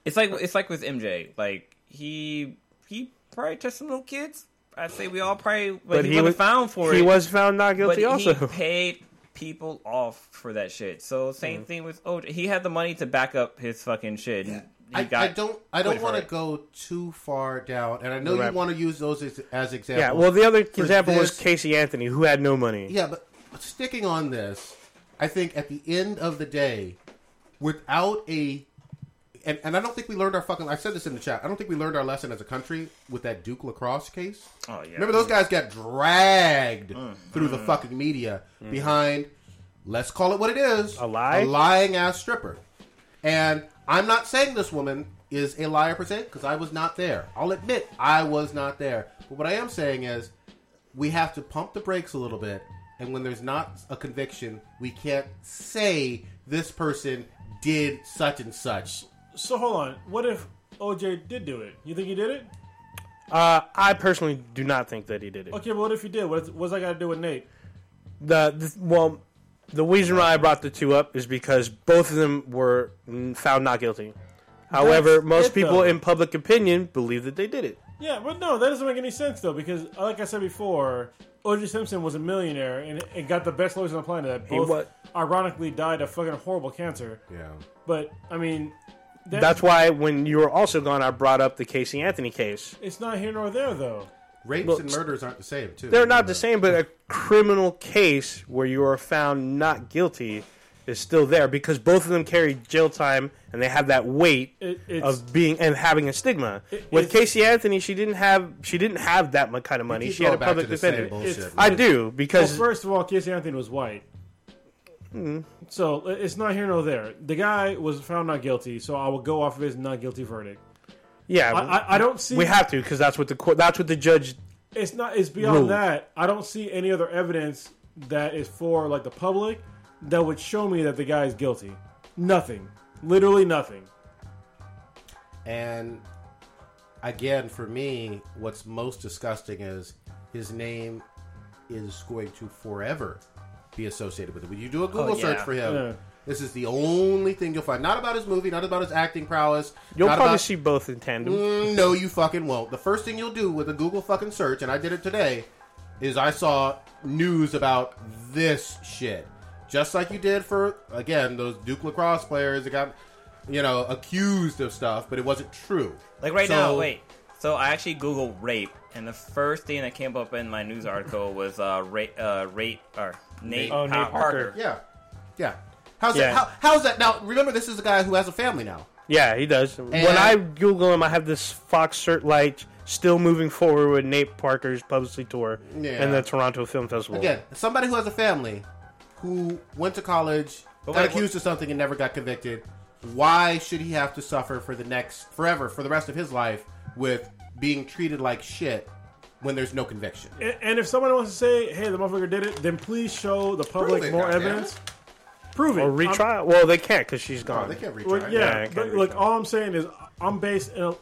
It's like it's like with MJ, like he he probably touched some little kids. I'd say we all probably, but, he, wasn't found for he it. was found not but guilty. also, he paid people off for that shit. So same thing with OJ. He had the money to back up his fucking shit. and he I, got I don't I don't quit for want to it. go too far down, and I know Right. you want to use those as, as examples. yeah. Well, the other For example was this- Casey Anthony, who had no money. yeah, but sticking on this, I think at the end of the day, without a and, and I don't think we learned our fucking. I said this in the chat. I don't think we learned our lesson as a country with that Duke lacrosse case. Oh, yeah. Remember those guys got dragged through the Mm. fucking media Mm. behind. Let's call it what it is. A lie. A lying ass stripper. And I'm not saying this woman is a liar per se because I was not there. I'll admit I was not there. But what I am saying is we have to pump the brakes a little bit. And when there's not a conviction, we can't say this person did such and such. So hold on. What if OJ did do it? You think he did it? Uh, I personally do not think that he did it. Okay, but what if he did? What's, what's that got to do with Nate? The, the well, the reason why I brought the two up is because both of them were mm, found not guilty. However, That's most it, people though. in public opinion believe that they did it. Yeah, but no, that doesn't make any sense though, because uh, like I said before, O.J. Simpson was a millionaire and, and got the best lawyers on the planet. That He both, wa- ironically, died of fucking horrible cancer. Yeah. But I mean, that- That's why when you were also gone, I brought up the Casey Anthony case. it's not here nor there though. Rapes Well, and murders aren't the same, too. They're not the same, but a criminal case where you are found not guilty is still there because both of them carry jail time and they have that weight It- it's- of being and having a stigma. It- With it's- Casey Anthony, she didn't have she didn't have that mu- kind of money. keep She had a going back to public the same defender. bullshit, It's- I do because well, first of all, Casey Anthony was white. Mm-hmm. So i- it's not here nor there. The guy was found not guilty, so I will go off of his not guilty verdict. yeah, I- I- I don't see- We have to because that's what the court. That's what the judge. It's not. It's beyond Rule. that. I don't see any other evidence that is for like the public that would show me that the guy is guilty. Nothing. Literally nothing. And again, for me, what's most disgusting is his name is going to forever be associated with it. When you do a Google Oh, yeah. search for him, Yeah. this is the only thing you'll find. Not about his movie, not about his acting prowess. You'll not probably about- see both in tandem. Mm, no, you fucking won't. The first thing you'll do with a Google fucking search, and I did it today, is I saw news about this shit. Just like you did for, again, those Duke lacrosse players that got, you know, accused of stuff, but it wasn't true. Like right So- now, wait. So I actually Googled rape, and the first thing that came up in my news article was uh, rape, uh, rape or Nate, Oh, Nate Pa- Parker. Parker. Yeah. Yeah. How's Yeah. that? How, how's that? Now, remember, this is a guy who has a family now. Yeah, he does. when And- I Google him, I have this Fox Searchlight still moving forward with Nate Parker's publicity tour Yeah. and the Toronto Film Festival. Again, somebody who has a family who went to college, But got wait, accused of something and never got convicted. Why should he have to suffer for the next forever for the rest of his life with being treated like shit when there's no conviction? And, and if someone wants to say, "Hey, the motherfucker did it," then please show the public it, more goddamn evidence. Prove it. Or I'm- retry? well, they can't because she's gone. they can't retry. Well, yeah, Yeah, I can't but reach look, all I'm saying is I'm based in a,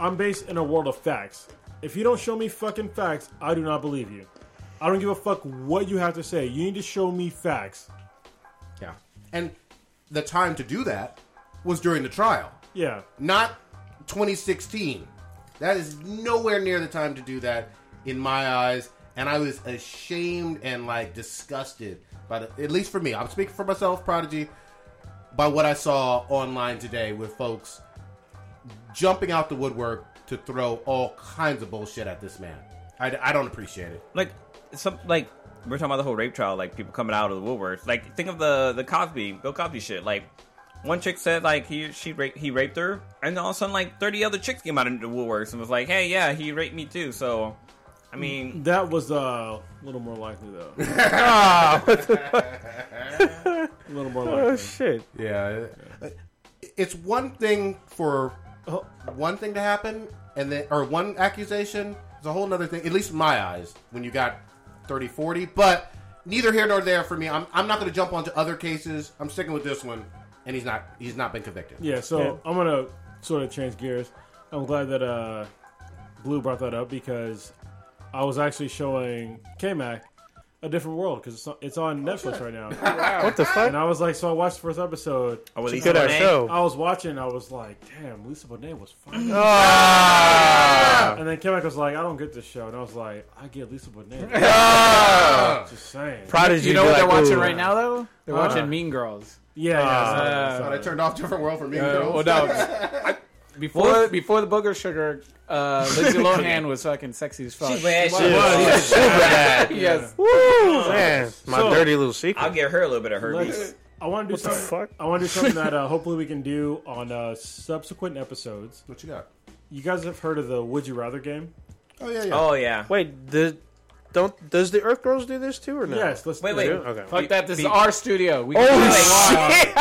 I'm based in a world of facts. If you don't show me fucking facts, I do not believe you. I don't give a fuck what you have to say. You need to show me facts. Yeah. And the time to do that was during the trial, Yeah, not 2016. That is nowhere near the time to do that in my eyes. And I was ashamed and like disgusted by the, at least for me, I'm speaking for myself, Prodigy, by what I saw online today with folks jumping out the woodwork to throw all kinds of bullshit at this man. I, I don't appreciate it. Like some like we're talking about the whole rape trial, like people coming out of the woodwork. Like think of the the Cosby, Bill Cosby shit. Like one chick said like he she raped he raped her, and all of a sudden like thirty other chicks came out of the woodworks and was like, hey, yeah, he raped me too. So I mean, that was uh, a little more likely though. Ah, what the fuck? a little more likely. oh shit! Yeah. Uh, It's one thing for uh, one thing to happen, and then or one accusation is a whole other thing. At least in my eyes, when you got 30, 40. But neither here nor there for me. I'm, I'm not going to jump onto other cases. I'm sticking with this one, and he's not he's not been convicted. Yeah, so I'm gonna sort of change gears. I'm glad that uh, Blue brought that up because I was actually showing K Mac a different world because it's on, it's on Netflix right now. What the fuck? And I was like, so I watched the first episode. Mm, Oh, with Check Lisa it out. eh? Bonet? show. I was watching. I was like, damn, Lisa Bonet was fine. Ah! And then K Mac was like, I don't get this show, and I was like, I get Lisa Bonet. Just saying. Prodigy. You know be what they're like, watching "Ooh." Uh-huh. right now, though? They're Huh? watching Mean Girls. yeah, yeah. Ah. But I turned off different world for me. Uh, girls. well, no. Before before the booger sugar, uh, Lindsay Lohan was fucking sexy as fuck. She was. was. She was. Yes. Super hot. yes. Woo, man, my Oh. So- dirty little secret. I'll give her a little bit of herpes. Let's- I want to do something. I want to do something that uh, hopefully we can do on uh, subsequent episodes. What you got? You guys have heard of the Would You Rather game? Oh yeah, yeah. Oh yeah. Wait, the don't does the Earth Girls do this too or no? Yes, let's Wait, do wait. it. Okay. Fuck that. This is Be- our studio. We Oh can shit!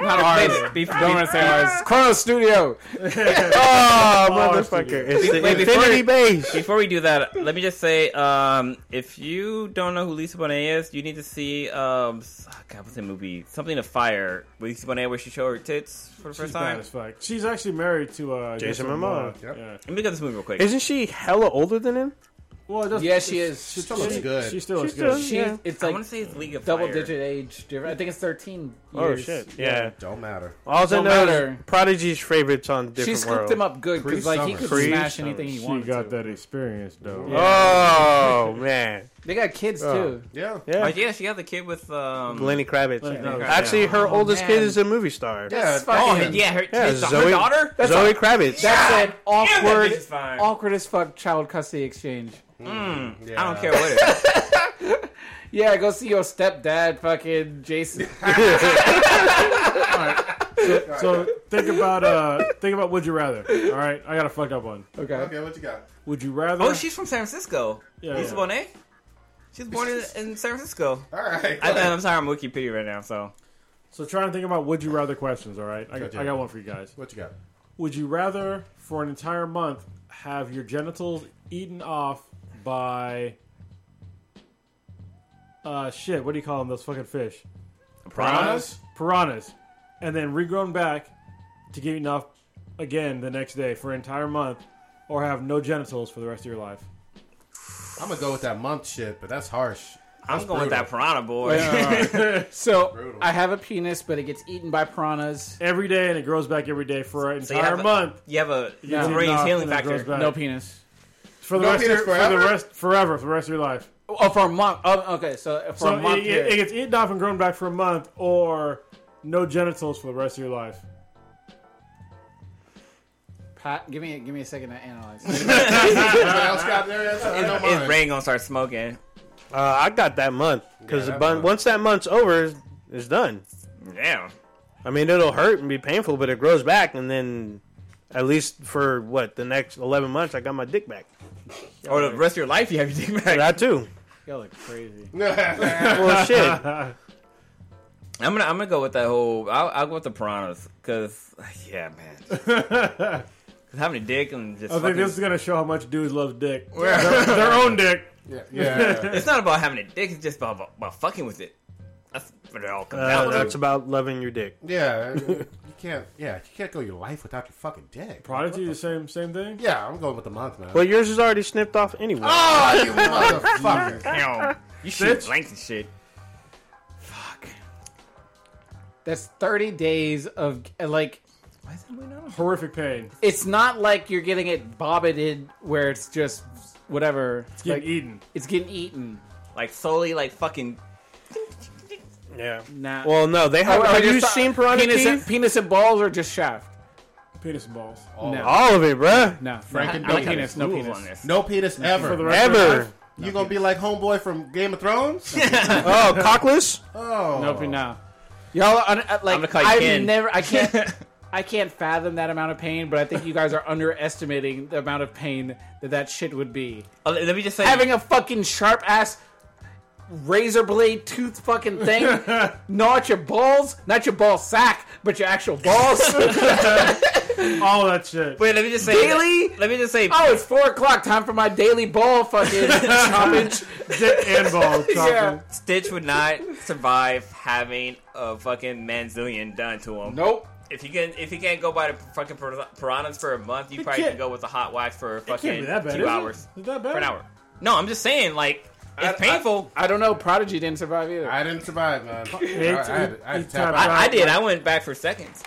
not ours. Wait, be- Don't want to say ours. It's Chrono's studio. Oh, studio. motherfucker! It's the Wait, before Infinity we- Base. Before we do that, let me just say, um, if you don't know who Lisa Bonet is, you need to see, um, s- oh, God, what's the movie? Something to Fire. with Lisa Bonet, where she showed her tits for the She's first bad time. as fuck. She's actually married to uh, Jason Momoa. Yeah. Yep. Let me look at this movie real quick. Isn't she hella older than him? Well, it doesn't- Yeah, she is. She still looks good. She still She's looks good. still- She, Yeah. It's I like want to say it's League of double Fire. digit age difference. I think it's 13 Oh years. shit! Yeah. Don't matter. All I Don't know is matter. Prodigy's favorites on different She scooped world. him up good because like he could Pre-summer. smash Pre-summer. anything he She wanted. got to. that experience though. Oh man, They got kids too. Yeah. Oh, yeah. yeah, she got the kid with, um... Lenny Kravitz. Lenny Kravitz. Actually, her Oh, oldest man. kid is a movie star. Yeah. Oh, fucking- yeah, her, Yeah, his- her Zoe, daughter? Zoe Kravitz. That's an that awkward, bitch is fine. awkward as fuck child custody exchange. yeah. Mm, I don't care what it is. Yeah, go see your stepdad, fucking Jason. So think about uh think about would you rather. All right, I got a fucked up one. Okay. Okay, what you got? Would you rather? Oh, she's from San Francisco. Yeah, Lisa yeah. Bonet? She's born in, in San Francisco. All right. I, I'm sorry, I'm Wikipedia right now, so... So try and think about would you rather questions. All right, I, Gotcha. I got one for you guys. what you got? Would you rather, for an entire month, have your genitals eaten off by uh shit? What do you call them? Those fucking fish, Piranhas? piranhas, and then regrown back to get eaten off again the next day for an entire month, or have no genitals for the rest of your life. I'm gonna go with that month shit, but that's harsh. I'm going with that piranha boy. Uh, So Brutal. I have a penis, but it gets eaten by piranhas. Every day, and it grows back every day for an So you entire have a- month. You have a It's eaten great off, healing and then it grows factor. back. No penis. for the No rest of your, penis for the forever? rest forever for the rest of your life. Oh, for a month. Oh, okay, so for So a month. it, here. it, it gets eaten off and grown back for a month, or no genitals for the rest of your life. Pat, give me give me a second to analyze. What else got there? That's, I don't His mind. brain gonna start smoking. Uh, I got that month Yeah, because that month. once that month's over, it's done. Yeah. I mean, it'll hurt and be painful, but it grows back, and then at least for what the next eleven months, I got my dick back. Or the rest of your life you have your dick back. That too. Y'all look crazy. Well, shit. I'm gonna I'm gonna go with that whole. I'll, I'll go with the piranhas because yeah, man. 'Cause having a dick and just I think fucking, this is gonna show how much dudes love dick, their, their own dick. Yeah, yeah. it's not about having a dick. It's just about about, about fucking with it. That's what it all comes Uh, down to. that's about loving your dick. yeah. You can't. Yeah, you can't go your life without your fucking dick. Prodigy, the same same thing. Yeah, I'm going with the month, man. Well, yours is already snipped off anyway. Oh, you motherfucker! You, know, you shoot Bitch. blanks and shit. That's thirty days of like. Why is that going on? Horrific pain. It's not like you're getting it bobbited where it's just whatever. It's getting eaten. It's getting eaten. Like solely like fucking. Yeah. Nah. Well, no, they have. Oh, have just you thought- seen Piranha penis and, Penis penis and balls or just shaft? Penis and balls. No, All of it, bruh. no, Frank and no, Duncan. penis, no rules penis. on this. No penis ever. For the rest of your Ever. life? you gonna be like homeboy from Game of Thrones? oh, cockless. Oh, Nope, no. Y'all are un- uh, gonna like call you I've Ken. never I can't I can't fathom that amount of pain, but I think you guys are underestimating the amount of pain that that shit would be. Oh, let me just say. Having a fucking sharp ass razor blade tooth fucking thing not your balls, not your ball sack, but your actual balls. All that shit. wait, let me just say. Daily? Let me just say. oh, it's four o'clock. Time for my daily ball fucking choppage. Dick and balls. Yeah. chopping. Stitch would not survive having a fucking manzillion done to him. Nope. If you can, if you can't go by the fucking pir- piranhas for a month, you probably can't- can go with the hot wax for fucking Can't be that bad. two is it? hours, Is that bad? for an hour. No, I'm just saying, like I- it's painful. I, I don't know. Prodigy didn't survive either. I didn't survive, man. I, It's- I, I, I it's tap I, time. out. I, did. I went back for seconds.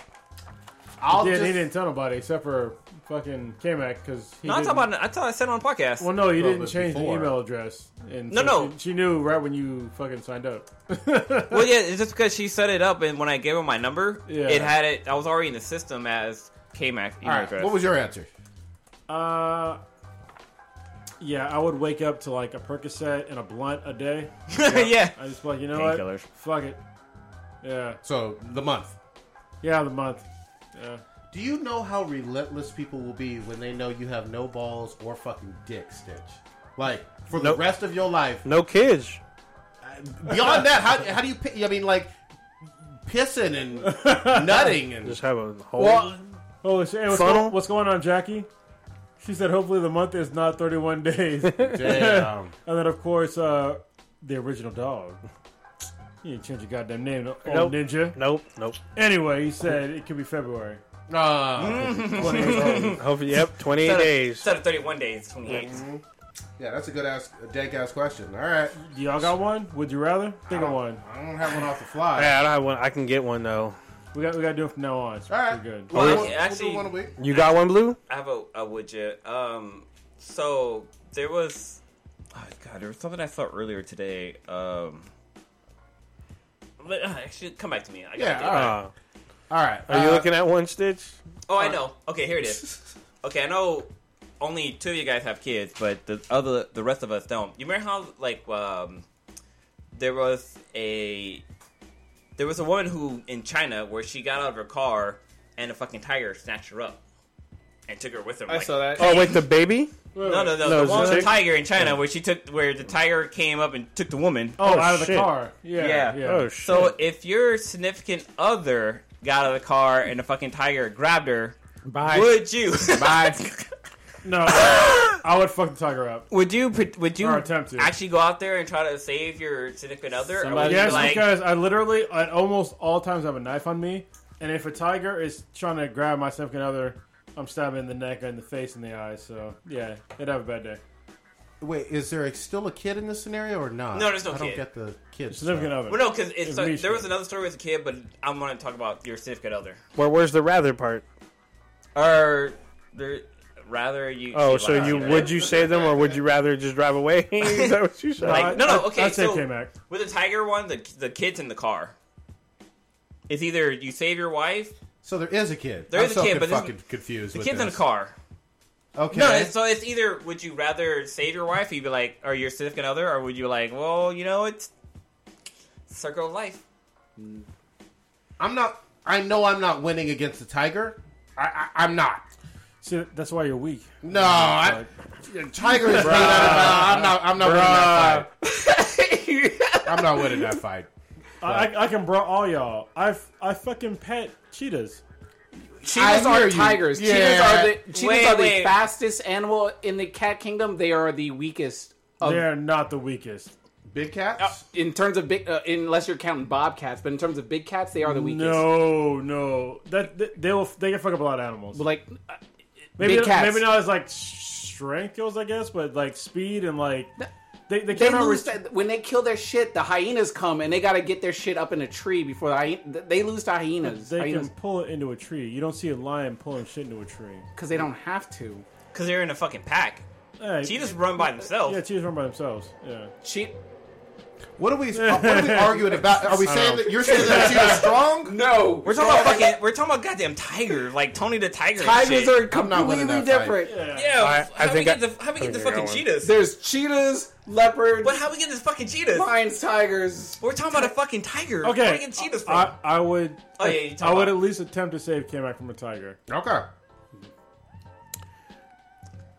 I'll He didn't, he just, didn't tell nobody except for fucking K-Mac because he No, I'm didn't. talking about. I thought I said on the podcast. well, no, you Well, didn't but change before. the email address. And No, so no. She, she knew right when you fucking signed up. Well, yeah, it's just because she set it up, and when I gave her my number, Yeah. it had it. I was already in the system as K-Mac email All right, address. what was your answer? Uh, yeah, I would wake up to like a Percocet and a blunt a day. Yeah. I just like you know what? Painkillers. Fuck it. Yeah. So the month. Yeah, the month. Yeah. Do you know how relentless people will be when they know you have no balls or fucking dick, Stitch? Like for the Nope. rest of your life. No kids. Beyond that, how, how do you? pi- I mean, like pissing and nutting and Just have a whole. Well, Holy shit! Oh, Hey, what's, Funnel? go- what's going on, Jackie? She said, "Hopefully the month is not 31 days." and damn. then, of course, uh, the original dog. You didn't change your goddamn name, no- old Nope. ninja. nope, nope. Anyway, he said it could be February. Ah. 28 days. Hopefully, yep. Twenty eight days. Instead of 31 days, 28. yeah, that's a good ass, a dank ass question. All right, Do y'all got one? Would you rather? Think of one. I don't have one off the fly. Yeah, I don't have one. I can get one though. We got we got to do it from now on. It's All right, pretty good. Well, Well, we'll- we'll actually- do one a week. You got one, blue? I have a, a widget. Um, so there was, oh god, there was something I saw earlier today. Um, but, uh, actually, come back to me. I gotta Yeah, get all back. Uh, All right. are you uh, looking at one, Stitch? Oh, I know. Okay, here it is. Okay, I know only two of you guys have kids, but the other, the rest of us don't. You remember how like um, there was a there was a woman who in China where she got out of her car and a fucking tiger snatched her up and took her with her. like, that. Oh wait, the baby. No, no, no. No, the is one it with the chick? tiger in China, where she took, where the tiger came up and took the woman. Oh, Oh, out of the shit. car. Yeah. Yeah. Oh shit. so if your significant other got out of the car and the fucking tiger grabbed her, Bye. would you? Bye. no, I would fuck the tiger up. would you? pre- Would you Or attempt to. actually go out there and try to save your significant other? Or would Somebody- you Yes, like, because I literally at almost all times have a knife on me, and if a tiger is trying to grab my significant other, I'm stabbing in the neck, in the face, and the eyes. So yeah, they'd have a bad day. Wait, is there a, still a kid in this scenario or not? No, there's no I kid. don't get the kid. Significant stuff. other. Well, no, because it's It's uh, niche, there was though. another story as a kid, but I'm going to talk about your significant other. Where, where's the rather part? Or there, rather you. Oh, you so like- you would you save them or would you rather just drive away? Is that what you said? Like, I- no, no, I- okay. I'd say so K-Mac. with the tiger one, the the kid's in the car. It's either you save your wife, So there is a kid. There I'm is a so kid, but this- fucking confused. the with kid's in the this. car. Okay. No, it's- so it's either would you rather save your wife, you'd be like, or your significant other, or would you like, well, you know, it's circle of life. I'm not. I know I'm not winning against the tiger. I, I, I'm not. See, that's why you're weak. No, I, tiger is being out of- I'm not. I'm not winning that fight. I'm not winning that fight. I, I, I can bro all y'all. I I fucking pet cheetahs. Cheetahs I hear are you. tigers. Yeah. Cheetahs are the cheetahs Wait, are the wait. fastest animal in the cat kingdom. They are the weakest of They're not the weakest. Big cats. in terms of big. Uh, unless you're counting bobcats, but in terms of big cats, they are the weakest. No, no. That they, they will. They can fuck up a lot of animals. But like uh, Maybe big cats. maybe not as like strength goes, I guess, but like speed and like they they They cannot. lose res- that- when they kill their shit. The hyenas come and they got to get their shit up in a tree before the hyena, they lose to hyenas. They hyenas can pull it into a tree. You don't see a lion pulling shit into a tree. because they don't have to. Because they're in a fucking pack. Hey, Cheetahs run by themselves. Yeah, cheetahs run by themselves. Yeah. She What are we? uh, What are we arguing about? Are we saying that you're saying that she's strong? no. We're talking about fucking, we're talking about goddamn tiger, like Tony the Tiger. and Tigers shit. are I'm not winning completely that fight. different. Yeah, I- how I we think get I- the how we get the I fucking got one. cheetahs? There's cheetahs, leopards, But how we get the fucking cheetahs? lions, tigers. We're talking about a fucking tiger. Where we Okay. get cheetahs from? I, I would. Oh, yeah, you talk I would about- at least attempt to save K-Mac from a tiger. Okay.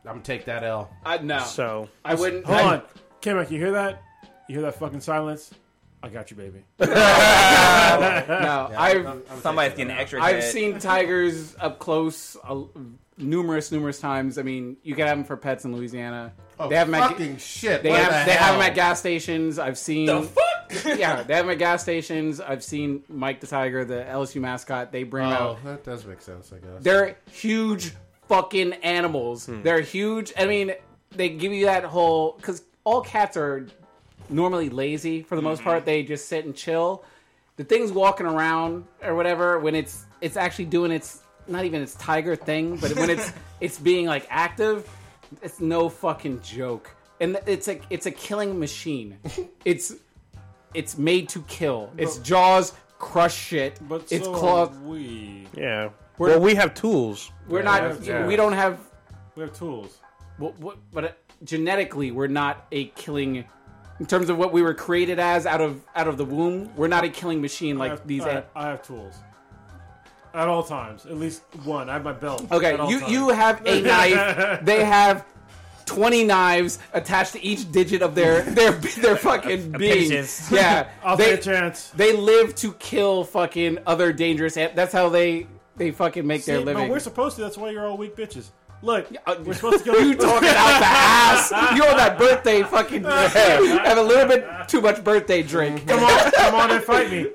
I'm take that L. I no. So I wouldn't. Hold I, on, K-Mac, you hear that? You hear that fucking silence? I got you, baby. No, I've Somebody's getting an extra. I've head. seen tigers up close uh, numerous, numerous times. I mean, you can have them for pets in Louisiana. Oh, they have them at, fucking shit. they what have the they have hell? them at gas stations. I've seen the fuck. yeah, they have them at gas stations. I've seen Mike the Tiger, the LSU mascot. They bring them Oh, out. that does make sense. I guess. They're huge fucking animals. Hmm. They're huge. I mean, they give you that whole because all cats are normally lazy for the Mm-hmm. most part. They just sit and chill. The thing's walking around or whatever when it's it's actually doing its not even its tiger thing, but when it's it's being like active, it's no fucking joke. And it's a it's a killing machine. It's it's made to kill. Its jaws crush shit. But its so claws are we. yeah, We're- well, we have tools. We're not. We don't have. We have tools. What, what, but uh, genetically, we're not a killing. In terms of what we were created as out of out of the womb, we're not a killing machine I like have- these. I have, I have tools. At all times, at least one. I have my belt. Okay, at all you times. you have a knife. they have twenty knives attached to each digit of their their their fucking being. pages. Yeah, I'll they, take a chance. They live to kill fucking other dangerous. an- That's how they they fucking make their See, no, living. Uh, we're supposed to. That's why you're all weak bitches. Look, we're supposed to go. you talking out the ass? You on that birthday fucking? have a little bit too much birthday drink. Come on, come on and fight me.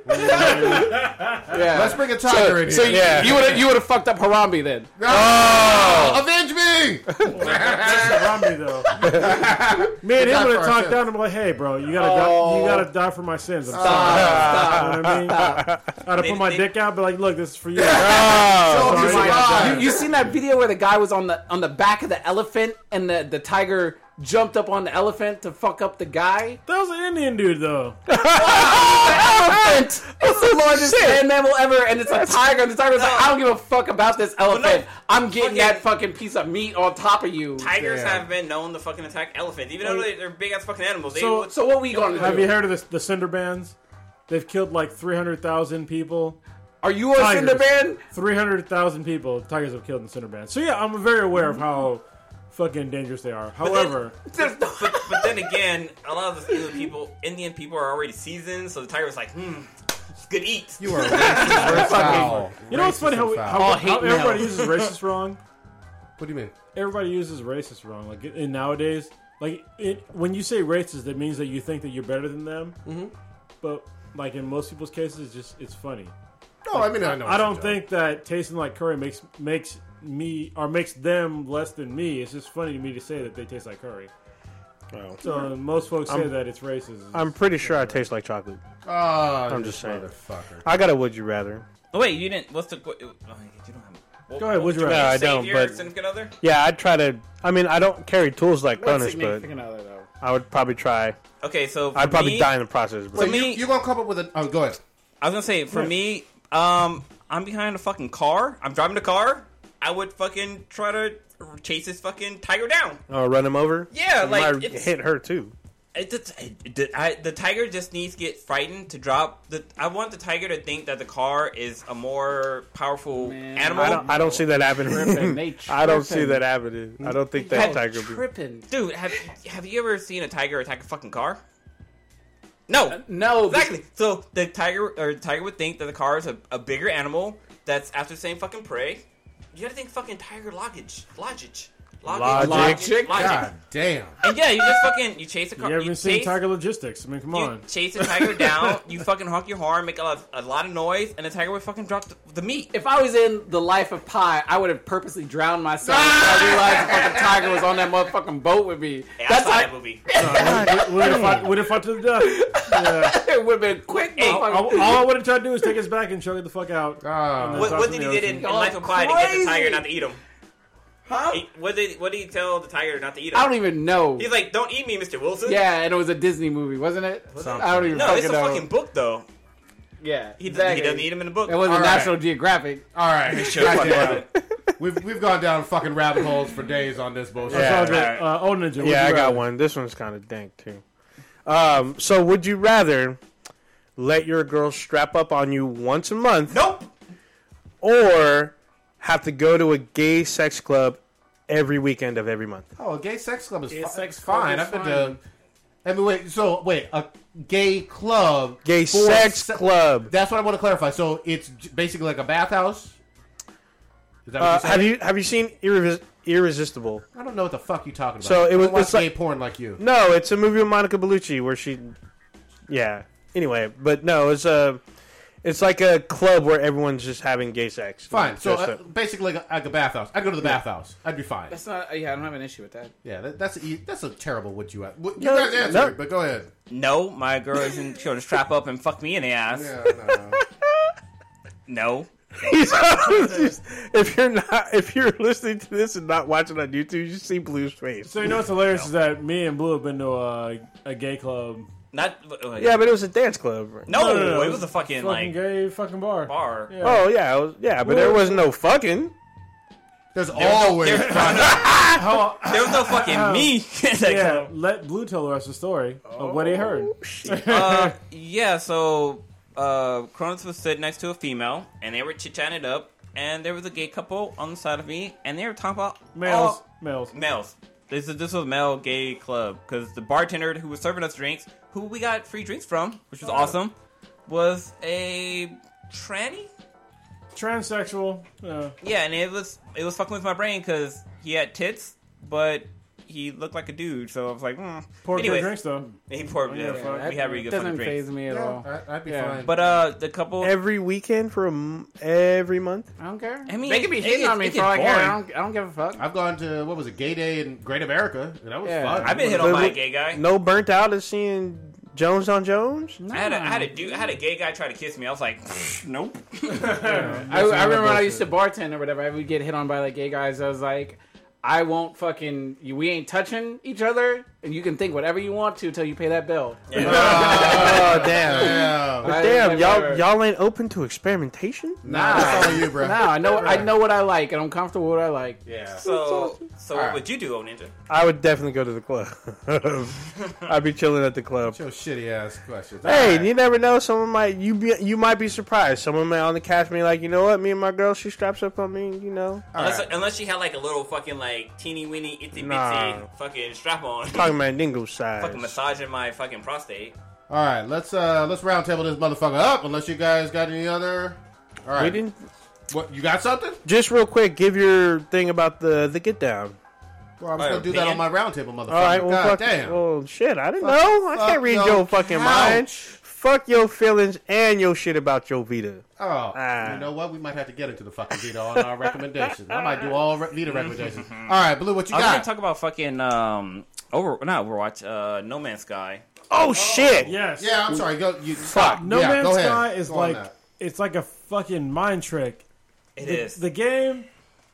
Yeah. Let's bring a tiger in So here. you- you would you would have fucked up Harambe then. Oh, avenge me! Around me though. Me and die him would have for our talked sins. down and be like, "Hey, bro, you gotta die, you Oh. gotta die for my sins." I'm sorry. You know what I mean? I'd have put my dick out, but like, look, this is for you. Show 'em you sorry. survived. Oh, You, you seen that video where the guy was on the on the back of the elephant and the, the tiger jumped up on the elephant to fuck up the guy? That was an Indian dude though. Elephant! It's the largest land mammal ever, and it's a tiger. And the tiger's like, I don't give a fuck about this elephant. I'm getting fucking- that fucking piece of meat on top of you. Tigers Damn. have been known to fucking attack elephants, even though they- they're big ass fucking animals. They So- would- So what we gonna Have do? you heard of this, the Cinder Bands? They've killed like three hundred thousand people. Are you a Tigers. cinder man? Three hundred thousand people tigers have killed in Cinder Bands. So yeah, I'm very aware of how fucking dangerous they are. However, There's no- but, but then again, a lot of the Indian people, Indian people are already seasoned, so the tiger was like, hmm, it's good eat. You are racist and foul. you know what's Racist funny how, and we, foul. how, All how Oh, hate mail. everybody uses racist wrong. what do you mean? everybody uses racist wrong. Like in nowadays, like it, when you say racist, it means that you think that you're better than them. Mm-hmm. But like in most people's cases, it's just it's funny. No, I mean I know. I it's a don't joke. think that tasting like curry makes makes me or makes them less than me. It's just funny to me to say that they taste like curry. So most folks say that it's racist. I'm pretty sure I taste like chocolate. Ah, I'm you just saying. motherfucker. I got a would you rather. Oh, wait, you didn't. What's the. What, oh, you don't have. Well, Go ahead, would you No, rather? I save don't. your But significant other? yeah, I'd try to. I mean, I don't carry tools like Punish, but other though? I would probably try. Okay, so. for I'd probably me, die in the process. But Wait, me- you, you gonna come up with a? Oh, go ahead. I was gonna say, for me, um, I'm behind a fucking car. I'm driving the car. I would fucking try to chase this fucking tiger down. uh, run him over. Yeah, You like, might it's- hit her too. It, it, it, I, the tiger just needs to get frightened to drop the. I want the tiger to think that the car is a more powerful animal. I don't. I don't see that Tripping, they happening. I don't see tripping. that happening. I don't think that tiger. would- tripping. Dude, have have you ever seen a tiger attack a fucking car? No, Uh, No, exactly. So the tiger or the tiger would think that the car is a, a bigger animal that's after the same fucking prey. You gotta think fucking tiger logic, logic, logic, Logic? God damn. And yeah, you just fucking you chase a You car. haven't seen chase- Tiger Logistics. I mean, come you on. chase the tiger down. You fucking honk your horn, make a lot, a lot of noise, and the tiger would fucking drop the, the meat. if I was in the life of Pi, I would have purposely drowned myself. until I realized the fucking tiger was on that motherfucking boat with me. Hey, I That's saw that how movie. Would have fought, would have fought to the death. Yeah. it would have been quick. all, motherfucker. all- all I would have tried to do is take his back and chug it the fuck out. Ah. And then What, toss what it did in he the did in, ocean. in Life of Pi to get the crazy. tiger not to eat him? Huh? He- what did what did he tell the tiger not to eat him? I don't even know. He's like, "Don't eat me, Mister Wilson." yeah, and it was a Disney movie, wasn't it? I don't even No, fucking uh, it's a know. fucking book though. yeah, He, he doesn't eat him in the book. It wasn't All right. National Geographic. All right. Sure, fuck Goddamn. it. We've we've gone down fucking rabbit holes for days on this bullshit. Yeah. Oh, good. Uh, oh, Ninja. would Yeah, I you got rather? one. This one's kind of dank too. Um, so would you rather let your girl strap up on you once a month, Nope. or have to go to a gay sex club every weekend of every month? Oh, a gay sex club is fi- sex club fine. is I've been to. I mean, wait. So wait, a gay club, Gay for sex se- club. That's what I want to clarify. So it's j- basically like a bathhouse. Is that what Uh, you're saying? have you have you seen Irrevis- Irresistible? I don't know what the fuck you talking about. So it I was- don't watch it's like- gay porn like you. No, it's a movie with Monica Bellucci where she, yeah. Anyway, but no, it's a, it's like a club where everyone's just having gay sex. Fine. So Just uh, a- basically, like a, like a bathhouse. I'd go to the bathhouse. I'd be fine. That's not. Yeah, I don't have an issue with that. Yeah, that, that's a, e- that's a terrible. Would you? a- You No, guys answered, no. it, but go ahead. No, my girl isn't. She'll just strap up and fuck me in the ass. Yeah, no. No. if you're not, if you're listening to this and not watching on YouTube, you see Blue's face. So you know what's hilarious is that me and Blue have been to a, a gay club Not uh, Yeah, but it was a dance club. No, it was a fucking, fucking like gay fucking bar. bar. Oh yeah, it was, yeah, but there was no fucking. There's always there, there was no fucking me. yeah, let Blue tell the rest of the story of what he heard. uh, yeah, so uh, Cronus was sitting next to a female, and they were chit chatting it up, and there was a gay couple on the side of me, and they were talking about Males, all- males. males. This is this was a male gay club because the bartender who was serving us drinks, who we got free drinks from, which Oh. was awesome, was a tranny. Transsexual. Uh, Yeah, and it was it was fucking with my brain because he had tits, but he looked like a dude. So I was like, mm. poured Anyways, good drinks though. He poured. Yeah, Yeah, fuck. we had really good fucking doesn't drinks. phase me at Yeah, all. I- I'd be Yeah. fine. But uh, the couple. Every weekend for a m- every month. I don't care. I mean, they could be it hitting gets- on me it for gets all I care. I boring. don't, I don't give a fuck. I've gone to what was it, Gay Day in Great America, and that was Yeah. fun. I've been hit on But by a look- gay guy. No burnt out of seeing Jones on Jones. I had, a, I had a dude, I had a gay guy try to kiss me. I was like, nope. I, I remember when I used to bartend or whatever, I would get hit on by like gay guys. I was like, I won't fucking. You, we ain't touching each other, and you can think whatever you want to till you pay that bill. oh damn! Yeah. I- I- Damn, I- y'all y'all ain't open to experimentation. Nah, that's all you, bro. No, I know. I know what I like, and I'm comfortable with what I like. Yeah. So, so what would you do, O Ninja? I would definitely go to the club. I'd be chilling at the club. Show shitty ass questions. Hey, Alright. you never know. Someone might you be you might be surprised. Someone might on the couch be like, you know what? Me and my girl, she straps up on me. You know, Unless, unless she had like a little fucking like teeny weeny itsy bitsy Nah. fucking strap on, talking about dingo size. fucking massaging my fucking prostate. All right, let's uh let's round table this motherfucker up. Unless you guys got any other. All right, We didn't. What you got something? Just real quick, give your thing about the the get down. Well, I was My gonna do that opinion? on my round table, motherfucker. All right, well, God fuck, damn. well, shit, I didn't Fuck- know. I fuck can't read your your, fucking couch. mind. Fuck your feelings and your shit about your Vita. oh, Ah. you know what? We might have to get into the fucking Vita on our recommendations. I might do all re- Vita recommendations. All right, Blue, what you I was gonna got? talk about fucking um over not Overwatch, uh No Man's Sky. Oh, shit! Yes. yeah, I'm sorry. Go. You, Fuck. No yeah, Man's go ahead. Sky is Go on like that. it's like a fucking mind trick. It the, is the game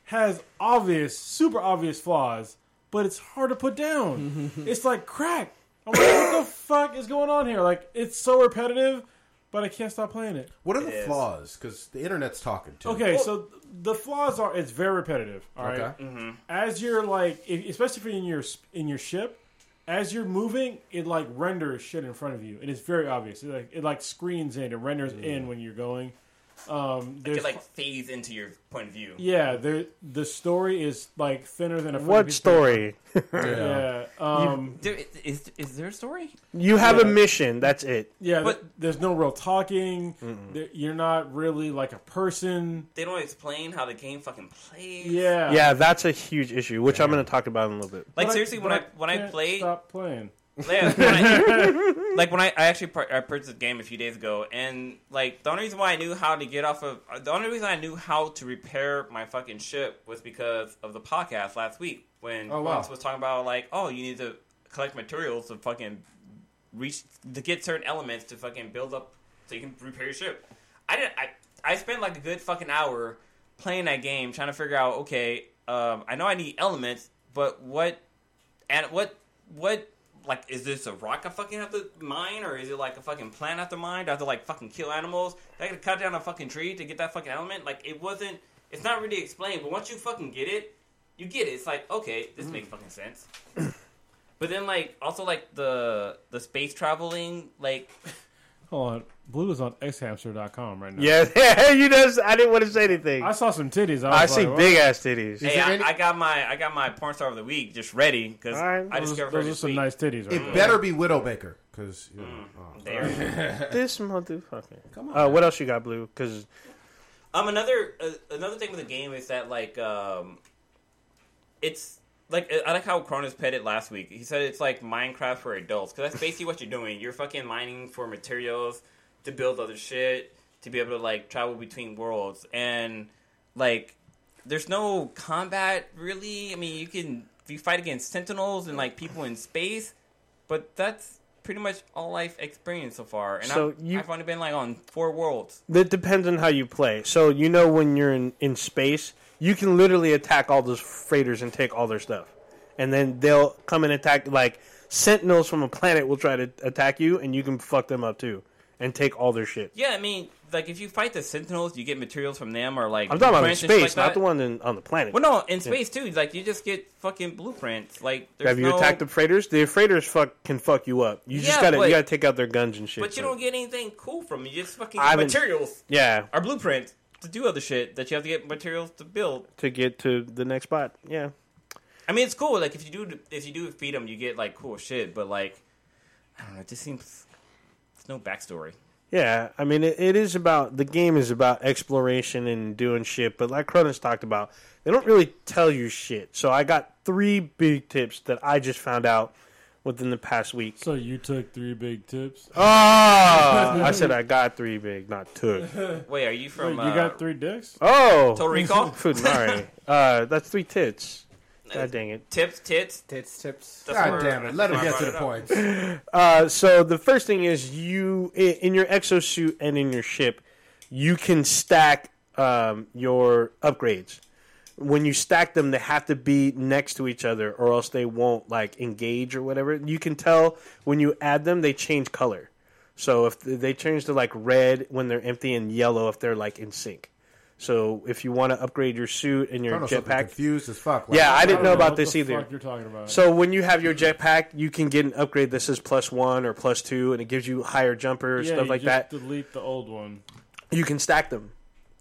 has obvious, super obvious flaws, but it's hard to put down. it's like crack. I'm like, what the fuck is going on here? Like, it's so repetitive, but I can't stop playing it. What are the is. flaws? Because the internet's talking to. me. Okay, so the flaws are it's very repetitive. All right, Okay. as you're like, if, especially if you're in your sp- in your ship, as you're moving, it like renders shit in front of you, and it's very obvious. It like it like screens in, it renders in when you're going. Um, it there's like fades into your point of view. Yeah, the the story is like thinner than a fucking What piece of story? paper. Yeah, um, There, is is there a story? You have a mission. That's it. yeah. But- th- there's no real talking. There- You're not really like a person. They don't explain how the game fucking plays. Yeah, Yeah, that's a huge issue, which I'm going to talk about in a little bit. Like seriously, when I when I can't played, stop playing. Yeah, when I- like when I, I actually par- I purchased the game a few days ago, and like the only reason why I knew how to get off of uh, the only reason I knew how to repair my fucking ship was because of the podcast last week when Oh, wow. Fonz was talking about like, oh, you need to collect materials to fucking reach to get certain elements to fucking build up so you can repair your ship. I didn't. I I spent like a good fucking hour playing that game trying to figure out. Okay, um, I know I need elements, but what and what what like is this a rock I fucking have to mine or is it like a fucking plant I have to mine? Do I have to like fucking kill animals? Do I gotta cut down a fucking tree to get that fucking element? Like it wasn't. It's not really explained, but once you fucking get it, you get it. It's like okay, this makes fucking sense. But then, like, also like the the space traveling, like, Hold on, Blue is on xhamster.com right now. Yeah, yeah, you just, I didn't want to say anything. I I, saw some titties. I, was see like, big ass titties. hey, there I, any- I got my I got my porn star of the week just ready because All right. I Those, discovered her those are this some week. nice titties. Right It Mm-hmm. better be Widowmaker, because you know, oh. There. This motherfucker. Come on. Uh, what else you got, Blue? Because Um, another uh, another thing with the game is that like um, it's like I like how Cronus pet it last week. He said it's like Minecraft for adults because that's basically what you're doing. You're fucking mining for materials to build other shit to be able to like travel between worlds and like there's no combat really. I mean, you can you fight against sentinels and like people in space, but that's pretty much all I've experienced so far. And So I've, you- I've only been like on four worlds. That depends on how you play. So you know when you're in, in space, you can literally attack all those freighters and take all their stuff, and then they'll come and attack. Like sentinels from a planet will try to attack you, and you can fuck them up too, and take all their shit. Yeah, I mean, like if you fight the Sentinels, you get materials from them, or like I'm talking about in blueprints and shit space, like that. not the one in, on the planet. Well, no, in Yeah. space too. Like you just get fucking blueprints. Like there's Have you no, attacked the freighters? The freighters fuck can fuck you up. You Yeah, just gotta but- you gotta take out their guns and shit. But you so. don't get anything cool from it. You just fucking I get haven't- materials Yeah, or blueprints to do other shit that you have to get materials to build. to get to the next spot. Yeah, I mean, it's cool. Like if you do if you do feed them, you get like cool shit. But like I don't know, it just seems it's no backstory. yeah. I mean, it, it is about the game is about exploration and doing shit. But like Cronus talked about, they don't really tell you shit. So I got three big tips that I just found out within the past week. So you took three big tips. Oh, I said I got three big, not took. Wait, are you from? Wait, you uh, got three dicks? Oh, Total Recall? Funari. Uh, that's three tits. God dang it. tips, tits. Tits, tips. That's God where- damn it! Let him that's get where to the I brought it up. point. Uh, so the first thing is you i- in your exosuit and in your ship, you can stack um, your upgrades. When you stack them, they have to be next to each other, or else they won't like engage or whatever. You can tell when you add them; they change color. So if th- they change to like red when they're empty and yellow if they're like in sync. So if you want to upgrade your suit and your Colonel's looking jetpack, confused as fuck. Like, yeah, I didn't know don't about Oh, what this the either. Fuck you're talking about. So when you have your jetpack, you can get an upgrade that says plus one or plus two, and it gives you higher jumper yeah, stuff you like just that. Delete the old one. You can stack them,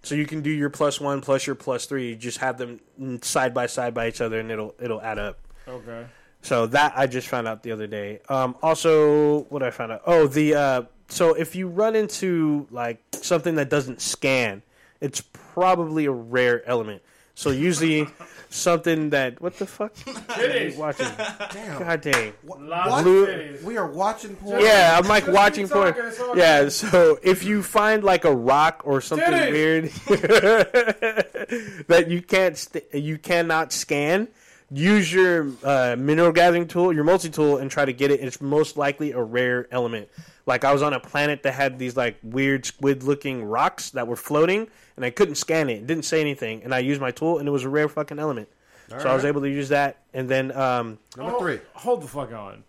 so you can do your plus one plus your plus three. You just have them side by side by each other, and it'll it'll add up. Okay. So that I just found out the other day. Um, also, what I found out. Oh, the uh, so if you run into like something that doesn't scan, it's probably a rare element. So usually something that what the fuck? Are you watching. Damn. God dang. What? Blue- We are watching porn. Yeah, I'm like Just watching keep porn. talking, it's all Yeah, so if you find like a rock or something Titties. weird that you can't st- you cannot scan, use your uh, mineral gathering tool, your multi tool, and try to get it. It's most likely a rare element. Like I was on a planet that had these like weird squid looking rocks that were floating, and I couldn't scan it. It didn't say anything, and I used my tool, and it was a rare fucking element. so I was right. able to use that, and then um, Number three. Hold the fuck on.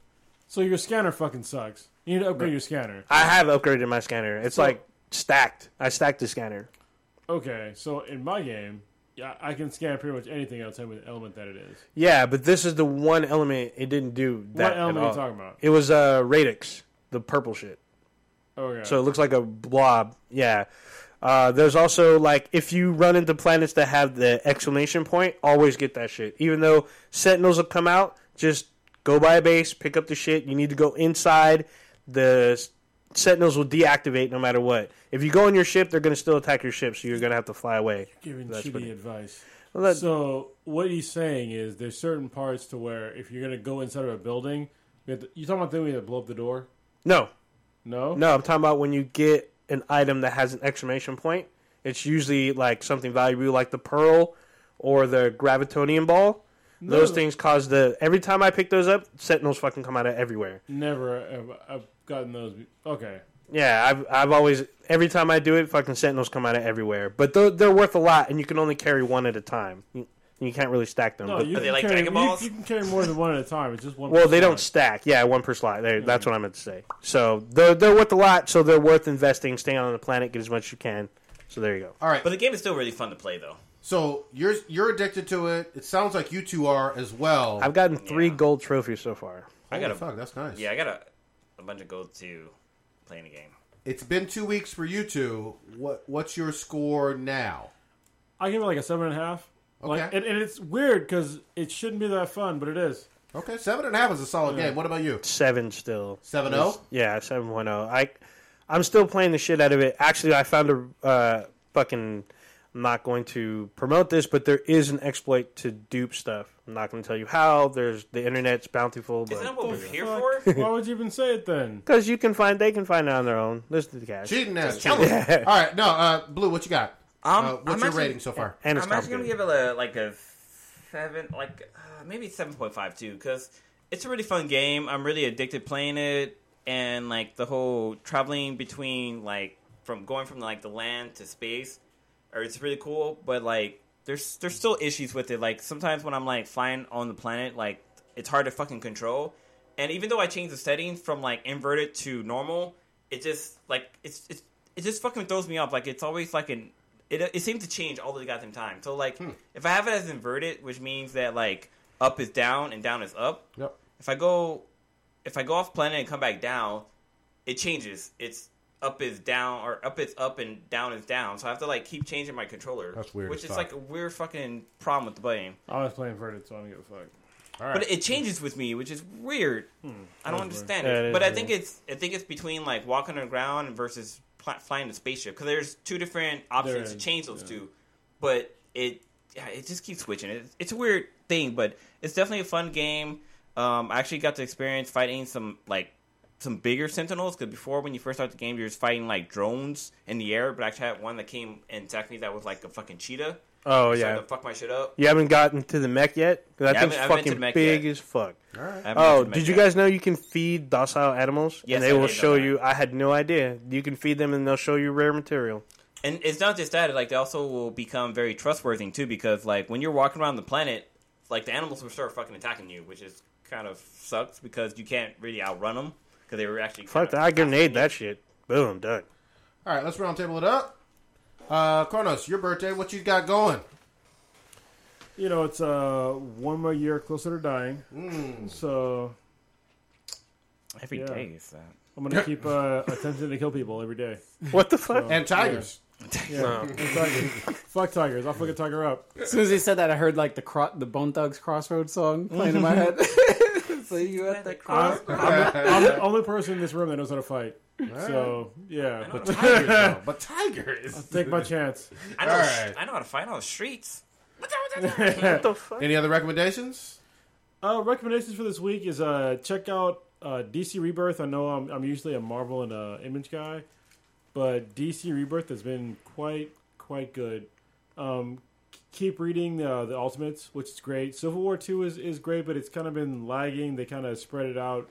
So your scanner fucking sucks. You need to upgrade your scanner. I have upgraded my scanner. It's like stacked. I stacked the scanner. Okay, so in my game, yeah, I can scan pretty much anything outside with the element that it is. Yeah, but this is the one element it didn't do. That What at element are you all. talking about? It was uh, radix, the purple shit. Okay. So it looks like a blob. Yeah. Uh, there's also like if you run into planets that have the exclamation point, always get that shit. Even though sentinels will come out, just go by a base, pick up the shit. You need to go inside. The s- sentinels will deactivate no matter what. If you go in your ship, they're gonna still attack your ship, so you're gonna have to fly away. giving That's shitty pretty- advice. Well, that- so what he's saying is there's certain parts to where if you're gonna go inside of a building, you have to, you talking about the thing we have to blow up the door? No, No, No, I'm talking about when you get an item that has an exclamation point. It's usually like something valuable, like the pearl or the gravitonium ball. Those things cause the. Every time I pick those up, sentinels fucking come out of everywhere. never. Have, I've gotten those. be- Okay, Yeah, I've I've always every time I do it, fucking sentinels come out of everywhere. But they're, they're worth a lot, and you can only carry one at a time. You, you can't really stack them. no, but- you Are they can like carry, Dragon you- Balls? You, can carry more than one at a time. It's just one. Well, they person. don't stack. Yeah, one per slot. They, That's what I meant to say. So they're they're worth a lot. So they're worth investing. Stay on the planet, get as much as you can. So there you go. All right. But the game is still really fun to play though. So you're you're addicted to it. It sounds like you two are as well. I've gotten three Yeah. gold trophies so far. I got Holy a fuck. That's nice. yeah, I got a, a bunch of gold to playing the game. It's been two weeks for you two. What what's your score now? I give it like a seven and a half. Like, Okay. and, and it's weird because it shouldn't be that fun, but it is. Okay, seven and a half is a solid game. What about you? Seven still. Seven oh? zero. Yeah, seven one zero. I, I'm still playing the shit out of it. Actually, I found a uh, fucking. I'm not going to promote this, but there is an exploit to dupe stuff. I'm not going to tell you how. There's the internet's bountiful, Isn't that but what we're here for? Fuck, Why would you even say it then? because you can find, they can find it on their own. Listen to the cash. Cheating ass. Tell us. All right. No. Uh, Blue. What you got? Um, Uh, what's I'm your actually- rating so far? and it's I'm actually gonna complicated. give it a like a seven, like uh, maybe seven point five two, because it's a really fun game. I'm really addicted playing it, and like the whole traveling between like from going from like the land to space, or it's really cool. But like there's there's still issues with it. Like sometimes when I'm like flying on the planet, like it's hard to fucking control. And even though I changed the settings from like inverted to normal, it just like it's it's it just fucking throws me off. Like it's always like an it it seems to change all the goddamn time. So like if I have it as inverted, which means that like up is down and down is up. Yep. If I go if I go off planet and come back down, it changes. It's up is down or up is up and down is down. So I have to like keep changing my controller. That's weird Which as is fuck. like a weird fucking problem with the game. I was playing inverted, so I don't give a fuck. All But it changes with me, which is weird. I don't That is understand weird. it. Hmm. Yeah, it but is I think weird. it's I think it's between like walking on the ground versus pl- flying the spaceship because there's two different options There to is, change those yeah. two. But it yeah, it just keeps switching. It, it's a weird thing, but it's definitely a fun game. Um, I actually got to experience fighting some like some bigger sentinels because before when you first start the game you're just fighting like drones in the air, but I actually had one that came and attacked me that was like a fucking cheetah. Oh, So I yeah. had to fuck my shit up. You haven't gotten to the mech yet? 'Cause Yeah, I that thing's haven't- I haven't been to the fucking mech big yet. as fuck. All right. I haven't been Oh, to the mech did you yet. guys know you can feed docile animals? Yes, and they I will did know show that. you. I had no idea. You can feed them and they'll show you rare material. And it's not just that; like they also will become very trustworthy too, because like when you're walking around the planet, like the animals will start fucking attacking you, which is kind of sucks because you can't really outrun them because they were actually Fuck that. I grenade that shit. Boom, done. All right, let's round table it up. Uh, Kronos, your birthday. What you got going? You know, it's uh, one more year closer to dying. Mm. So every yeah. day is that. I'm gonna keep uh, attempting to kill people every day. What the fuck? And tigers. Yeah, yeah. and tigers. Fuck tigers! I'll fuck a tiger up. As soon as he said that, I heard like the cro- the Bone Thugs Crossroads song playing in my head. so you at the I'm, cross? I'm- I'm the only person in this room that knows how to fight. So yeah, But tigers, though. But tigers. I'll take my chance. I know. All right. I know how to fight on the streets. What the fuck? Any other recommendations? Uh, recommendations for this week is uh, check out uh, DC Rebirth. I know I'm, I'm usually a Marvel and uh, Image guy, but DC Rebirth has been quite quite good. Um, k- keep reading uh, the Ultimates, which is great. Civil War Two is is great, but it's kind of been lagging. They kind of spread it out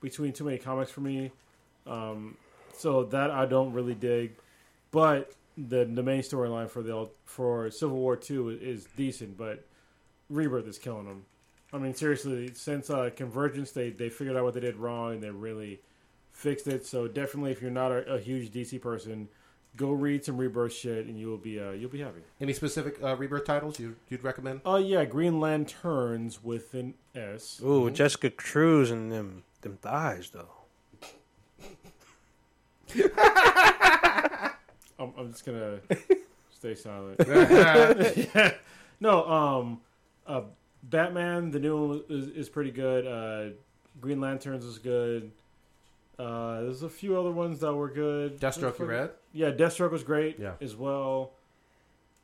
between too many comics for me, um, so that I don't really dig. But the the main storyline for the ul- for Civil War Two is decent, but Rebirth is killing them. I mean, seriously, since uh, Convergence, they, they figured out what they did wrong and they really fixed it. So definitely, if you're not a, a huge DC person, go read some Rebirth shit and you will be uh, you'll be happy. Any specific uh, rebirth titles you, you'd recommend? Oh yeah, Green Lanterns with an S. Ooh, Jessica Cruz and them them thighs though. I'm, I'm just gonna stay silent. No, um, uh, Batman the new one is, is pretty good. Uh, Green Lanterns is good. Uh, there's a few other ones that were good. Deathstroke, you read? Yeah, Deathstroke was great Yeah. as well.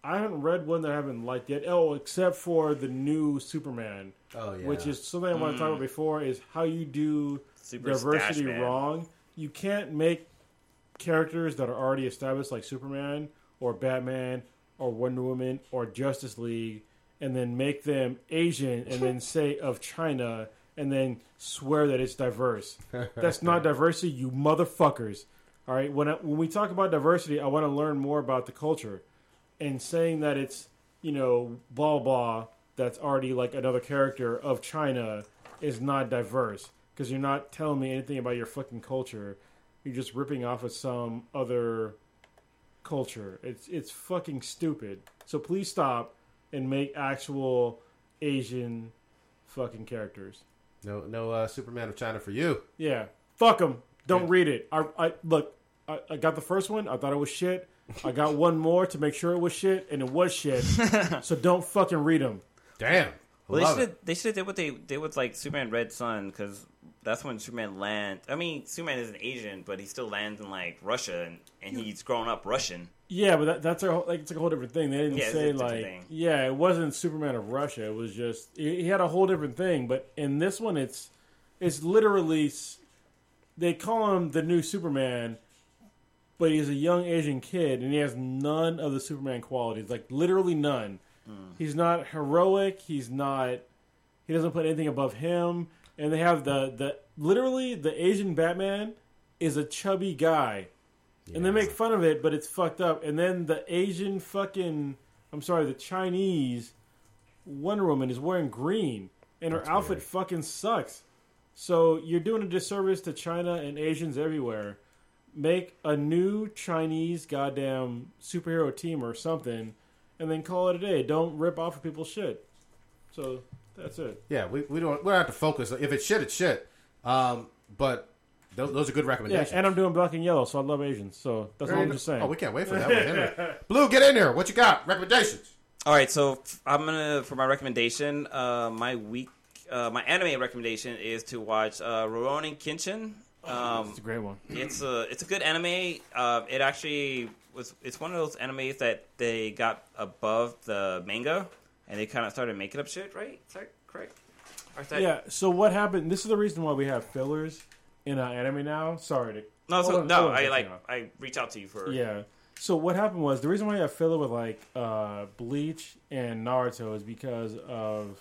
I haven't read one that I haven't liked yet. Oh, except for the new Superman, Oh yeah. which is something I want to talk about before is how you do Super diversity stash man. wrong. You can't make characters that are already established like Superman or Batman or Wonder Woman or Justice League and then make them Asian and then say of China and then swear that it's diverse. That's not diversity, you motherfuckers. All right, when I, when we talk about diversity, I want to learn more about the culture and saying that it's you know blah blah that's already like another character of China is not diverse because you're not telling me anything about your fucking culture. You're just ripping off of some other culture. It's it's fucking stupid. So please stop and make actual Asian fucking characters. no no uh, Superman of China for you. Yeah, fuck them. Don't read it. I, I look. I, I got the first one. I thought it was shit. I got one more to make sure it was shit, and it was shit. so don't fucking read them. Damn. Well, Love they it. should they should have did what they did with like Superman Red Sun because that's when Superman land. I mean, Superman is an Asian, but he still lands in like Russia and, and he's grown up Russian. Yeah, but that, that's a whole, like it's like a whole different thing. They didn't Yeah, it's a say different like thing. yeah, it wasn't Superman of Russia. It was just he he had a whole different thing. But in this one, it's it's literally s- they call him the new Superman, but he's a young Asian kid and he has none of the Superman qualities. Like literally none. Hmm. He's not heroic. He's not. He doesn't put anything above him. And they have the the literally the Asian Batman is a chubby guy and they make fun of it, but it's fucked up. And then the Asian fucking, I'm sorry, the Chinese Wonder Woman is wearing green, and her outfit fucking sucks. So you're doing a disservice to China and Asians everywhere. Make a new Chinese goddamn superhero team or something, and then call it a day. Don't rip off of people's shit. So that's it. Yeah, we, we don't we don't have to focus. If it's shit, it's shit. Um, but those, those are good Yeah, recommendations. and I'm doing black and yellow, so I love Asians. So that's what Very I'm good. just saying. Oh, we can't wait for that one, Henry. Blue, get in here. What you got? Recommendations. All right, so f- I'm gonna for my recommendation. Uh, my week, uh, my anime recommendation is to watch uh, Rurouni Kenshin. It's Um, Oh, a great one. it's a it's a good anime. Uh, it actually was. It's one of those animes that they got above the manga, and they kind of started making up shit. Right? Is that correct? Or is that- yeah. So what happened? This is the reason why we have fillers in our anime now. Sorry. To, No, so, Hold on, no. hold on, I hold like on. I reach out to you for Yeah. So what happened was the reason why I filled it with like uh, Bleach and Naruto is because of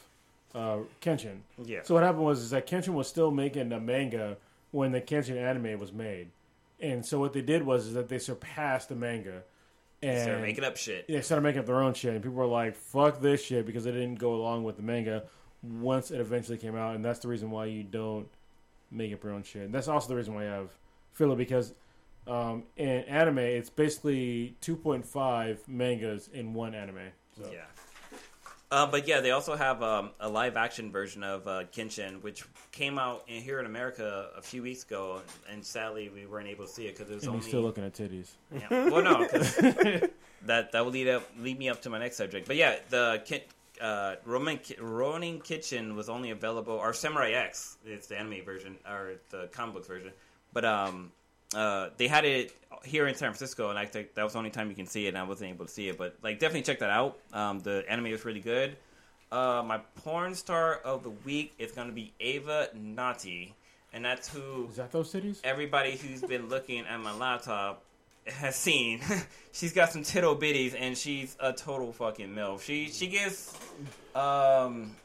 uh, Kenshin. Yeah. So what happened was is that Kenshin was still making the manga when the Kenshin anime was made, and so what they did was is that they surpassed the manga. And Started making up shit. They started making up their own shit, and people were like, "Fuck this shit," because they didn't go along with the manga once it eventually came out, and that's the reason why you don't make up your own shit. That's also the reason why I have filler because um, in anime, it's basically 2.5 mangas in one anime. So. Yeah. Uh, but yeah, they also have um, a live action version of uh, Kenshin, which came out in, here in America a few weeks ago, and sadly we weren't able to see it because it was And only. he's still looking at titties. Yeah. Well, no, 'cause that that will lead up lead me up to my next subject. But yeah, the Ken, uh, Roman Ki- Ronin Kitchen was only available, or Samurai X, it's the anime version or the comic book version. But um, uh, they had it here in San Francisco, and I think that was the only time you can see it, and I wasn't able to see it. But like, definitely check that out. Um, the anime was really good. Uh, my porn star of the week is going to be Ava Nati, and that's who Is that those titties? everybody who's been looking at my laptop has seen. she's got some tittle bitties, and she's a total fucking milf. She she gets um.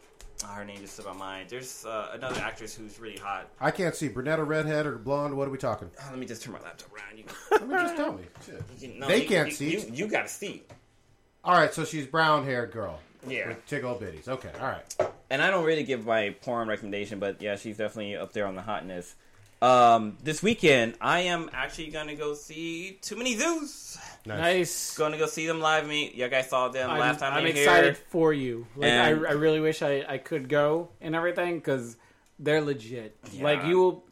oh, Her name just slipped my mind. There's uh, another actress who's really hot. I can't see brunette or redhead or blonde. What are we talking? Oh, let me just turn my laptop around. You, I mean, just tell me. Shit. you- no, they you- can't you- see. You, you gotta see. All right, so she's brown haired girl. Yeah. With tickle bitties. Okay, all right. and I don't really give my porn recommendation, but yeah, she's definitely up there on the hotness. Um, this weekend, I am actually gonna go see Too Many Zoos. Nice. Gonna go see them live. Me, you guys saw them I'm, last time. I'm they were excited here. for you. Like, I, I And- really wish I, I could go and everything because they're legit. Yeah. Like you will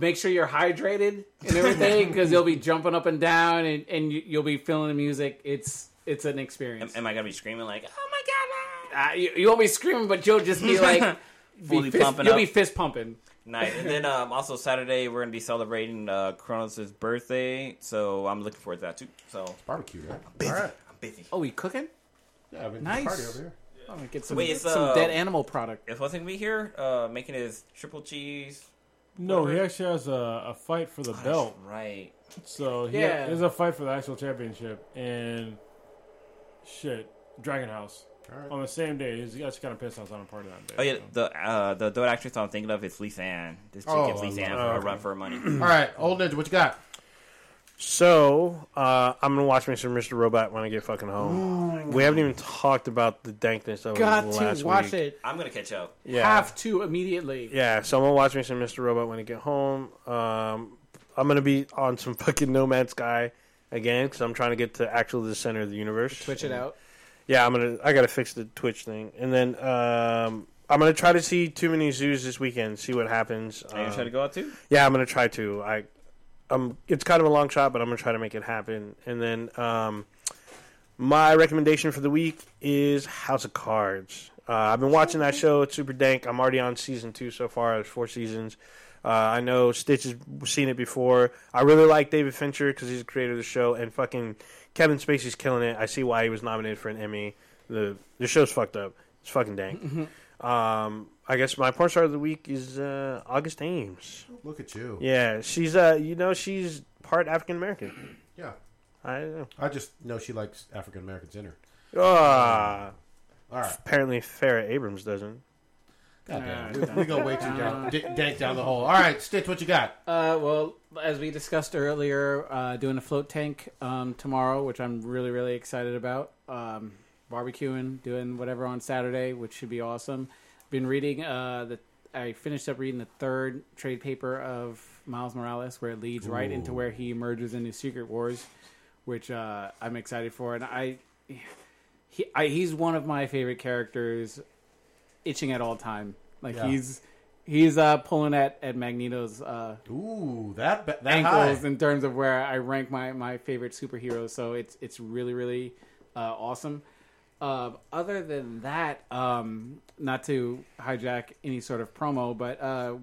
make sure you're hydrated and everything because you'll be jumping up and down and, and you, you'll be feeling the music. It's it's an Am, experience. am I gonna be screaming like, "Oh my god!" Uh, you, you won't be screaming, but you'll just be like, Fully be fist, pumping you'll up. be fist pumping. Night. And then um, also Saturday we're gonna be celebrating uh, Kronos' birthday, so I'm looking forward to that too. So Barbecue, right? busy. All right. I'm busy. Oh, we cooking? Yeah, I've been Nice. party over here. I'm gonna get some, Wait, it's, some uh, dead animal product. If wasn't be here, uh, making his triple cheese. No, he Whatever. actually has a, a fight for the belt. Right. So he Yeah. there's a fight for the actual championship and shit, Dragon House All right. on the same day. He's that's kind of pissed I was on a part of that day. Oh yeah, so. the uh, the adult actress I'm thinking of is Lee San. This chick Oh, gives I Lee San love- for a okay. run for her money. All right, old ninja, what you got? So uh, I'm gonna watch me some Mr. Robot when I get fucking home. we haven't even talked about the dankness of Got last to watch week. it. I'm gonna catch up. Yeah. Have to immediately. Yeah, so I'm gonna watch me some Mr. Robot when I get home. Um, I'm gonna be on some fucking Nomad Sky again because I'm trying to get to actually the center of the universe. Twitch it out. Yeah, I'm gonna. I gotta fix the Twitch thing, and then um, I'm gonna try to see too many zoos this weekend. See what happens. Are you Um, trying to go out too? yeah, I'm gonna try to. I, um, it's kind of a long shot, but I'm gonna try to make it happen. And then, um, my recommendation for the week is House of Cards. Uh, I've been watching that show. It's super dank. I'm already on season two so far. There's four seasons. Uh, I know Stitch has seen it before. I really like David Fincher because he's the creator of the show, and fucking Kevin Spacey's killing it. I see why he was nominated for an Emmy. The the show's fucked up. It's fucking dank. Um, I guess my porn star of the week is uh, August Ames. Look at you. Yeah, she's uh, you know, she's part African American. Yeah. I don't know. I just know she likes African Americans in her. Ah, All right. apparently Farrah Abrams doesn't. Goddamn. We, we go way too down, d- dank down the hole. All right, Stitch, what you got? Uh, well, as we discussed earlier, uh, doing a float tank um, tomorrow, which I'm really, really excited about. Um, barbecuing, doing whatever on Saturday, which should be awesome. Been reading uh, the I finished up reading the third trade paper of Miles Morales, where it leads right Ooh. into where he emerges into Secret Wars, which uh, I'm excited for. And I, he, I, he's one of my favorite characters, itching at all time. Like Yeah. he's he's uh, pulling at at Magneto's uh, ooh that, that ankles high. in terms of where I rank my my favorite superheroes. So it's it's really really uh, awesome. Uh, other than that, um, not to hijack any sort of promo, but uh,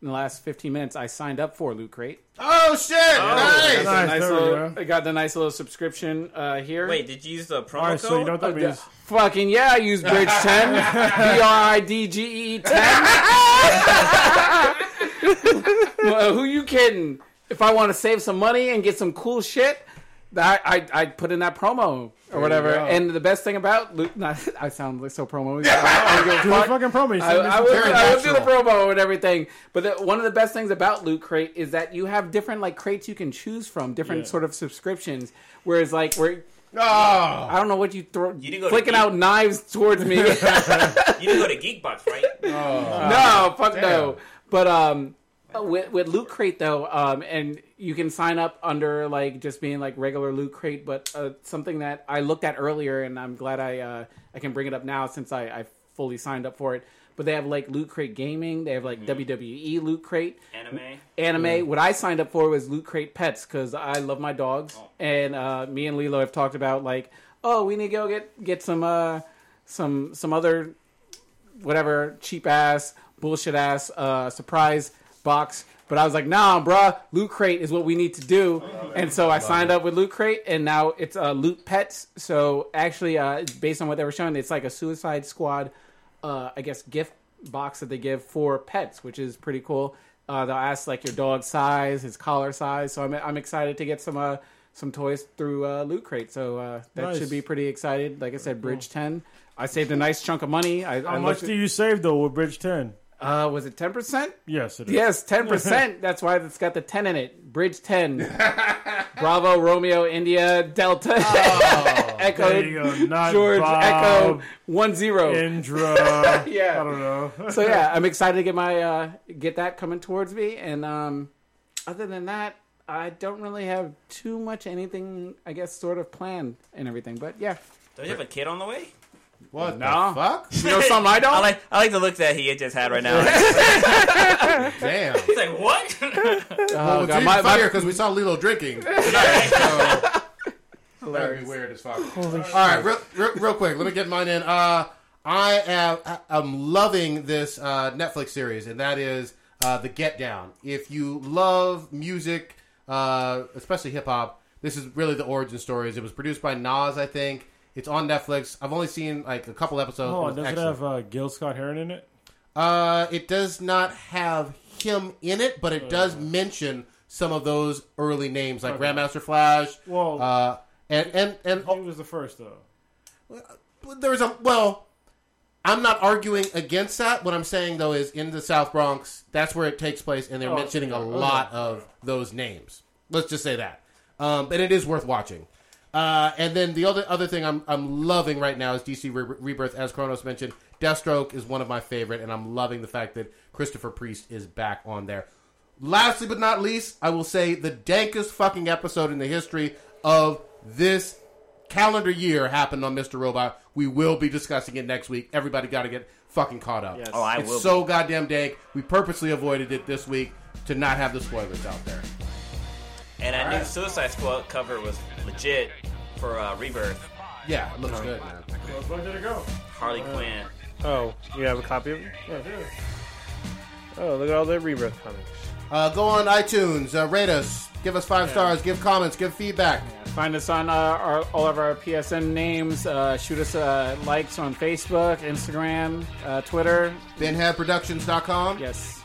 in the last 15 minutes, I signed up for Loot Crate. Oh shit! nice. that's a nice little- I got the nice little subscription uh, here. Wait, did you use the promo Alright, code? so you know what that Uh, means. Fucking yeah, I use Bridge 10. B R I D G E 10. well, who you kidding? If I want to save some money and get some cool shit, I, I, I put in that promo There or you whatever. go. And the best thing about Loot, not, I sound like so promo. I don't give a Do the fuck. fucking promo. You I, said it's I would, very I would do the natural. promo and everything. But the, one of the best things about Loot Crate is that you have different like crates you can choose from, different Yeah. sort of subscriptions. Whereas like where. Oh. I don't know what you throw. didn't go to flicking Geek- out knives towards me. You didn't go to Geekbox, right? no, fuck no. But um, with with Loot Crate though, um, and you can sign up under like just being like regular Loot Crate, but uh, something that I looked at earlier, and I'm glad I uh, I can bring it up now since I, I fully signed up for it. But they have like Loot Crate Gaming, they have Mm-hmm. like WWE Loot Crate, Anime. anime. Yeah. What I signed up for was Loot Crate Pets because I love my dogs, and uh, me and Lilo have talked about like, oh, we need to go get get some uh, some some other whatever cheap ass bullshit ass uh, surprise box. But I was like, nah, bruh, Loot Crate is what we need to do. And so I Love signed it. up with Loot Crate, and now it's uh, Loot Pets. So actually, uh, it's based on what they were showing, it's like a Suicide Squad, uh, I guess, gift box that they give for pets, which is pretty cool. Uh, they'll ask like your dog size, his collar size. So I'm, I'm excited to get some uh, some toys through uh, Loot Crate. So uh, that Nice. should be pretty excited. Like I said, Bridge Ten. I saved a nice chunk of money. I, How much do you save though with Bridge Ten? Uh, was it ten percent? Yes, it is. Yes, ten percent. That's why it's got the ten in it. Bridge ten. Bravo, Romeo, India, Delta, Echo, Oh, there you go. Not George, Bob, Echo, one zero. Indra. yeah, I don't know. so yeah, I'm excited to get my uh, get that coming towards me. And um, other than that, I don't really have too much anything. I guess sort of planned and everything. But yeah, Don't you have a kid on the way? What No. the fuck? You know something I don't? I like, I like the look that he just had right now. Damn. He's like, what? well, it's Oh, God, even my- my- funnier because we saw Lilo drinking. tonight, so that would be weird as fuck. All right, real, real, real quick, let me get mine in. Uh, I am I'm loving this uh, Netflix series, and that is uh, The Get Down. If you love music, uh, especially hip hop, this is really the origin stories. It was produced by Nas, I think. It's on Netflix. I've only seen like a couple episodes. Oh, was does it excellent. have uh, Gil Scott Heron in it? Uh, it does not have him in it, but it does mention some of those early names like Oh, Okay. Grandmaster Flash. Whoa. Uh, and and and He was the first though. there was a well. I'm not arguing against that. What I'm saying though is in the South Bronx, that's where it takes place, and they're Oh, mentioning a okay. lot of those names. Let's just say that. Um, but it is worth watching. Uh, and then the other other thing I'm I'm loving right now is DC Re- Rebirth, as Kronos mentioned. Deathstroke is one of my favorite, and I'm loving the fact that Christopher Priest is back on there. Lastly but not least, I will say the dankest fucking episode in the history of this calendar year happened on Mr. Robot. We will be discussing it next week. Everybody got to get fucking caught up. Oh, I it's will so goddamn dank. We purposely avoided it this week to not have the spoilers out there. and I knew Suicide Squad cover was legit for uh, Rebirth. Yeah, it looks good, man. Where did it go? Harley Quinn. Oh, you have a copy of it? Oh, look at all the rebirth comics. Uh, go on iTunes, uh, rate us, give us five stars, give comments, give feedback. Find us on uh, our, all of our PSN names. Uh, shoot us uh, likes on Facebook, Instagram, uh, Twitter. BenHadProductions.com. Yes.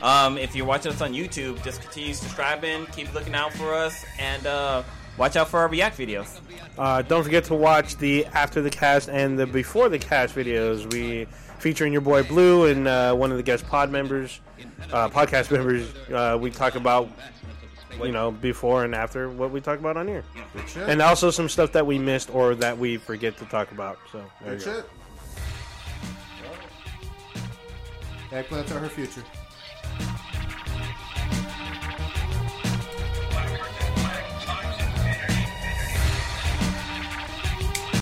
Um, if you're watching us on YouTube, just continue subscribing, keep looking out for us, and uh, watch out for our React videos. Uh, don't forget to watch the after the cast and the before the cast videos. We featuring your boy Blue and uh, one of the guest pod members, uh, podcast members. Uh, we talk about you know before and after what we talk about on here, shit. and also some stuff that we missed or that we forget to talk about. So there you That's go. it. Eggplants are her future.